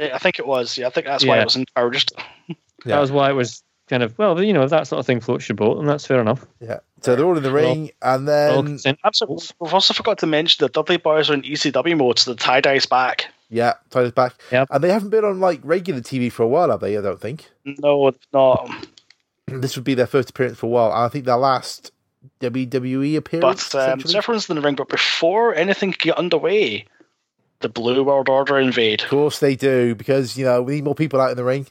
Speaker 2: Yeah, I think it was. Yeah, I think that's why
Speaker 3: Yeah.
Speaker 2: it was encouraged.
Speaker 1: Yeah.
Speaker 3: That was why it was kind of well, you know, if that sort of thing floats your boat, and that's fair enough.
Speaker 1: Yeah. So they're all in the ring, and
Speaker 2: Um,
Speaker 3: All
Speaker 1: then
Speaker 3: consent.
Speaker 2: Absolutely. We've also forgot to mention the Dudley Boys are in ECW mode, so the tie dye's back.
Speaker 1: yeah, Tyler's back.
Speaker 3: Yep.
Speaker 1: And they haven't been on like regular TV for a while, have they? I don't think
Speaker 2: No, it's not.
Speaker 1: this would be their first appearance for a while. And I think their last WWE appearance.
Speaker 2: But um,
Speaker 1: essentially.
Speaker 2: so everyone's in the ring. But before anything could get underway, the Blue World Order invade.
Speaker 1: Of course they do, because you know we need more people out in the ring.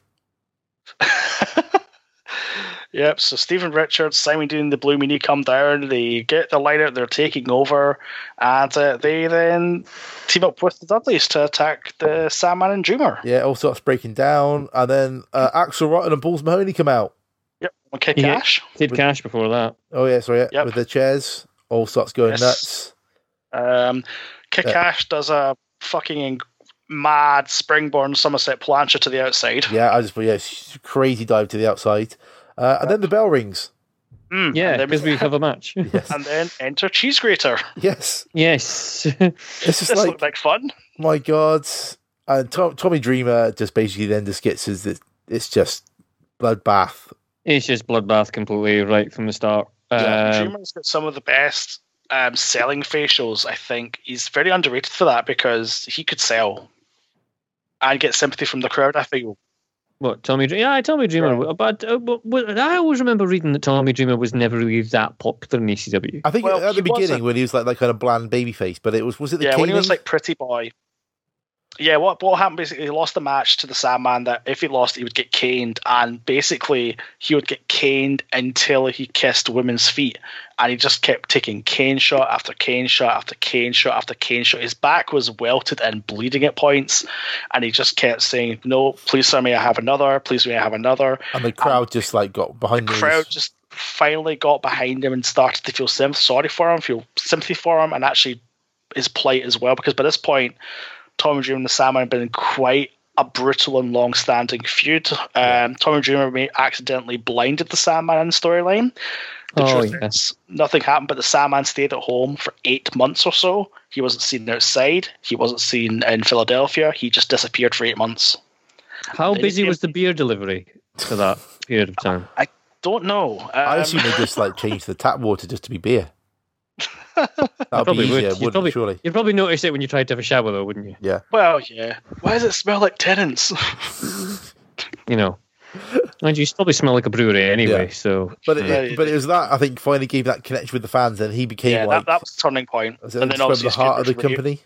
Speaker 2: Yep, so Stephen Richards, Simon Dean, the Blue Meanie come down. They get the line out, they're taking over, and uh, they then team up with the Dudleys to attack the Sandman and Dreamer.
Speaker 1: Yeah, all starts breaking down, and then uh, Axel Rotten and Bulls Mahoney come out.
Speaker 2: Yep, one kick
Speaker 3: Yeah.
Speaker 2: Ash.
Speaker 3: Kid Cash before that.
Speaker 1: Oh yeah, sorry, yeah,
Speaker 2: Yep.
Speaker 1: with the chairs, all starts going
Speaker 2: Yes.
Speaker 1: nuts.
Speaker 2: Um, Kick
Speaker 1: Yeah.
Speaker 2: Ash does a fucking mad springborn somerset plancha to the outside.
Speaker 1: Yeah, I just yeah, sh- crazy dive to the outside, uh, and then the bell rings.
Speaker 2: Mm,
Speaker 3: Yeah,
Speaker 2: and
Speaker 3: because
Speaker 2: then,
Speaker 3: we have a match.
Speaker 1: Yes,
Speaker 2: and then enter Cheese Grater.
Speaker 1: yes,
Speaker 3: yes.
Speaker 1: it's just
Speaker 2: This
Speaker 1: like
Speaker 2: looked like fun.
Speaker 1: my god. And Tom, Tommy Dreamer just basically then just gets is that it's just bloodbath.
Speaker 3: it's just bloodbath completely right from the start. Um,
Speaker 2: Dreamer's got some of the best um, selling facials, I think. He's very underrated for that because he could sell and get sympathy from the crowd, I feel.
Speaker 3: What Tommy? Dreamer? Yeah, Tommy Dreamer. But, uh, but, but I always remember reading that Tommy Dreamer was never really that popular in ECW.
Speaker 1: I think
Speaker 2: Well,
Speaker 1: at the
Speaker 2: he
Speaker 1: beginning
Speaker 2: wasn't.
Speaker 1: when he was like that kind of bland baby face, but it was was it the
Speaker 2: yeah, when he was
Speaker 1: Keenan?
Speaker 2: like pretty boy. Yeah, what what happened basically? He lost the match to the Sandman. That if he lost, he would get caned, and basically he would get caned until he kissed women's feet, and he just kept taking cane shot after cane shot after cane shot after cane shot. His back was welted and bleeding at points, and he just kept saying, "No, please, sir, may I have another? Please, may I have another?"
Speaker 1: and the
Speaker 2: um,
Speaker 1: crowd just like got behind me.
Speaker 2: crowd just finally got behind him and started to feel sim- sorry for him, feel sympathy for him, and actually his plight as well. Because by this point, Tommy Dreamer and the Sandman had been in quite a brutal and long-standing feud. Um, Tommy Dreamer may accidentally blinded the Sandman in the storyline. The
Speaker 3: Oh,
Speaker 2: truth
Speaker 3: yeah.
Speaker 2: is, nothing happened, but the Sandman stayed at home for eight months or so. He wasn't seen outside. He wasn't seen in Philadelphia. He just disappeared for eight months.
Speaker 3: How
Speaker 2: They
Speaker 3: busy
Speaker 2: did-
Speaker 3: was the beer delivery for that period of time?
Speaker 2: Don't know. Um,
Speaker 1: I assume they just like changed the tap water just to be beer. That would be
Speaker 3: Probably would.
Speaker 1: easier,
Speaker 3: You'd
Speaker 1: would. not
Speaker 3: probably-
Speaker 1: surely?
Speaker 3: You'd probably notice it when you tried to have a shower, though, wouldn't you?
Speaker 2: well, yeah. Why does it smell like tenants?
Speaker 3: You know. And you probably smell like a brewery anyway. So
Speaker 1: But it,
Speaker 2: Yeah.
Speaker 1: but it was that I think finally gave that connection with the fans, and he became
Speaker 2: yeah,
Speaker 1: like
Speaker 2: that, that was the turning point.
Speaker 1: was it
Speaker 2: And then
Speaker 1: describe
Speaker 2: obviously
Speaker 1: the heart of the
Speaker 2: Stupid Ra-
Speaker 1: company.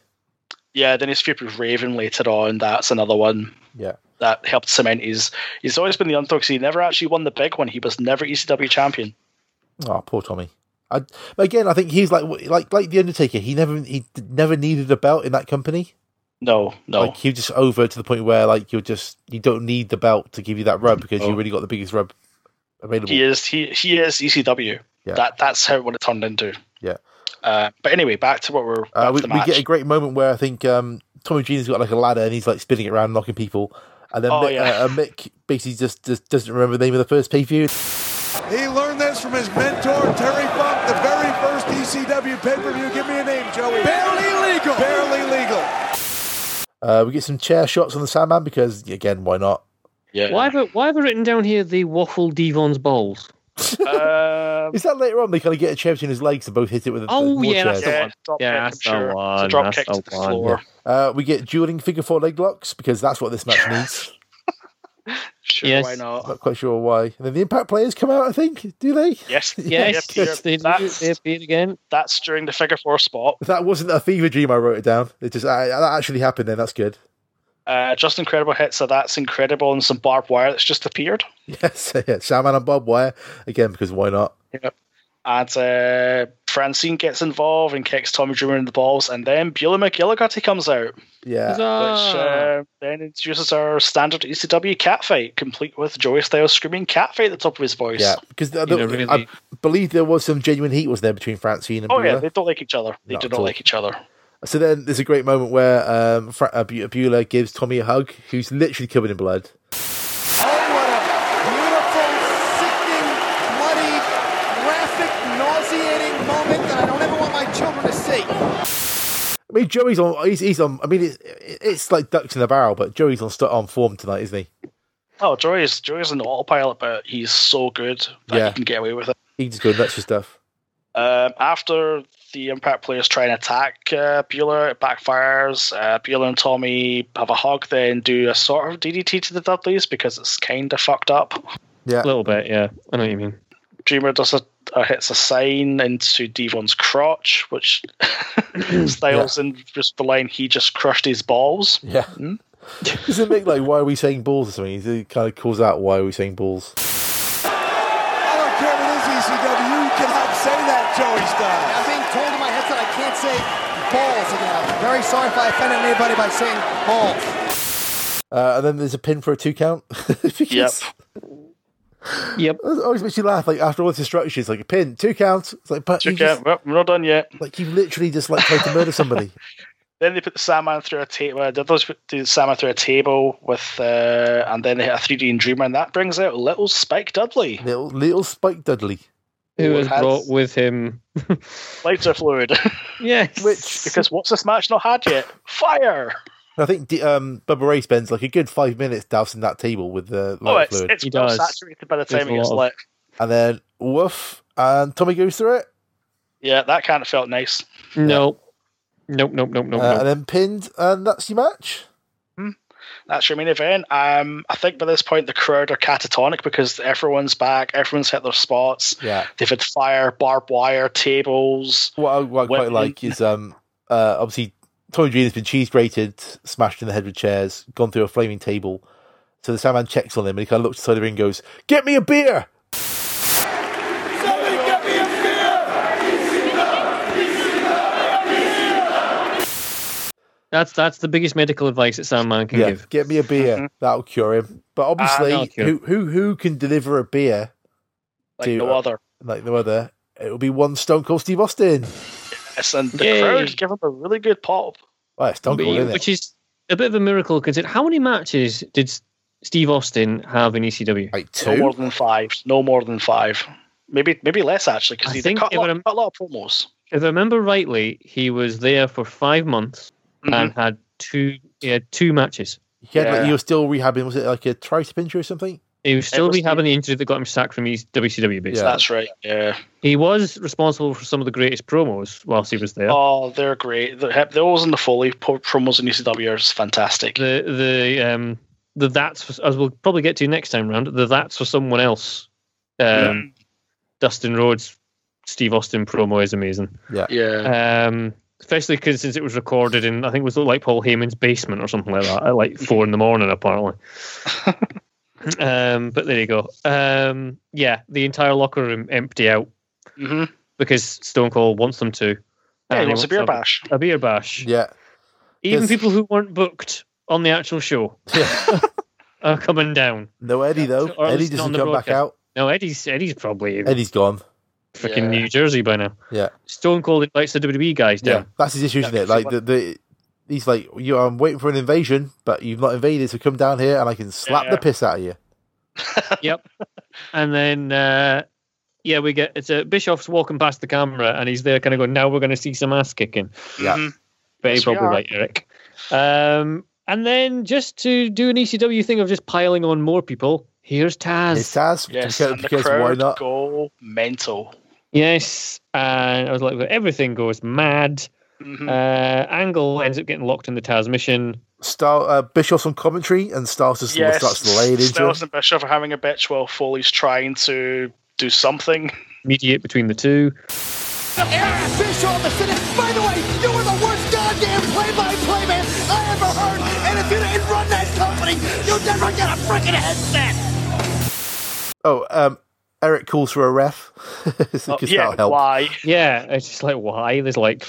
Speaker 2: Yeah, then his feud with Raven later on. That's another one.
Speaker 1: Yeah.
Speaker 2: That helped cement his. He's always been the underdog. 'cause He never actually won the big one. He was never ECW champion.
Speaker 1: Oh, poor Tommy. I, but again, I think he's like like like the Undertaker. He never he d- never needed a belt in that company.
Speaker 2: No, no.
Speaker 1: Like he was just over to the point where like you're just you don't need the belt to give you that rub because you
Speaker 2: No.
Speaker 1: really got the biggest rub available.
Speaker 2: he is he he is ECW.
Speaker 1: Yeah.
Speaker 2: That that's how what it turned into.
Speaker 1: Yeah.
Speaker 2: Uh, but anyway, back to what we're back
Speaker 1: Uh,
Speaker 2: to
Speaker 1: we,
Speaker 2: the
Speaker 1: we
Speaker 2: match.
Speaker 1: get a great moment where I think um, Tommy Dreamer's got like a ladder and he's like spinning it around, knocking people, and then
Speaker 2: Oh,
Speaker 1: Mick,
Speaker 2: yeah.
Speaker 1: uh, uh, Mick basically just, just doesn't remember the name of the first pay per view.
Speaker 7: He learned this from his mentor, Terry Funk, the very first E ECW pay per view. Give me a name, Joey. Barely legal. Barely legal.
Speaker 1: Uh, we get some chair shots on the Sandman because again, why not?
Speaker 2: yeah.
Speaker 3: why have I, why have I written down here the waffle Devon's balls?
Speaker 2: Um,
Speaker 1: Is that later on they kind of get a chair between his legs and both hit it with a
Speaker 3: Oh,
Speaker 1: more
Speaker 3: yeah, that's
Speaker 1: chairs?
Speaker 3: the
Speaker 2: yeah,
Speaker 3: one.
Speaker 2: drop kick, I'm
Speaker 3: Yeah, that's the
Speaker 2: sure. It's a
Speaker 3: one,
Speaker 2: drop
Speaker 3: that's
Speaker 2: kick
Speaker 3: the
Speaker 2: to the
Speaker 3: one,
Speaker 2: floor.
Speaker 1: Uh, we get dueling figure four leg locks because that's what this match needs.
Speaker 2: Sure,
Speaker 3: Yes.
Speaker 2: why not?
Speaker 1: Not quite sure why. And then the impact players come out. I think do they?
Speaker 2: Yes,
Speaker 3: Yes,
Speaker 2: yep,
Speaker 3: yes, they, do.
Speaker 2: that's-
Speaker 3: they appeared again.
Speaker 2: that's during the figure four spot.
Speaker 1: That wasn't a fever dream. I wrote it down. It just I, that actually happened. Then that's good.
Speaker 2: Uh, just incredible hits of that's incredible and some barbed wire that's just appeared.
Speaker 1: Yes, yeah. Sandman and Bob Wire again because why not?
Speaker 2: And uh, Francine gets involved and kicks Tommy Dreamer in the balls, and then Beulah McGillicuddy comes out,
Speaker 1: Yeah,
Speaker 3: Ah.
Speaker 2: which uh, then introduces our standard ECW catfight, complete with Joey Styles screaming catfight at the top of his voice.
Speaker 1: yeah. Because the,
Speaker 3: You know,
Speaker 1: the-
Speaker 3: really-
Speaker 1: I believe there was some genuine heat was there between Francine and
Speaker 2: Oh yeah,
Speaker 1: Beulah.
Speaker 2: they don't like each other. They
Speaker 1: Not
Speaker 2: do
Speaker 1: at
Speaker 2: not
Speaker 1: all.
Speaker 2: like each other.
Speaker 1: So then there's a great moment where um, Fra- uh, Beu- Beulah gives Tommy a hug, who's literally covered in blood.
Speaker 8: Oh, what a beautiful, sickening, bloody, graphic, nauseating moment that I don't ever want my children to see.
Speaker 1: I mean, Joey's on. He's, he's on. I mean, it's, it's like ducks in a barrel, but Joey's on st- on form tonight, isn't he?
Speaker 2: Oh, Joey's Joey's an autopilot, but he's so good that
Speaker 1: Yeah.
Speaker 2: he can get away with it.
Speaker 1: He just goes nuts for stuff.
Speaker 2: Um, after the Impact players try and attack uh, Bueller, it backfires. Uh, Bueller and Tommy have a hug, then do a sort of DDT to the Dudleys because it's kind of fucked up.
Speaker 1: Yeah,
Speaker 3: A little bit, yeah. I know what you mean.
Speaker 2: Dreamer does a uh, hits a sign into Devon's crotch, which Styles in just the line he just crushed his balls.
Speaker 1: Yeah.
Speaker 3: Hmm?
Speaker 1: Does it make like why are we saying balls or something? Does It kind of calls out why are we saying balls.
Speaker 7: I don't care what it is, ECW. You cannot say that, Joey Styles.
Speaker 8: I'm being told in my headset I can't say balls again. I'm very sorry if I offended anybody by saying balls.
Speaker 1: Uh, and then there's a pin for a two count. Because-
Speaker 2: Yep.
Speaker 3: Yep.
Speaker 1: That always makes you laugh. Like after all this destruction, it's like a pin, two counts. It's like, but you
Speaker 2: Okay,
Speaker 1: just,
Speaker 2: well, we're not done yet.
Speaker 1: like you literally just like tried to murder somebody.
Speaker 2: Then they put the Sandman through a table. Well, Diddlers put the Sandman through a table with, uh, and then they hit a 3D and Dreamer, and that brings out little Spike Dudley.
Speaker 1: little, little Spike Dudley,
Speaker 3: Who was
Speaker 2: Has-
Speaker 3: brought with him?
Speaker 2: Lights are fluid.
Speaker 3: yes.
Speaker 1: which
Speaker 2: because what's this match not had yet? Fire!
Speaker 1: I think D- um, Bubba Ray spends like a good five minutes dousing that table with the
Speaker 2: Oh,
Speaker 1: light
Speaker 2: it's,
Speaker 1: fluid,
Speaker 2: it's
Speaker 3: He
Speaker 2: well
Speaker 3: does.
Speaker 2: saturated by the
Speaker 3: There's
Speaker 2: time
Speaker 3: a
Speaker 2: it gets
Speaker 3: lot
Speaker 2: lit.
Speaker 1: and then woof, and Tommy goes through it,
Speaker 2: Yeah, that kind of felt nice.
Speaker 3: no. Nope. Nope. Nope.
Speaker 2: Oh,
Speaker 3: Nope.
Speaker 1: uh,
Speaker 3: nope.
Speaker 1: and then pinned, and that's your match.
Speaker 2: That's your main event. Um, I think by this point the crowd are catatonic because everyone's back, everyone's hit their spots.
Speaker 1: Yeah.
Speaker 2: They've had fire, barbed wire, tables.
Speaker 1: What I, what I quite
Speaker 2: When-
Speaker 1: like is um uh obviously Tommy Dreamer's been cheese grated, smashed in the head with chairs, gone through a flaming table. So the Sandman checks on him and he kind of looks inside the ring and goes, "Get me a beer."
Speaker 7: Somebody get me a beer!
Speaker 3: That's that's the biggest medical advice that Sandman can
Speaker 1: Yeah,
Speaker 3: give.
Speaker 1: get me a beer. That'll cure him. But obviously,
Speaker 3: Mm-hmm. Ah, that'll cure
Speaker 1: who who who can deliver a beer
Speaker 2: Like
Speaker 1: Dude,
Speaker 2: no
Speaker 1: uh,
Speaker 2: other.
Speaker 1: like no other? It'll be one Stone Cold Steve Austin.
Speaker 2: Yes, and the
Speaker 3: Yay.
Speaker 2: crowd give him a really good pop.
Speaker 1: Well, it's Stone
Speaker 3: But-
Speaker 1: Cold, isn't it?
Speaker 3: which is a bit of a miracle considering how many matches did S- Steve Austin have in E ECW?
Speaker 1: Like
Speaker 2: No more
Speaker 1: two.
Speaker 2: than five. No more than five. Maybe maybe less actually
Speaker 3: I
Speaker 2: because he
Speaker 3: think
Speaker 2: cut,
Speaker 3: it
Speaker 2: a lot,
Speaker 3: would've-
Speaker 2: cut a lot of promos.
Speaker 3: If I remember rightly, he was there for five months
Speaker 2: Mm-hmm.
Speaker 3: and had two he had two matches.
Speaker 1: He had, like,
Speaker 2: Yeah.
Speaker 1: you were still rehabbing. Was it like a tricep injury or something?
Speaker 3: He was still
Speaker 2: was the-
Speaker 3: rehabbing the injury that got him sacked from his WCW base.
Speaker 1: Yeah.
Speaker 2: That's right. Yeah.
Speaker 3: He was responsible for some of the greatest promos whilst he was there.
Speaker 2: Oh, they're great. The those in the Foley po- promos in ECW are just fantastic.
Speaker 3: The the um the that's for, as we'll probably get to next time round. The that's for someone else. Um, Dustin Rhodes, Steve Austin promo is amazing.
Speaker 1: uh,
Speaker 2: yeah.
Speaker 3: um, especially 'cause since it was recorded in I think it was like Paul Heyman's basement or something like that at like four in the morning apparently. um, but there you go. Um, yeah, the entire locker room empty out
Speaker 2: hmm
Speaker 3: because Stone Cold wants them to.
Speaker 2: Yeah,
Speaker 3: And
Speaker 2: he wants a
Speaker 3: to
Speaker 2: beer
Speaker 3: have
Speaker 2: bash.
Speaker 3: A beer bash.
Speaker 1: Yeah.
Speaker 3: Even
Speaker 1: Yes.
Speaker 3: people who weren't booked on the actual show
Speaker 1: Yeah.
Speaker 3: are coming down.
Speaker 1: no Eddie though.
Speaker 3: Or at
Speaker 1: Eddie
Speaker 3: least not
Speaker 1: doesn't
Speaker 3: on the
Speaker 1: come back
Speaker 3: broadcast.
Speaker 1: out.
Speaker 3: No, Eddie's Eddie's probably in
Speaker 1: Eddie's gone.
Speaker 3: freaking
Speaker 2: Yeah.
Speaker 3: New Jersey by now.
Speaker 1: Yeah.
Speaker 3: Stone Cold invites the WWE guys
Speaker 1: Yeah,
Speaker 3: down.
Speaker 1: that's his issue, isn't it? Like the, the he's like, you I'm waiting for an invasion, but you've not invaded, so come down here and I can slap
Speaker 2: Yeah.
Speaker 1: the piss out of you.
Speaker 3: yep. And then uh, yeah, we get it's a Bischoff's walking past the camera and he's there kind of going, Now we're gonna see some ass kicking.
Speaker 1: Yeah.
Speaker 2: Mhm.
Speaker 3: Very
Speaker 2: Yes, we
Speaker 3: probably
Speaker 2: are.
Speaker 3: right, Eric. Um, and then just to do an ECW thing of just piling on more people, here's Taz.
Speaker 1: It's Taz
Speaker 2: Yes,
Speaker 1: because,
Speaker 2: and the
Speaker 1: because why
Speaker 2: crowd
Speaker 1: not?
Speaker 2: go mental.
Speaker 3: Yes. And I was like, everything goes mad.
Speaker 2: Mhm.
Speaker 3: Uh, Angle ends up getting locked in the Taz mission.
Speaker 1: Star uh, Bischoff's on commentary and Styles just
Speaker 2: yes,
Speaker 1: starts laying into
Speaker 2: Styles
Speaker 1: him.
Speaker 2: and Bischoff are having a bitch while Foley's trying to do something.
Speaker 3: Mediate between the two.
Speaker 8: Eric Bischoff is in it. By the way, you were the worst goddamn play-by-play man I ever heard. And if you didn't run that company, you'd never get a freaking headset.
Speaker 1: Oh, um, Eric calls for a ref because
Speaker 2: Uh,
Speaker 1: that'll
Speaker 2: yeah,
Speaker 1: help.
Speaker 2: why?
Speaker 3: Yeah, it's just like why? There's like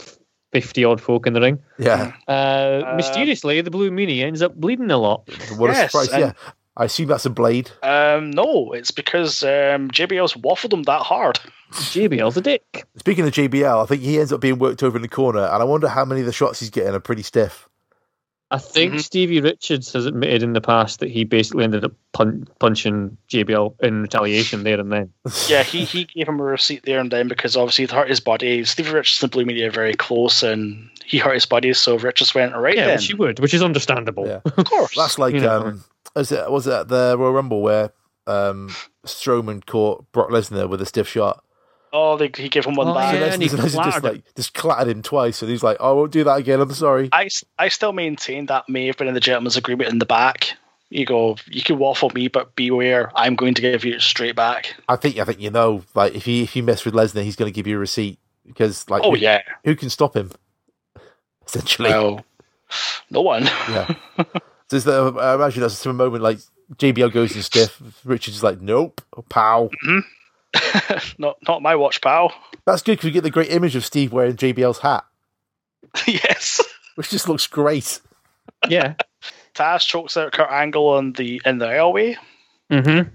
Speaker 3: fifty odd folk in the ring.
Speaker 1: Yeah,
Speaker 3: Uh, mysteriously, the blue meanie ends up bleeding a lot.
Speaker 1: what
Speaker 2: Mm. Yes,
Speaker 1: a surprise!
Speaker 2: and-
Speaker 1: Yeah, I assume that's a blade.
Speaker 2: Um, no, it's because um, JBL's waffled him that hard.
Speaker 3: JBL's a dick.
Speaker 1: Speaking of JBL, I think he ends up being worked over in the corner, and I wonder how many of the shots he's getting are pretty stiff.
Speaker 3: I think
Speaker 2: Mhm.
Speaker 3: Stevie Richards has admitted in the past that he basically ended up pun- punching JBL in retaliation there and then.
Speaker 2: Yeah, he, he gave him a receipt there and then because obviously it hurt his body. Stevie Richards and Blue Media are very close and he hurt his body, so Richards went, all right
Speaker 3: Yeah,
Speaker 2: then.
Speaker 3: which you would, which is understandable.
Speaker 1: Yeah.
Speaker 2: Of course.
Speaker 1: That's like
Speaker 3: You know.
Speaker 1: um, was it was it at the Royal Rumble where um Strowman caught Brock Lesnar with a stiff shot?
Speaker 2: oh, they, he gave him one
Speaker 3: Oh,
Speaker 2: back.
Speaker 1: So
Speaker 3: yeah.
Speaker 1: Lesnar
Speaker 3: and he
Speaker 1: just
Speaker 3: clattered him.
Speaker 1: like just clattered him twice, and he's "Oh, like, "I won't do that again. I'm sorry."
Speaker 2: I, s- I still maintain that may have been in the gentleman's agreement in the back. you go, you can waffle me, but beware, I'm going to give you it straight back.
Speaker 1: I think I think you know, like if you if you mess with Lesnar, he's going to give you a receipt because like
Speaker 2: Oh
Speaker 1: who,
Speaker 2: yeah,
Speaker 1: who can stop him? Essentially,
Speaker 2: well, no one.
Speaker 1: yeah. so it's the, I imagine that's some moment like JBL goes in stiff. Richard's like, nope, pow.
Speaker 2: not not my watch, pal.
Speaker 1: That's good because we get the great image of Steve wearing JBL's hat,
Speaker 2: yes.
Speaker 1: which just looks great.
Speaker 3: Yeah.
Speaker 2: Taz chokes out Kurt Angle on the in the airway
Speaker 3: Mm-hmm.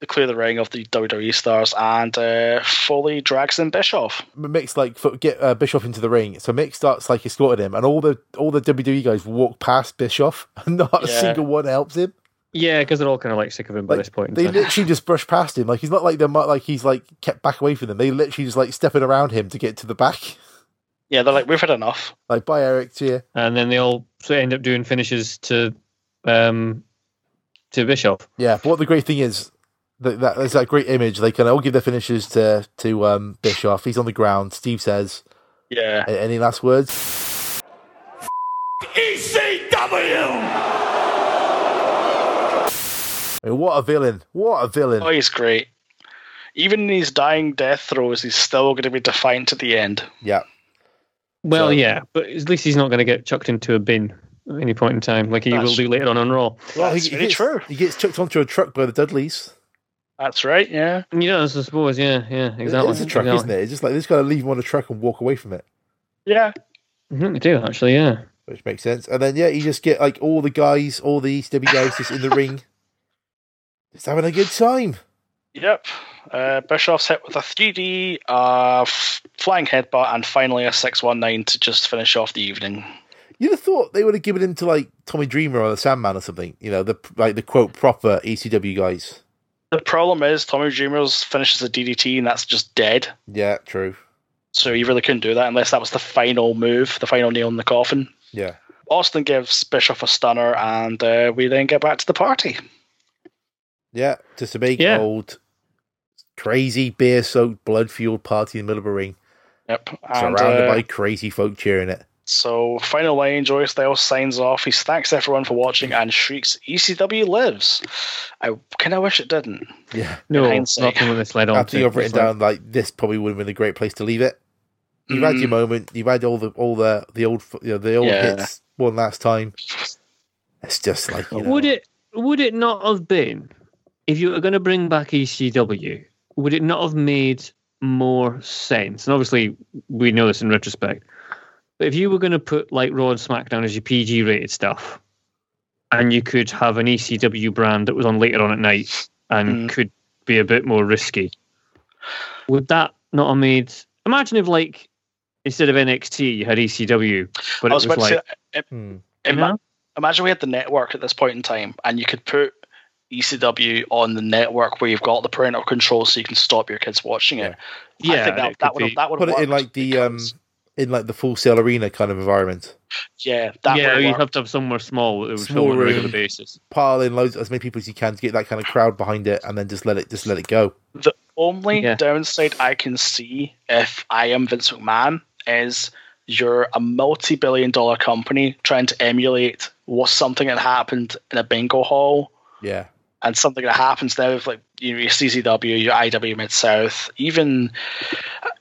Speaker 2: to clear the ring of the WWE stars, and uh, Foley drags in Bischoff.
Speaker 1: Mick's like fo- get uh, Bischoff into the ring, so Mick starts like escorting him, and all the all the WWE guys walk past Bischoff, and not a
Speaker 2: Yeah.
Speaker 1: single one helps him.
Speaker 3: Yeah, because they're all kind of like sick of him by
Speaker 1: Like,
Speaker 3: this point.
Speaker 1: They
Speaker 3: in time.
Speaker 1: literally just brush past him. Like he's not like they're mu- like he's like kept back away from them. They literally just like stepping around him to get to the back.
Speaker 2: Yeah, they're like, we've had enough.
Speaker 1: Like bye Eric, see ya.
Speaker 3: and then they all sort of end up doing finishes to um to Bishop.
Speaker 1: Yeah, but what the great thing is that that is that great image. They can all give their finishes to to um, Bischoff. He's on the ground. Steve says,
Speaker 2: Yeah,
Speaker 1: "A- "Any last words?"
Speaker 5: ECW!
Speaker 1: I mean, what a villain! What a villain!
Speaker 2: oh, he's great. Even in his dying death throes, he's still going to be defiant to the end.
Speaker 1: Yeah,
Speaker 3: Well,
Speaker 1: So-
Speaker 3: yeah, but at least he's not going to get chucked into a bin at any point in time, like he
Speaker 2: That's-
Speaker 3: will do later on on Raw.
Speaker 1: well,
Speaker 2: That's really
Speaker 1: gets,
Speaker 2: true.
Speaker 1: He gets chucked onto a truck by the Dudleys.
Speaker 2: That's right. Yeah,
Speaker 3: You know, I suppose, yeah, yeah,
Speaker 1: Exactly.
Speaker 3: exactly.
Speaker 1: It's a truck, isn't it? It's just like they just got to leave him on a truck and walk away from it,
Speaker 2: yeah.
Speaker 3: Mm, They do actually, yeah.
Speaker 1: which makes sense. And then yeah, you just get like all the guys, all the ECW guys, just in the ring, just having a good time.
Speaker 2: Yep. Uh, Bischoff's hit with a 3D, uh, f- flying headbutt, and finally a 619 to just finish off the evening.
Speaker 1: You'd have thought they would have given him to like Tommy Dreamer or the Sandman or something. You know, the like the quote proper ECW guys.
Speaker 2: The problem is Tommy Dreamer's finishes a DDT, and that's just dead.
Speaker 1: Yeah, true.
Speaker 2: So you really couldn't do that unless that was the final move, the final nail in the coffin.
Speaker 1: Yeah.
Speaker 2: Austin gives Bischoff a stunner, and uh, we then get back to the party.
Speaker 1: Yeah, just a big
Speaker 3: Yeah.
Speaker 1: old crazy beer soaked blood fueled party in the middle of a ring,
Speaker 2: Yep. And,
Speaker 1: surrounded
Speaker 2: uh,
Speaker 1: by crazy folk cheering it.
Speaker 2: so final lane, Joey Styles signs off. He thanks everyone for watching and shrieks, "ECW lives." I kind of wish it didn't.
Speaker 1: Yeah.
Speaker 3: No,
Speaker 2: hindsight.
Speaker 3: nothing with this led on.
Speaker 1: After
Speaker 3: to.
Speaker 1: you've written
Speaker 3: It's like-
Speaker 1: down like this probably would have been a great place to leave it. You've had your
Speaker 2: Mm.
Speaker 1: moment, you've had all the all the the old f- you know, the old
Speaker 2: Yeah.
Speaker 1: hits one last time. It's just like you know,
Speaker 3: Would it would it not have been if you were going to bring back ECW? Would it not have made more sense? And obviously, we know this in retrospect. But if you were going to put like Raw and SmackDown as your PG rated stuff, and you could have an ECW brand that was on later on at night and
Speaker 2: Mm.
Speaker 3: could be a bit more risky, would that not have made? Imagine if like instead of NXT you had ECW, but
Speaker 2: I was
Speaker 3: it was
Speaker 2: about
Speaker 3: like
Speaker 2: to say, uh,
Speaker 1: Hmm.
Speaker 2: ima-
Speaker 3: Yeah.
Speaker 2: imagine we had the network at this point in time, and you could put ECW on the network where you've got the parental control, so you can stop your kids watching it. I
Speaker 3: yeah,
Speaker 2: think
Speaker 3: and
Speaker 2: that,
Speaker 3: it
Speaker 2: that
Speaker 3: could
Speaker 2: would have
Speaker 3: be-
Speaker 2: that would
Speaker 1: put it in like the um in like the full sale arena kind of environment.
Speaker 2: yeah that
Speaker 3: yeah,
Speaker 2: would
Speaker 3: you'd
Speaker 2: have
Speaker 3: have to have somewhere small that they would
Speaker 1: Small
Speaker 3: film on a regular
Speaker 1: room.
Speaker 3: basis.
Speaker 1: Pile in loads as many people as you can to get that kind of crowd behind it and then just let it just let it go.
Speaker 2: The only
Speaker 3: Yeah.
Speaker 2: downside I can see if I am Vince McMahon is you're a multi billion dollar company trying to emulate what something that happened in a bingo hall
Speaker 1: Yeah.
Speaker 2: and something that happens now with like you know, your CCW, your IW Mid South, even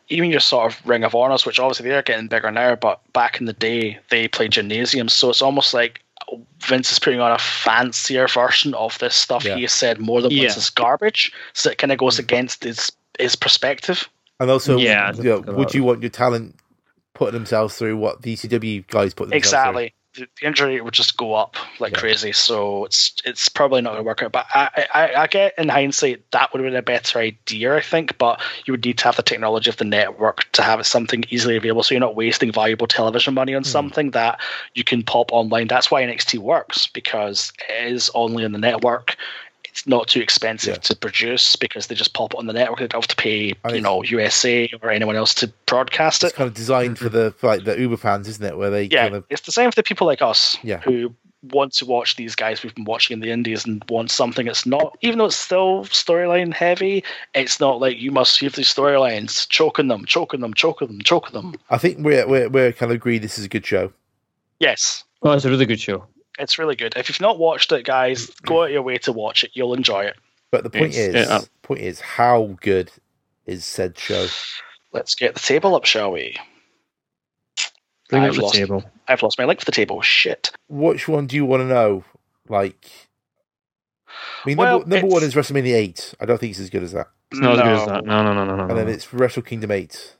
Speaker 2: even your sort of Ring of Honors, which obviously they're getting bigger now, but back in the day they played gymnasiums, so it's almost like Vince is putting on a fancier version of this stuff
Speaker 1: Yeah.
Speaker 2: he has said more than once
Speaker 3: Yeah.
Speaker 2: is garbage, so it kind of goes against his his perspective.
Speaker 1: And also,
Speaker 3: Yeah,
Speaker 1: yeah,
Speaker 3: I don't think
Speaker 1: would
Speaker 3: about
Speaker 1: you want your talent putting themselves through what the ECW guys put themselves
Speaker 2: Exactly. The the injury rate would just go up like
Speaker 1: Yeah.
Speaker 2: crazy, so it's it's probably not going to work out. But I, I, I get in hindsight that would have been a better idea, I think. But you would need to have the technology of the network to have it something easily available, so you're not wasting valuable television money
Speaker 1: Hmm.
Speaker 2: on something that you can pop online. That's why NXT works because it is only on the network. It's not too expensive
Speaker 1: Yeah.
Speaker 2: to produce because they just pop it on the network. They don't have to pay,
Speaker 1: I
Speaker 2: you
Speaker 1: mean-
Speaker 2: know, USA or anyone else to broadcast
Speaker 1: through.
Speaker 2: it
Speaker 1: It's kind of designed for the for like the Uber fans, isn't it? Where they
Speaker 2: yeah,
Speaker 1: kind of
Speaker 2: it's the same for the people like us
Speaker 1: Yeah.
Speaker 2: who want to watch these guys we've been watching in the indies and want something that's not, even though it's still storyline heavy, it's not like you must have these storylines, choking them, choking them, choking them, choking them.
Speaker 1: I think we're we're we're kind of agreed this is a good show.
Speaker 2: Yes,
Speaker 3: Oh, it's a really good show.
Speaker 2: It's really good. If you've not watched it, guys, go out your way to watch it. You'll enjoy it.
Speaker 1: But the point
Speaker 3: It's-
Speaker 1: is,
Speaker 3: yeah.
Speaker 1: point is, how good is said show?
Speaker 2: Let's get the table up, shall we?
Speaker 3: Bring
Speaker 2: I've
Speaker 3: up the
Speaker 2: lost-
Speaker 3: table.
Speaker 2: I've lost my link for the table. Shit.
Speaker 1: Which one do you want to know? Like, I mean,
Speaker 2: Well,
Speaker 1: number, number one is
Speaker 2: it's-
Speaker 1: WrestleMania eight. I don't think it's as good as that.
Speaker 3: It's not as good as that. No, no, no, no, no.
Speaker 1: And then
Speaker 2: Mm.
Speaker 3: no.
Speaker 1: it's Wrestle Kingdom eight,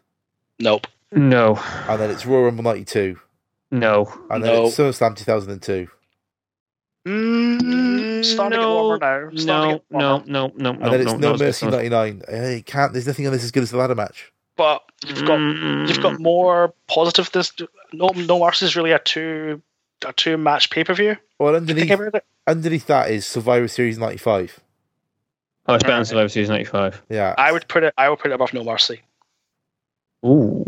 Speaker 2: Nope.
Speaker 3: no,
Speaker 1: and then it's Royal Rumble ninety two,
Speaker 3: no.
Speaker 1: and then
Speaker 2: No.
Speaker 1: it's SummerSlam two thousand and two,
Speaker 3: Mm,
Speaker 2: Starting to get warmer now. Starting to
Speaker 3: No,
Speaker 2: get warmer.
Speaker 3: no, no, no, no,
Speaker 1: and then it's
Speaker 3: no,
Speaker 1: No
Speaker 3: no,
Speaker 1: Mercy ninety nine. It can't. There's nothing on this as good as the ladder match.
Speaker 2: But you've got
Speaker 3: Hmm.
Speaker 2: you've got more positive. This no no mercy is really a two a two match pay per view.
Speaker 1: Well,
Speaker 2: Think
Speaker 1: underneath
Speaker 2: about it.
Speaker 1: underneath that is Survivor Series ninety five.
Speaker 3: Oh, it's better than Survivor Series '95.
Speaker 1: Yeah,
Speaker 2: I would put it. I would put it above no mercy.
Speaker 3: Ooh.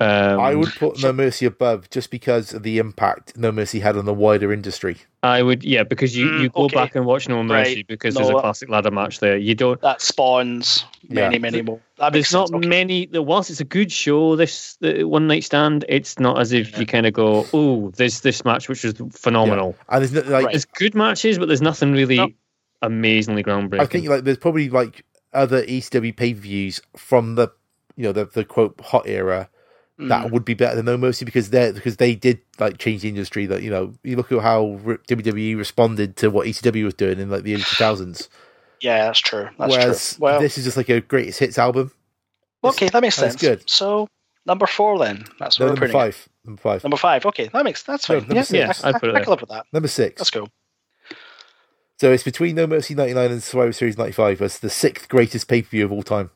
Speaker 3: Um,
Speaker 1: I would put No Mercy above just because of the impact No Mercy had on the wider industry.
Speaker 3: I would, yeah, because you,
Speaker 2: Mm,
Speaker 3: you go
Speaker 2: okay.
Speaker 3: back and watch No Mercy
Speaker 2: Right.
Speaker 3: because
Speaker 2: No,
Speaker 3: there's a
Speaker 2: uh,
Speaker 3: classic ladder match there. You don't.
Speaker 2: That spawns many
Speaker 1: Yeah.
Speaker 2: many more. That
Speaker 3: There's
Speaker 2: makes
Speaker 3: not
Speaker 2: sense. Okay.
Speaker 3: many. The whilst it's a good show, this the one night stand, it's not as if you kind of go, "Oh, there's this match which was phenomenal."
Speaker 1: And there's no, like
Speaker 2: Right.
Speaker 3: There's good matches, but there's nothing really
Speaker 2: No.
Speaker 3: amazingly groundbreaking.
Speaker 1: I think like there's probably like other ECW pay per views from the you know the the quote hot era
Speaker 2: Mm.
Speaker 1: that would be better than No Mercy because they because they did like change the industry. That you know you look at how re- WWE E responded to what ECW was doing in like the early 2000s.
Speaker 2: Yeah, that's true. That's
Speaker 1: whereas
Speaker 2: true. Well,
Speaker 1: this is just like a greatest hits album.
Speaker 2: okay, that makes
Speaker 1: that's
Speaker 2: sense.
Speaker 1: good.
Speaker 2: So number four then. That's what
Speaker 1: No,
Speaker 2: we're
Speaker 1: number
Speaker 2: putting. it.
Speaker 1: five, number five,
Speaker 2: Number five. Okay, that makes that's
Speaker 1: No,
Speaker 2: fine.
Speaker 1: number
Speaker 2: yeah,
Speaker 1: six.
Speaker 2: I,
Speaker 3: I'd
Speaker 2: I,
Speaker 3: put it
Speaker 2: I
Speaker 3: there.
Speaker 2: can live with that.
Speaker 1: number six.
Speaker 2: That's cool.
Speaker 1: So it's between No Mercy 99 and Survivor Series 95 as the sixth greatest pay per view of all time.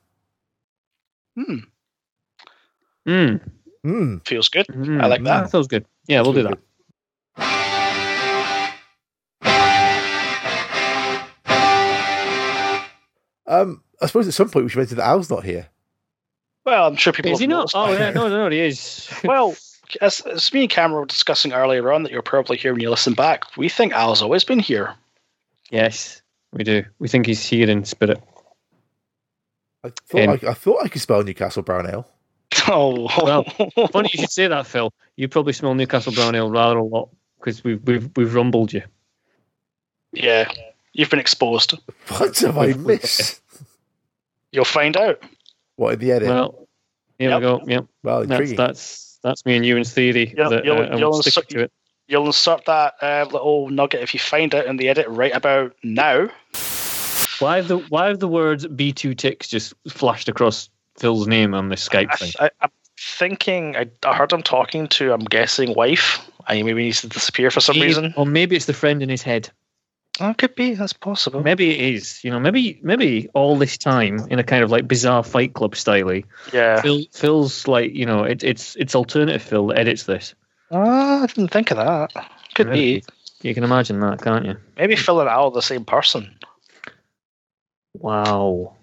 Speaker 2: Hmm.
Speaker 3: Mm,
Speaker 1: Hmm.
Speaker 2: Feels good.
Speaker 3: mm,
Speaker 2: I like that.
Speaker 3: That feels good. Yeah, we'll do that.
Speaker 1: Um, I suppose at some point we should mention that Al's not here.
Speaker 2: Well, I'm sure people.
Speaker 3: Is he
Speaker 2: have
Speaker 3: not?
Speaker 2: noticed
Speaker 3: Oh,
Speaker 2: that.
Speaker 3: yeah, no, no, he is.
Speaker 2: Well, as, as me and Cameron were discussing earlier on, that you're probably here when you listen back. We think Al's always been here.
Speaker 3: yes, we do. We think he's here in spirit.
Speaker 1: I thought
Speaker 3: Um,
Speaker 1: I, I thought I could spell Newcastle Brown Ale.
Speaker 2: Oh,
Speaker 3: Well, Funny you should say that, Phil. You probably smell Newcastle Brown Ale rather a lot because we've we've we've rumbled you.
Speaker 2: yeah. You've been exposed.
Speaker 1: What have I missed?
Speaker 2: You'll find out.
Speaker 1: What in the edit? Well,
Speaker 3: Well, here
Speaker 2: Yep.
Speaker 3: we go. Yep, that's
Speaker 1: intriguing.
Speaker 3: that's that's me and Ewan's theory.
Speaker 2: You'll-
Speaker 3: that, uh,
Speaker 2: you'll-
Speaker 3: and we'll
Speaker 2: you'll
Speaker 3: stick
Speaker 2: suck-
Speaker 3: to it.
Speaker 2: You'll insert that uh, little nugget if you find out in the edit right about now.
Speaker 3: Why have the why have the words B two ticks just flashed across Phil's name on this Skype
Speaker 2: I,
Speaker 3: thing?
Speaker 2: I, I'm thinking, I, I heard him talking to, I'm guessing, wife. I maybe needs to disappear for some reason.
Speaker 3: Or maybe it's the friend in his head.
Speaker 2: Oh, could be. That's possible.
Speaker 3: Maybe it is. You know, maybe maybe all this time in a kind of like bizarre Fight Club styley.
Speaker 2: Yeah.
Speaker 3: Phil, Phil's like you know, it, it's it's alternative Phil that edits this.
Speaker 2: Ah, I didn't think of that. Could be.
Speaker 3: You can imagine that, can't you?
Speaker 2: Maybe Phil and Al are the same person.
Speaker 3: Wow,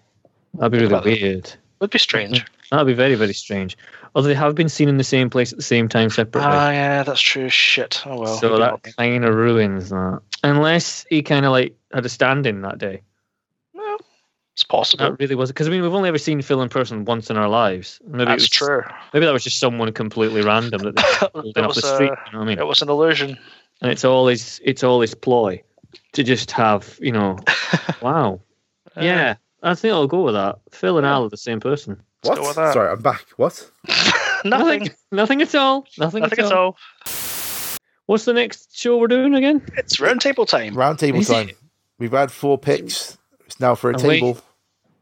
Speaker 3: that'd be
Speaker 2: about
Speaker 3: really
Speaker 2: that.
Speaker 3: weird.
Speaker 2: Would be strange.
Speaker 3: That'd be very very strange. Although they have been seen in the same place at the same time separately.
Speaker 2: Ah, yeah, that's true. Shit. Oh well.
Speaker 3: so
Speaker 2: Good
Speaker 3: that
Speaker 2: luck.
Speaker 3: kind of ruins that. Unless he kind of like had a stand in that day.
Speaker 2: Well, it's possible.
Speaker 3: That really was because I mean we've only ever seen Phil in person once in our lives. Maybe it
Speaker 2: That's
Speaker 3: was-
Speaker 2: true.
Speaker 3: Maybe that was just someone completely random that they pulled in
Speaker 2: That
Speaker 3: off the
Speaker 2: was, uh,
Speaker 3: street. you know what I mean?
Speaker 2: It was an illusion.
Speaker 3: and it's all his it's all his ploy to just have you know wow yeah i think i'll go with that phil and al are the same person
Speaker 2: go
Speaker 1: what?
Speaker 2: with that.
Speaker 1: Sorry, I'm back. What?
Speaker 2: Nothing.
Speaker 3: nothing at all nothing,
Speaker 2: Nothing
Speaker 3: at, all. what's the next show we're doing again
Speaker 2: It's roundtable time.
Speaker 1: Roundtable
Speaker 3: Is
Speaker 1: time.
Speaker 3: it-
Speaker 1: We've had four picks. It's now for a
Speaker 3: Oh, wait.
Speaker 1: table.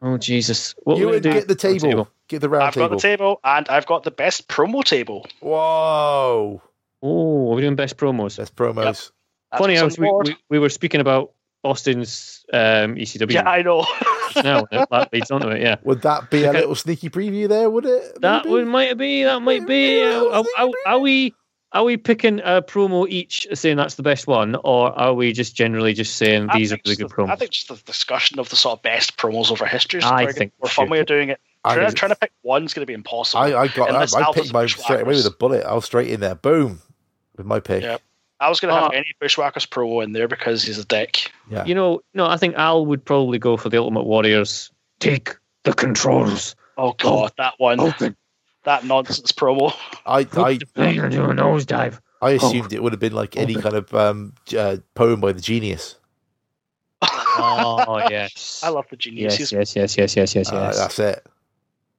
Speaker 3: oh jesus what
Speaker 1: you
Speaker 3: we're
Speaker 1: would
Speaker 3: doing?
Speaker 1: get the table. Get the round
Speaker 2: I've
Speaker 1: table.
Speaker 2: got the table, and I've got the best promo table.
Speaker 1: Whoa!
Speaker 3: oh we're doing best promos
Speaker 1: That's promos.
Speaker 2: That's
Speaker 3: funny
Speaker 2: what's
Speaker 3: how
Speaker 2: on
Speaker 3: we,
Speaker 2: board.
Speaker 3: we, we were speaking about austin's um ecw
Speaker 2: Yeah, I know.
Speaker 3: now that leads onto it yeah
Speaker 1: Would that be a
Speaker 3: Okay.
Speaker 1: little sneaky preview there? Would it?
Speaker 3: that
Speaker 1: Maybe?
Speaker 3: would might be that might be uh,
Speaker 1: Yeah,
Speaker 3: are,
Speaker 1: that's
Speaker 3: are- are we are we picking a promo each saying that's the best one or are we just generally just saying
Speaker 2: I
Speaker 3: these are
Speaker 2: think
Speaker 3: really
Speaker 2: just
Speaker 3: good
Speaker 2: the- I
Speaker 3: promos
Speaker 2: think just the discussion of the sort of best promos over history is
Speaker 3: I
Speaker 2: quite a
Speaker 3: think
Speaker 2: more
Speaker 3: we
Speaker 2: fun
Speaker 3: should.
Speaker 2: way of doing it.
Speaker 1: I
Speaker 2: Trying,
Speaker 1: think
Speaker 2: trying to
Speaker 1: it's-
Speaker 2: pick one's going to be impossible.
Speaker 1: I, I got.
Speaker 2: Unless
Speaker 1: I, I
Speaker 2: Al's
Speaker 1: picked
Speaker 2: a
Speaker 1: mine
Speaker 2: bushwhacker.
Speaker 1: straight away with a bullet. I was straight in there. Boom, with my pick.
Speaker 2: Yeah. I was going to have
Speaker 3: Ah.
Speaker 2: any Bushwhackers promo in there because he's a dick.
Speaker 3: you know no I think Al would probably go for the Ultimate Warriors take the controls
Speaker 2: Oh god, that one,
Speaker 3: open
Speaker 2: that nonsense promo.
Speaker 1: I, I,
Speaker 3: put the plane into a nosedive
Speaker 1: I assumed it would have been like any kind of um, j- uh, poem by the genius.
Speaker 3: Oh yes.
Speaker 2: I love the genius.
Speaker 3: yes,
Speaker 2: He's-
Speaker 3: yes, yes, yes, yes, yes,
Speaker 1: Uh,
Speaker 3: yes.
Speaker 1: that's it.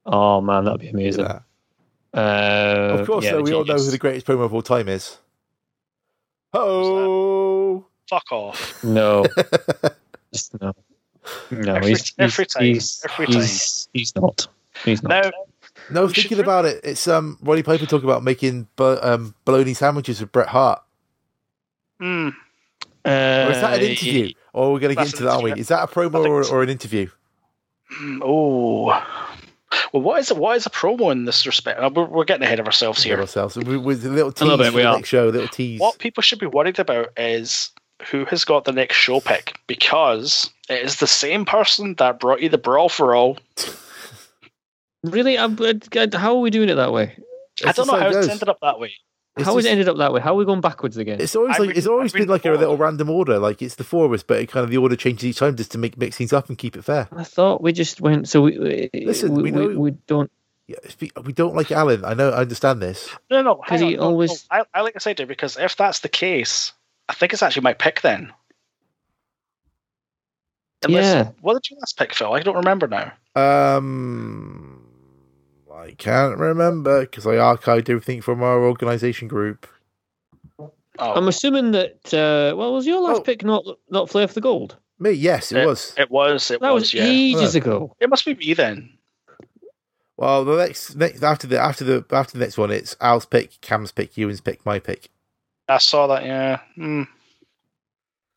Speaker 3: oh man, that'd be
Speaker 1: Look
Speaker 3: amazing.
Speaker 1: at
Speaker 3: Uh,
Speaker 1: that. Of course,
Speaker 3: yeah,
Speaker 1: though,
Speaker 3: the
Speaker 1: we all know who
Speaker 3: genius.
Speaker 1: the greatest poem of all time is. Oh,
Speaker 2: Fuck off.
Speaker 3: No, Just no, no.
Speaker 2: Every-
Speaker 3: he's,
Speaker 2: every
Speaker 3: he's,
Speaker 2: time,
Speaker 3: he's,
Speaker 2: every
Speaker 3: he's, he's not. He's not.
Speaker 2: Now,
Speaker 1: no!
Speaker 2: should
Speaker 1: Thinking
Speaker 2: re-
Speaker 1: about it, it's um Roddy Piper talking about making bu- um, bologna sandwiches with Bret Hart.
Speaker 2: mm,
Speaker 3: Uh,
Speaker 1: Or is that an interview? Or we're going to get
Speaker 2: that's
Speaker 1: into
Speaker 2: an
Speaker 1: that, aren't we?
Speaker 2: interview.
Speaker 1: Is that a promo or, or an interview?
Speaker 2: mm, oh. Well, what is it? What is a promo in this respect? Uh, We're, we're getting ahead of ourselves
Speaker 1: Here
Speaker 2: here.
Speaker 1: ourselves with, with a little tease
Speaker 3: little bit,
Speaker 1: for
Speaker 3: we
Speaker 1: the
Speaker 3: are.
Speaker 1: next show. a Little tease.
Speaker 2: What people should be worried about is who has got the next show pick because it is the same person that brought you the Brawl for All.
Speaker 3: Really? I'm, I- how are we doing it that way?
Speaker 2: I
Speaker 1: It's
Speaker 2: don't
Speaker 1: just
Speaker 2: know
Speaker 1: how
Speaker 2: how
Speaker 1: it
Speaker 2: it's
Speaker 1: goes.
Speaker 2: ended up that way.
Speaker 1: It's
Speaker 3: how has it
Speaker 1: just-
Speaker 3: ended up that way? How are we going backwards again?
Speaker 1: It's always
Speaker 2: I
Speaker 1: like
Speaker 2: read-
Speaker 1: it's always
Speaker 2: I read
Speaker 1: been like a little
Speaker 2: forward.
Speaker 1: random order. Like it's the four of us, but it kind of the order changes each time just to make mix things up and keep it fair.
Speaker 3: I thought we just went. So we we,
Speaker 1: Listen,
Speaker 3: we,
Speaker 1: we
Speaker 3: we,
Speaker 1: know-
Speaker 3: we don't.
Speaker 1: Yeah, it's be- we don't like Alan. I know. I understand this.
Speaker 2: No, no,
Speaker 3: 'Cause
Speaker 2: hang
Speaker 3: he
Speaker 2: on, no, no.
Speaker 3: always-
Speaker 2: I, I like this idea because if that's the case, I think it's actually my pick then.
Speaker 3: Yeah.
Speaker 2: What did you last pick, Phil? I don't remember now.
Speaker 1: Um, I can't remember because I archived everything from our organisation group.
Speaker 2: Oh,
Speaker 3: I'm assuming that. Uh, well, was your last
Speaker 1: Oh.
Speaker 3: pick not not Flay of the Gold?
Speaker 1: Me, yes, it was.
Speaker 2: It was. It
Speaker 3: That
Speaker 2: was.
Speaker 3: was
Speaker 2: Oh,
Speaker 3: E.
Speaker 2: yeah.
Speaker 3: ages ago.
Speaker 2: It must be me then.
Speaker 1: Well, the next, next after the after the after the next one, it's Al's pick, Cam's pick, Ewan's pick, my pick.
Speaker 2: I saw that. Yeah. Hmm.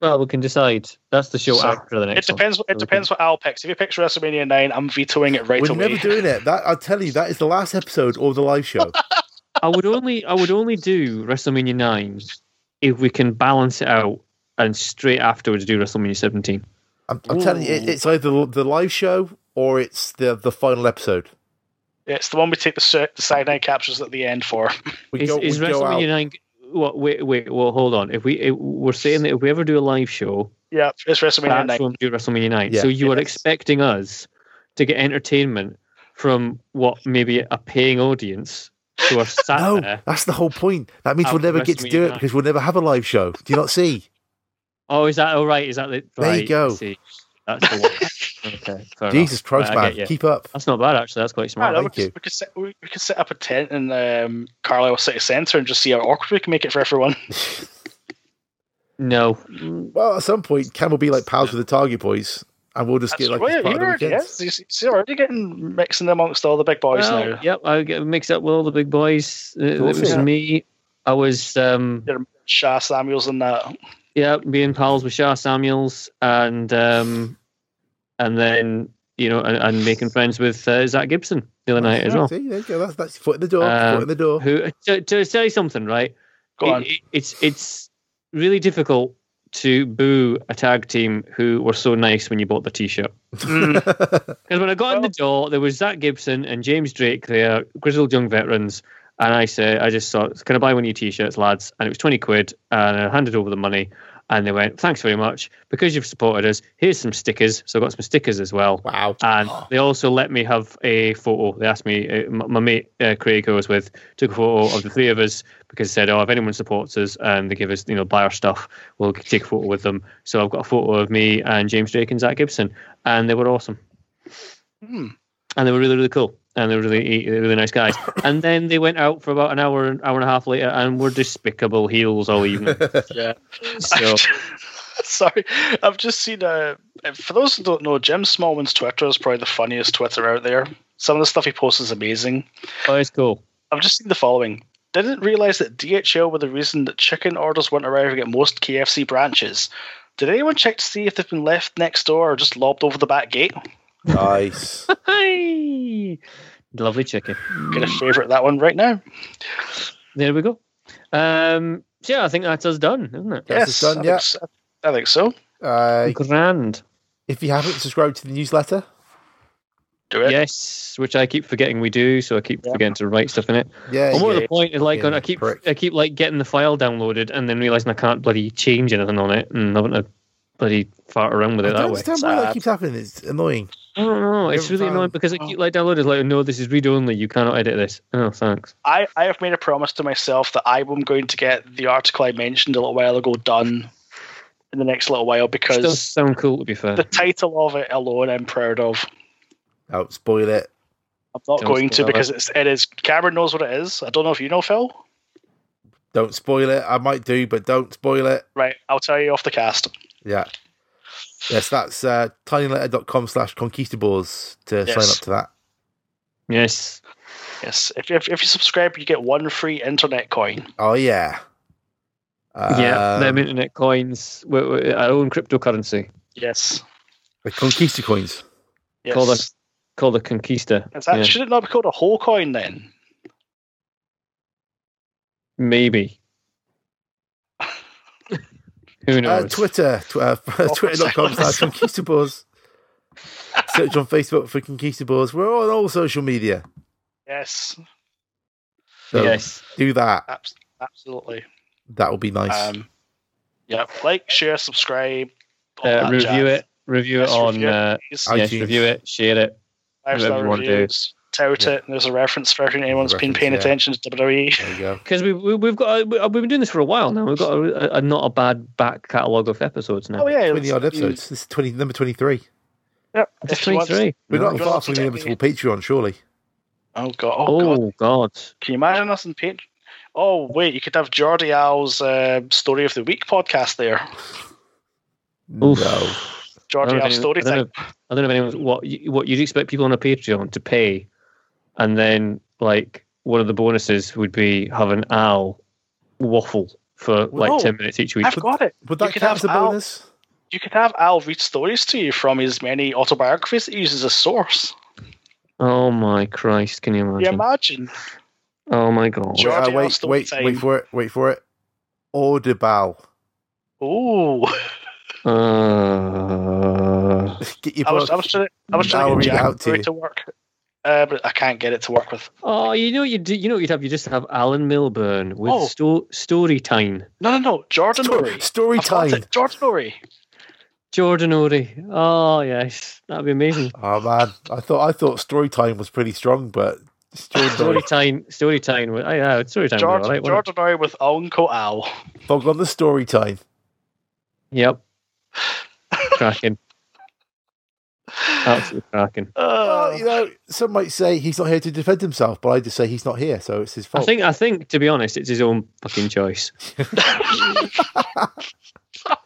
Speaker 3: Well, we can decide. That's the show
Speaker 2: So,
Speaker 3: after the
Speaker 2: It
Speaker 3: next.
Speaker 2: depends.
Speaker 3: one.
Speaker 2: It depends what Al picks. If he picks WrestleMania nine, I'm vetoing it right
Speaker 1: We're
Speaker 2: away.
Speaker 1: never doing it. That I tell you, that is the last episode or the live show.
Speaker 3: I would only I would only do WrestleMania nine if we can balance it out and straight afterwards do WrestleMania seventeen.
Speaker 1: I'm, I'm telling you, it, it's either the- the live show or it's the the final episode.
Speaker 2: It's the one we take the, sur- the side eye captures at the end for.
Speaker 1: We
Speaker 3: Is,
Speaker 1: go,
Speaker 3: is
Speaker 1: we go out.
Speaker 3: WrestleMania nine? What? Wait, wait. Well, hold on. If we if we're saying that if we ever do a live show,
Speaker 2: yeah, it's WrestleMania
Speaker 3: that's
Speaker 2: nine.
Speaker 3: when we do WrestleMania nine.
Speaker 1: Yeah.
Speaker 3: So you are
Speaker 2: Yes.
Speaker 3: expecting us to get entertainment from what maybe a paying audience who are sat
Speaker 1: No,
Speaker 3: there.
Speaker 1: that's the whole point. That means
Speaker 3: Out
Speaker 1: we'll
Speaker 3: the
Speaker 1: never get to
Speaker 3: WrestleMania
Speaker 1: do it
Speaker 3: night.
Speaker 1: because we'll never have a live show. Do you not see?
Speaker 3: Oh, is that all right? Is that the,
Speaker 1: There you
Speaker 3: right, I
Speaker 1: go.
Speaker 3: see. That's the one. okay, fair enough.
Speaker 1: Jesus Christ,
Speaker 3: Right, I
Speaker 1: man,
Speaker 3: get you.
Speaker 1: keep up.
Speaker 3: That's not bad actually. That's quite
Speaker 2: I
Speaker 3: smart.
Speaker 2: don't know, we,
Speaker 1: thank you.
Speaker 2: could, we, could set, we, we could set up a tent in um, Carlisle City Centre and just see how awkward we can make it for everyone.
Speaker 3: No, Um,
Speaker 1: Well, at some point, Cam will be like pals with the Target Boys, and we'll just
Speaker 2: That's
Speaker 1: get like this
Speaker 2: right,
Speaker 1: part
Speaker 2: he
Speaker 1: of the
Speaker 2: already
Speaker 1: weekend.
Speaker 2: is. He's, he's already getting mixing amongst all the big boys
Speaker 3: Well,
Speaker 2: now.
Speaker 3: Yep, I get mixed up with all the big boys. Uh, It
Speaker 1: course,
Speaker 3: was
Speaker 1: yeah.
Speaker 3: me. I was um,
Speaker 2: Sha Samuels and that.
Speaker 3: yeah, being pals with Shah Samuels and um, and then you know and, and making friends with uh, Zach Gibson the other night as well.
Speaker 1: See, there you go. That's, that's foot in the door.
Speaker 3: Um,
Speaker 1: foot in the door.
Speaker 3: Who to, to tell you something, right?
Speaker 2: Go
Speaker 3: It-
Speaker 2: on.
Speaker 3: it- it's it's really difficult to boo a tag team who were so nice when you bought the t-shirt. mm, Because when I got in the door, there was Zach Gibson and James Drake there, grizzled young veterans, and I said, I just thought, can I buy one of your t-shirts, lads? And it was twenty quid, and I handed over the money, and they went, thanks very much because you've supported us. Here's some stickers, so I got some stickers as well.
Speaker 1: Wow.
Speaker 3: And
Speaker 2: Oh.
Speaker 3: they also let me have a photo. They asked me, uh, my, my mate uh, Craig, who I was with, took a photo of the three of us because he said, "Oh, if anyone supports us and they give us, you know, buy our stuff, we'll take a photo with them." So I've got a photo of me and James Drake and Zach Gibson, and they were awesome
Speaker 2: Hmm.
Speaker 3: and they were really really cool and they were really e, really nice guys and then they went out for about an hour an hour and a half later and were despicable heels all evening
Speaker 2: Yeah.
Speaker 3: so
Speaker 2: Sorry, I've just seen. Uh, for those who don't know, Jim Smallman's Twitter is probably the funniest Twitter out there. Some of the stuff he posts is amazing.
Speaker 3: oh it's cool
Speaker 2: I've just seen the following. Didn't realize that DHL were the reason that chicken orders weren't arriving at most KFC branches. Did anyone check to see if they've been left next door or just lobbed over the back gate?
Speaker 1: Nice.
Speaker 3: Hi. lovely chicken
Speaker 2: Gonna favorite that one right now.
Speaker 3: there we go um so yeah i think that's us done isn't it
Speaker 1: That's us
Speaker 2: yes,
Speaker 1: done,
Speaker 2: I,
Speaker 1: yeah.
Speaker 2: think so. I think so.
Speaker 1: Uh,
Speaker 3: grand
Speaker 1: if you haven't subscribed to the newsletter,
Speaker 2: Do it.
Speaker 3: yes which i keep forgetting we do so i keep
Speaker 2: Yeah.
Speaker 3: forgetting to write stuff in it
Speaker 1: yeah,
Speaker 3: Or more to
Speaker 1: yeah.
Speaker 3: the point is like
Speaker 1: Yeah,
Speaker 3: i keep
Speaker 1: prick.
Speaker 3: i keep like getting the file downloaded and then realizing i can't bloody change anything on it and having to bloody fart around with
Speaker 1: I
Speaker 3: it
Speaker 1: don't
Speaker 3: that way
Speaker 1: understand why that
Speaker 2: Sad.
Speaker 1: keeps happening. It's annoying.
Speaker 3: I don't know. It's
Speaker 7: haven't
Speaker 3: really
Speaker 7: found-
Speaker 3: annoying because it, like downloaded like no, this is read only. You cannot edit this. Oh, thanks.
Speaker 2: I, I have made a promise to myself that I am going to get the article I mentioned a little while ago done in the next little while
Speaker 3: It does
Speaker 2: because
Speaker 3: sound cool to be fair.
Speaker 2: the title of it alone I'm proud of.
Speaker 1: Don't spoil it.
Speaker 2: I'm not
Speaker 3: Don't
Speaker 2: going to
Speaker 3: spoil it.
Speaker 2: because it's, it is Cameron knows what it is. I don't know if you know Phil.
Speaker 1: Don't spoil it. I might do, but don't spoil it.
Speaker 2: Right, I'll tell you off the cast.
Speaker 1: Yeah. Yes, that's uh, tinyletter.com slash conquistadors to
Speaker 2: Yes.
Speaker 1: sign up to that.
Speaker 3: Yes.
Speaker 2: Yes, if, if if you subscribe, you get one free internet coin.
Speaker 1: Oh, yeah.
Speaker 3: yeah.
Speaker 1: Um,
Speaker 3: Them internet coins. We, we, our own cryptocurrency
Speaker 2: Yes,
Speaker 1: The Conquista coins.
Speaker 2: yes.
Speaker 3: Call us- called a conquista.
Speaker 2: Is that,
Speaker 3: Yeah.
Speaker 2: Should it not be called a whole coin then?
Speaker 3: Maybe. Who knows?
Speaker 1: Uh, Twitter, tw- uh, twitter.com slash conquistadors. Search on Facebook for conquistadors. We're on all social media.
Speaker 2: Yes,
Speaker 1: So
Speaker 3: Yes.
Speaker 1: do that.
Speaker 2: abs- absolutely.
Speaker 1: That would be nice.
Speaker 2: Um, yeah, like, share, subscribe, all
Speaker 3: Uh,
Speaker 2: that
Speaker 3: review
Speaker 2: jazz.
Speaker 3: it. Review
Speaker 2: Yes,
Speaker 3: it on.
Speaker 2: review it,
Speaker 3: uh,
Speaker 2: please.
Speaker 1: I-
Speaker 3: yes.
Speaker 1: iTunes.
Speaker 3: Review it. Share it.
Speaker 2: Five
Speaker 3: whatever
Speaker 2: star
Speaker 3: you wanna do.
Speaker 2: reviews. Tout it. There's a reference for anyone who's been
Speaker 1: Reference,
Speaker 2: paying
Speaker 1: yeah.
Speaker 2: attention to E? WWE.
Speaker 1: there you go.
Speaker 3: Because we, we, we've got a, we, uh, we've been doing this for a while now. We've got a, a, a not a bad back catalogue of episodes now.
Speaker 2: Oh yeah,
Speaker 1: 20 odd
Speaker 2: it's-
Speaker 1: episodes. This is 20, number 23.
Speaker 2: Yep.
Speaker 3: Just
Speaker 2: if you want-
Speaker 3: 23.
Speaker 1: We're
Speaker 3: No.
Speaker 1: not
Speaker 2: You're
Speaker 1: far
Speaker 2: not
Speaker 1: from the
Speaker 2: protecting
Speaker 1: inevitable Patreon, surely.
Speaker 2: Oh god. Oh,
Speaker 3: Oh,
Speaker 2: god.
Speaker 3: God.
Speaker 2: Can you imagine us in Patreon? Oh wait, you could have Jordi Al's uh, story of the week podcast there.
Speaker 1: No.
Speaker 3: Oof. I don't
Speaker 2: Jordi
Speaker 3: know if
Speaker 2: Al's
Speaker 3: any-
Speaker 2: story
Speaker 3: I don't
Speaker 2: time.
Speaker 3: know if- I don't know if anyone what you, what you'd expect people on a Patreon to pay, and then like one of the bonuses would be having Al waffle for like
Speaker 2: No.
Speaker 3: ten minutes each week.
Speaker 2: Oh, I've got it.
Speaker 1: Would
Speaker 2: You
Speaker 1: that
Speaker 2: could
Speaker 1: count as a
Speaker 2: have Al-
Speaker 1: bonus?
Speaker 2: You could have Al read stories to you from his many autobiographies that he uses as source.
Speaker 3: Oh my Christ! Can you
Speaker 2: Can you
Speaker 3: imagine?
Speaker 2: imagine?
Speaker 3: oh my God!
Speaker 2: Sure. Jordi
Speaker 1: Uh, wait,
Speaker 2: Alston
Speaker 1: wait,
Speaker 2: time.
Speaker 1: wait for it. Wait for it. Audible.
Speaker 2: Ooh.
Speaker 3: Uh,
Speaker 1: Get your
Speaker 2: I was,
Speaker 1: book.
Speaker 2: I was trying to, I was
Speaker 1: I'll
Speaker 2: trying to
Speaker 1: read it
Speaker 2: get Jack
Speaker 1: out to
Speaker 2: to,
Speaker 1: you.
Speaker 2: to work, uh, but I can't get it to work with.
Speaker 3: oh, you know what you do. You know what you'd have. You just have Alan Milburn with
Speaker 2: Oh.
Speaker 3: sto- story time.
Speaker 2: No, no, no. Jordan
Speaker 1: story,
Speaker 2: Ory.
Speaker 1: story
Speaker 2: I've got
Speaker 1: time.
Speaker 2: it. Jordan Ory.
Speaker 3: Jordan Ory. Oh yes, that'd be amazing.
Speaker 1: Oh man, I thought I thought story time was pretty strong, but story
Speaker 3: Story
Speaker 1: time.
Speaker 3: time. Story time. with- I know story time. would be
Speaker 2: Jordan,
Speaker 3: all right, wouldn't it?
Speaker 2: Jordan Ory with Uncle Al.
Speaker 1: Bog on the story time.
Speaker 3: Yep. cracking. Absolutely cracking.
Speaker 1: Well,
Speaker 2: Uh,
Speaker 1: you know, some might say he's not here to defend himself, but I just say he's not here, so it's his
Speaker 3: I
Speaker 1: fault.
Speaker 3: think I think to be honest, it's his own fucking choice.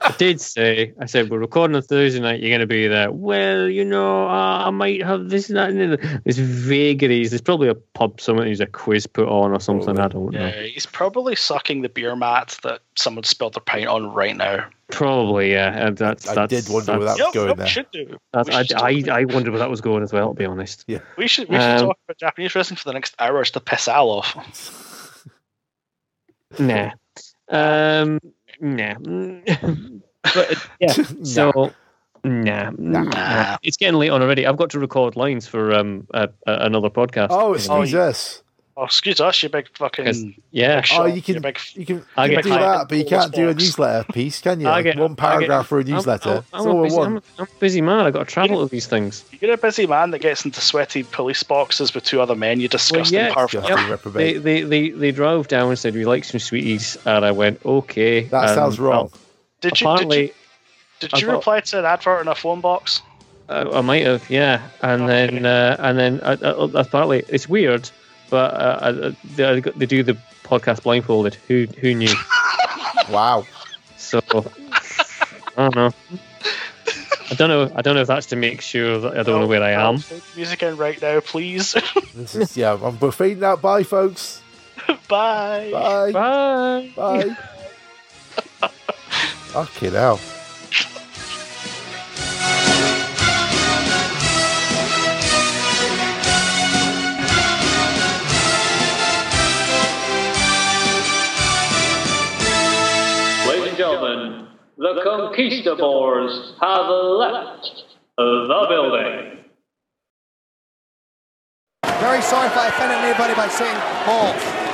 Speaker 3: I did say I said we're recording on Thursday night. You're going to be there. Well, you know, uh, I might have this and that and the other." There's vagaries. There's probably a pub somewhere. There's a quiz put on or something. I don't know.
Speaker 2: yeah, he's probably sucking the beer mat that someone spilled their pint on right now.
Speaker 3: Probably yeah. And that's,
Speaker 1: I
Speaker 3: that's,
Speaker 1: did wonder where
Speaker 3: that's-
Speaker 1: Let's that- go in
Speaker 2: Yep,
Speaker 1: there.
Speaker 2: should do.
Speaker 3: that's- I,
Speaker 2: We should
Speaker 3: I, I wonder where that was going as well. To be honest.
Speaker 2: We should we should
Speaker 3: Um,
Speaker 2: talk about Japanese wrestling for the next hour just to piss Al off.
Speaker 3: Nah. Um, nah. but it- yeah. So nah, nah,
Speaker 2: Nah.
Speaker 3: It's getting late on already. I've got to record lines for um a, a, another podcast.
Speaker 1: oh, it's
Speaker 2: Oh, you-
Speaker 1: us.
Speaker 2: Oh, excuse us, you big fucking.
Speaker 3: yeah.
Speaker 1: Oh,
Speaker 2: Sean,
Speaker 1: you can-
Speaker 2: big.
Speaker 1: You can,
Speaker 3: I
Speaker 1: you
Speaker 3: get
Speaker 1: can do
Speaker 3: hired
Speaker 1: that, but you
Speaker 2: for
Speaker 1: can't do a
Speaker 2: Xbox.
Speaker 1: newsletter piece, can you?
Speaker 3: I
Speaker 1: Like,
Speaker 3: get-
Speaker 1: one
Speaker 3: I get-
Speaker 1: paragraph for a
Speaker 3: I'm-
Speaker 1: newsletter.
Speaker 3: I'm,
Speaker 1: it's
Speaker 3: I'm a
Speaker 1: all I
Speaker 3: busy,
Speaker 1: want.
Speaker 3: I'm, I'm a busy man. I've got to travel to these things.
Speaker 2: You're a busy man that gets into sweaty police boxes with two other men. You disgusting
Speaker 3: yeah,
Speaker 2: pervert.
Speaker 1: Just
Speaker 3: Yep.
Speaker 1: be
Speaker 3: They,
Speaker 1: reprobate.
Speaker 3: they they they drove down and said we like some sweeties, and I went okay.
Speaker 1: That
Speaker 3: and,
Speaker 1: sounds wrong.
Speaker 2: Did you, did
Speaker 3: apparently,
Speaker 2: you did
Speaker 3: I
Speaker 2: you
Speaker 3: got-
Speaker 2: reply to an advert in a phone box?
Speaker 3: Uh, I might have, yeah. And
Speaker 2: Okay.
Speaker 3: then, uh, and then, uh, uh, apparently, it's weird, but uh, uh, they, they do the podcast blindfolded. Who who knew?
Speaker 1: Wow.
Speaker 3: so I don't know. I don't know. I don't know if that's to make sure that I don't know where I
Speaker 2: Al,
Speaker 3: am.
Speaker 2: take the Music in right now, please.
Speaker 1: This is, yeah, I'm, we're fading out. Bye, folks.
Speaker 2: Bye.
Speaker 1: Bye.
Speaker 3: Bye.
Speaker 1: Bye. Fucking hell.
Speaker 9: Ladies and gentlemen, the conquistadors have left the building.
Speaker 8: Very sorry if I offended anybody by saying balls.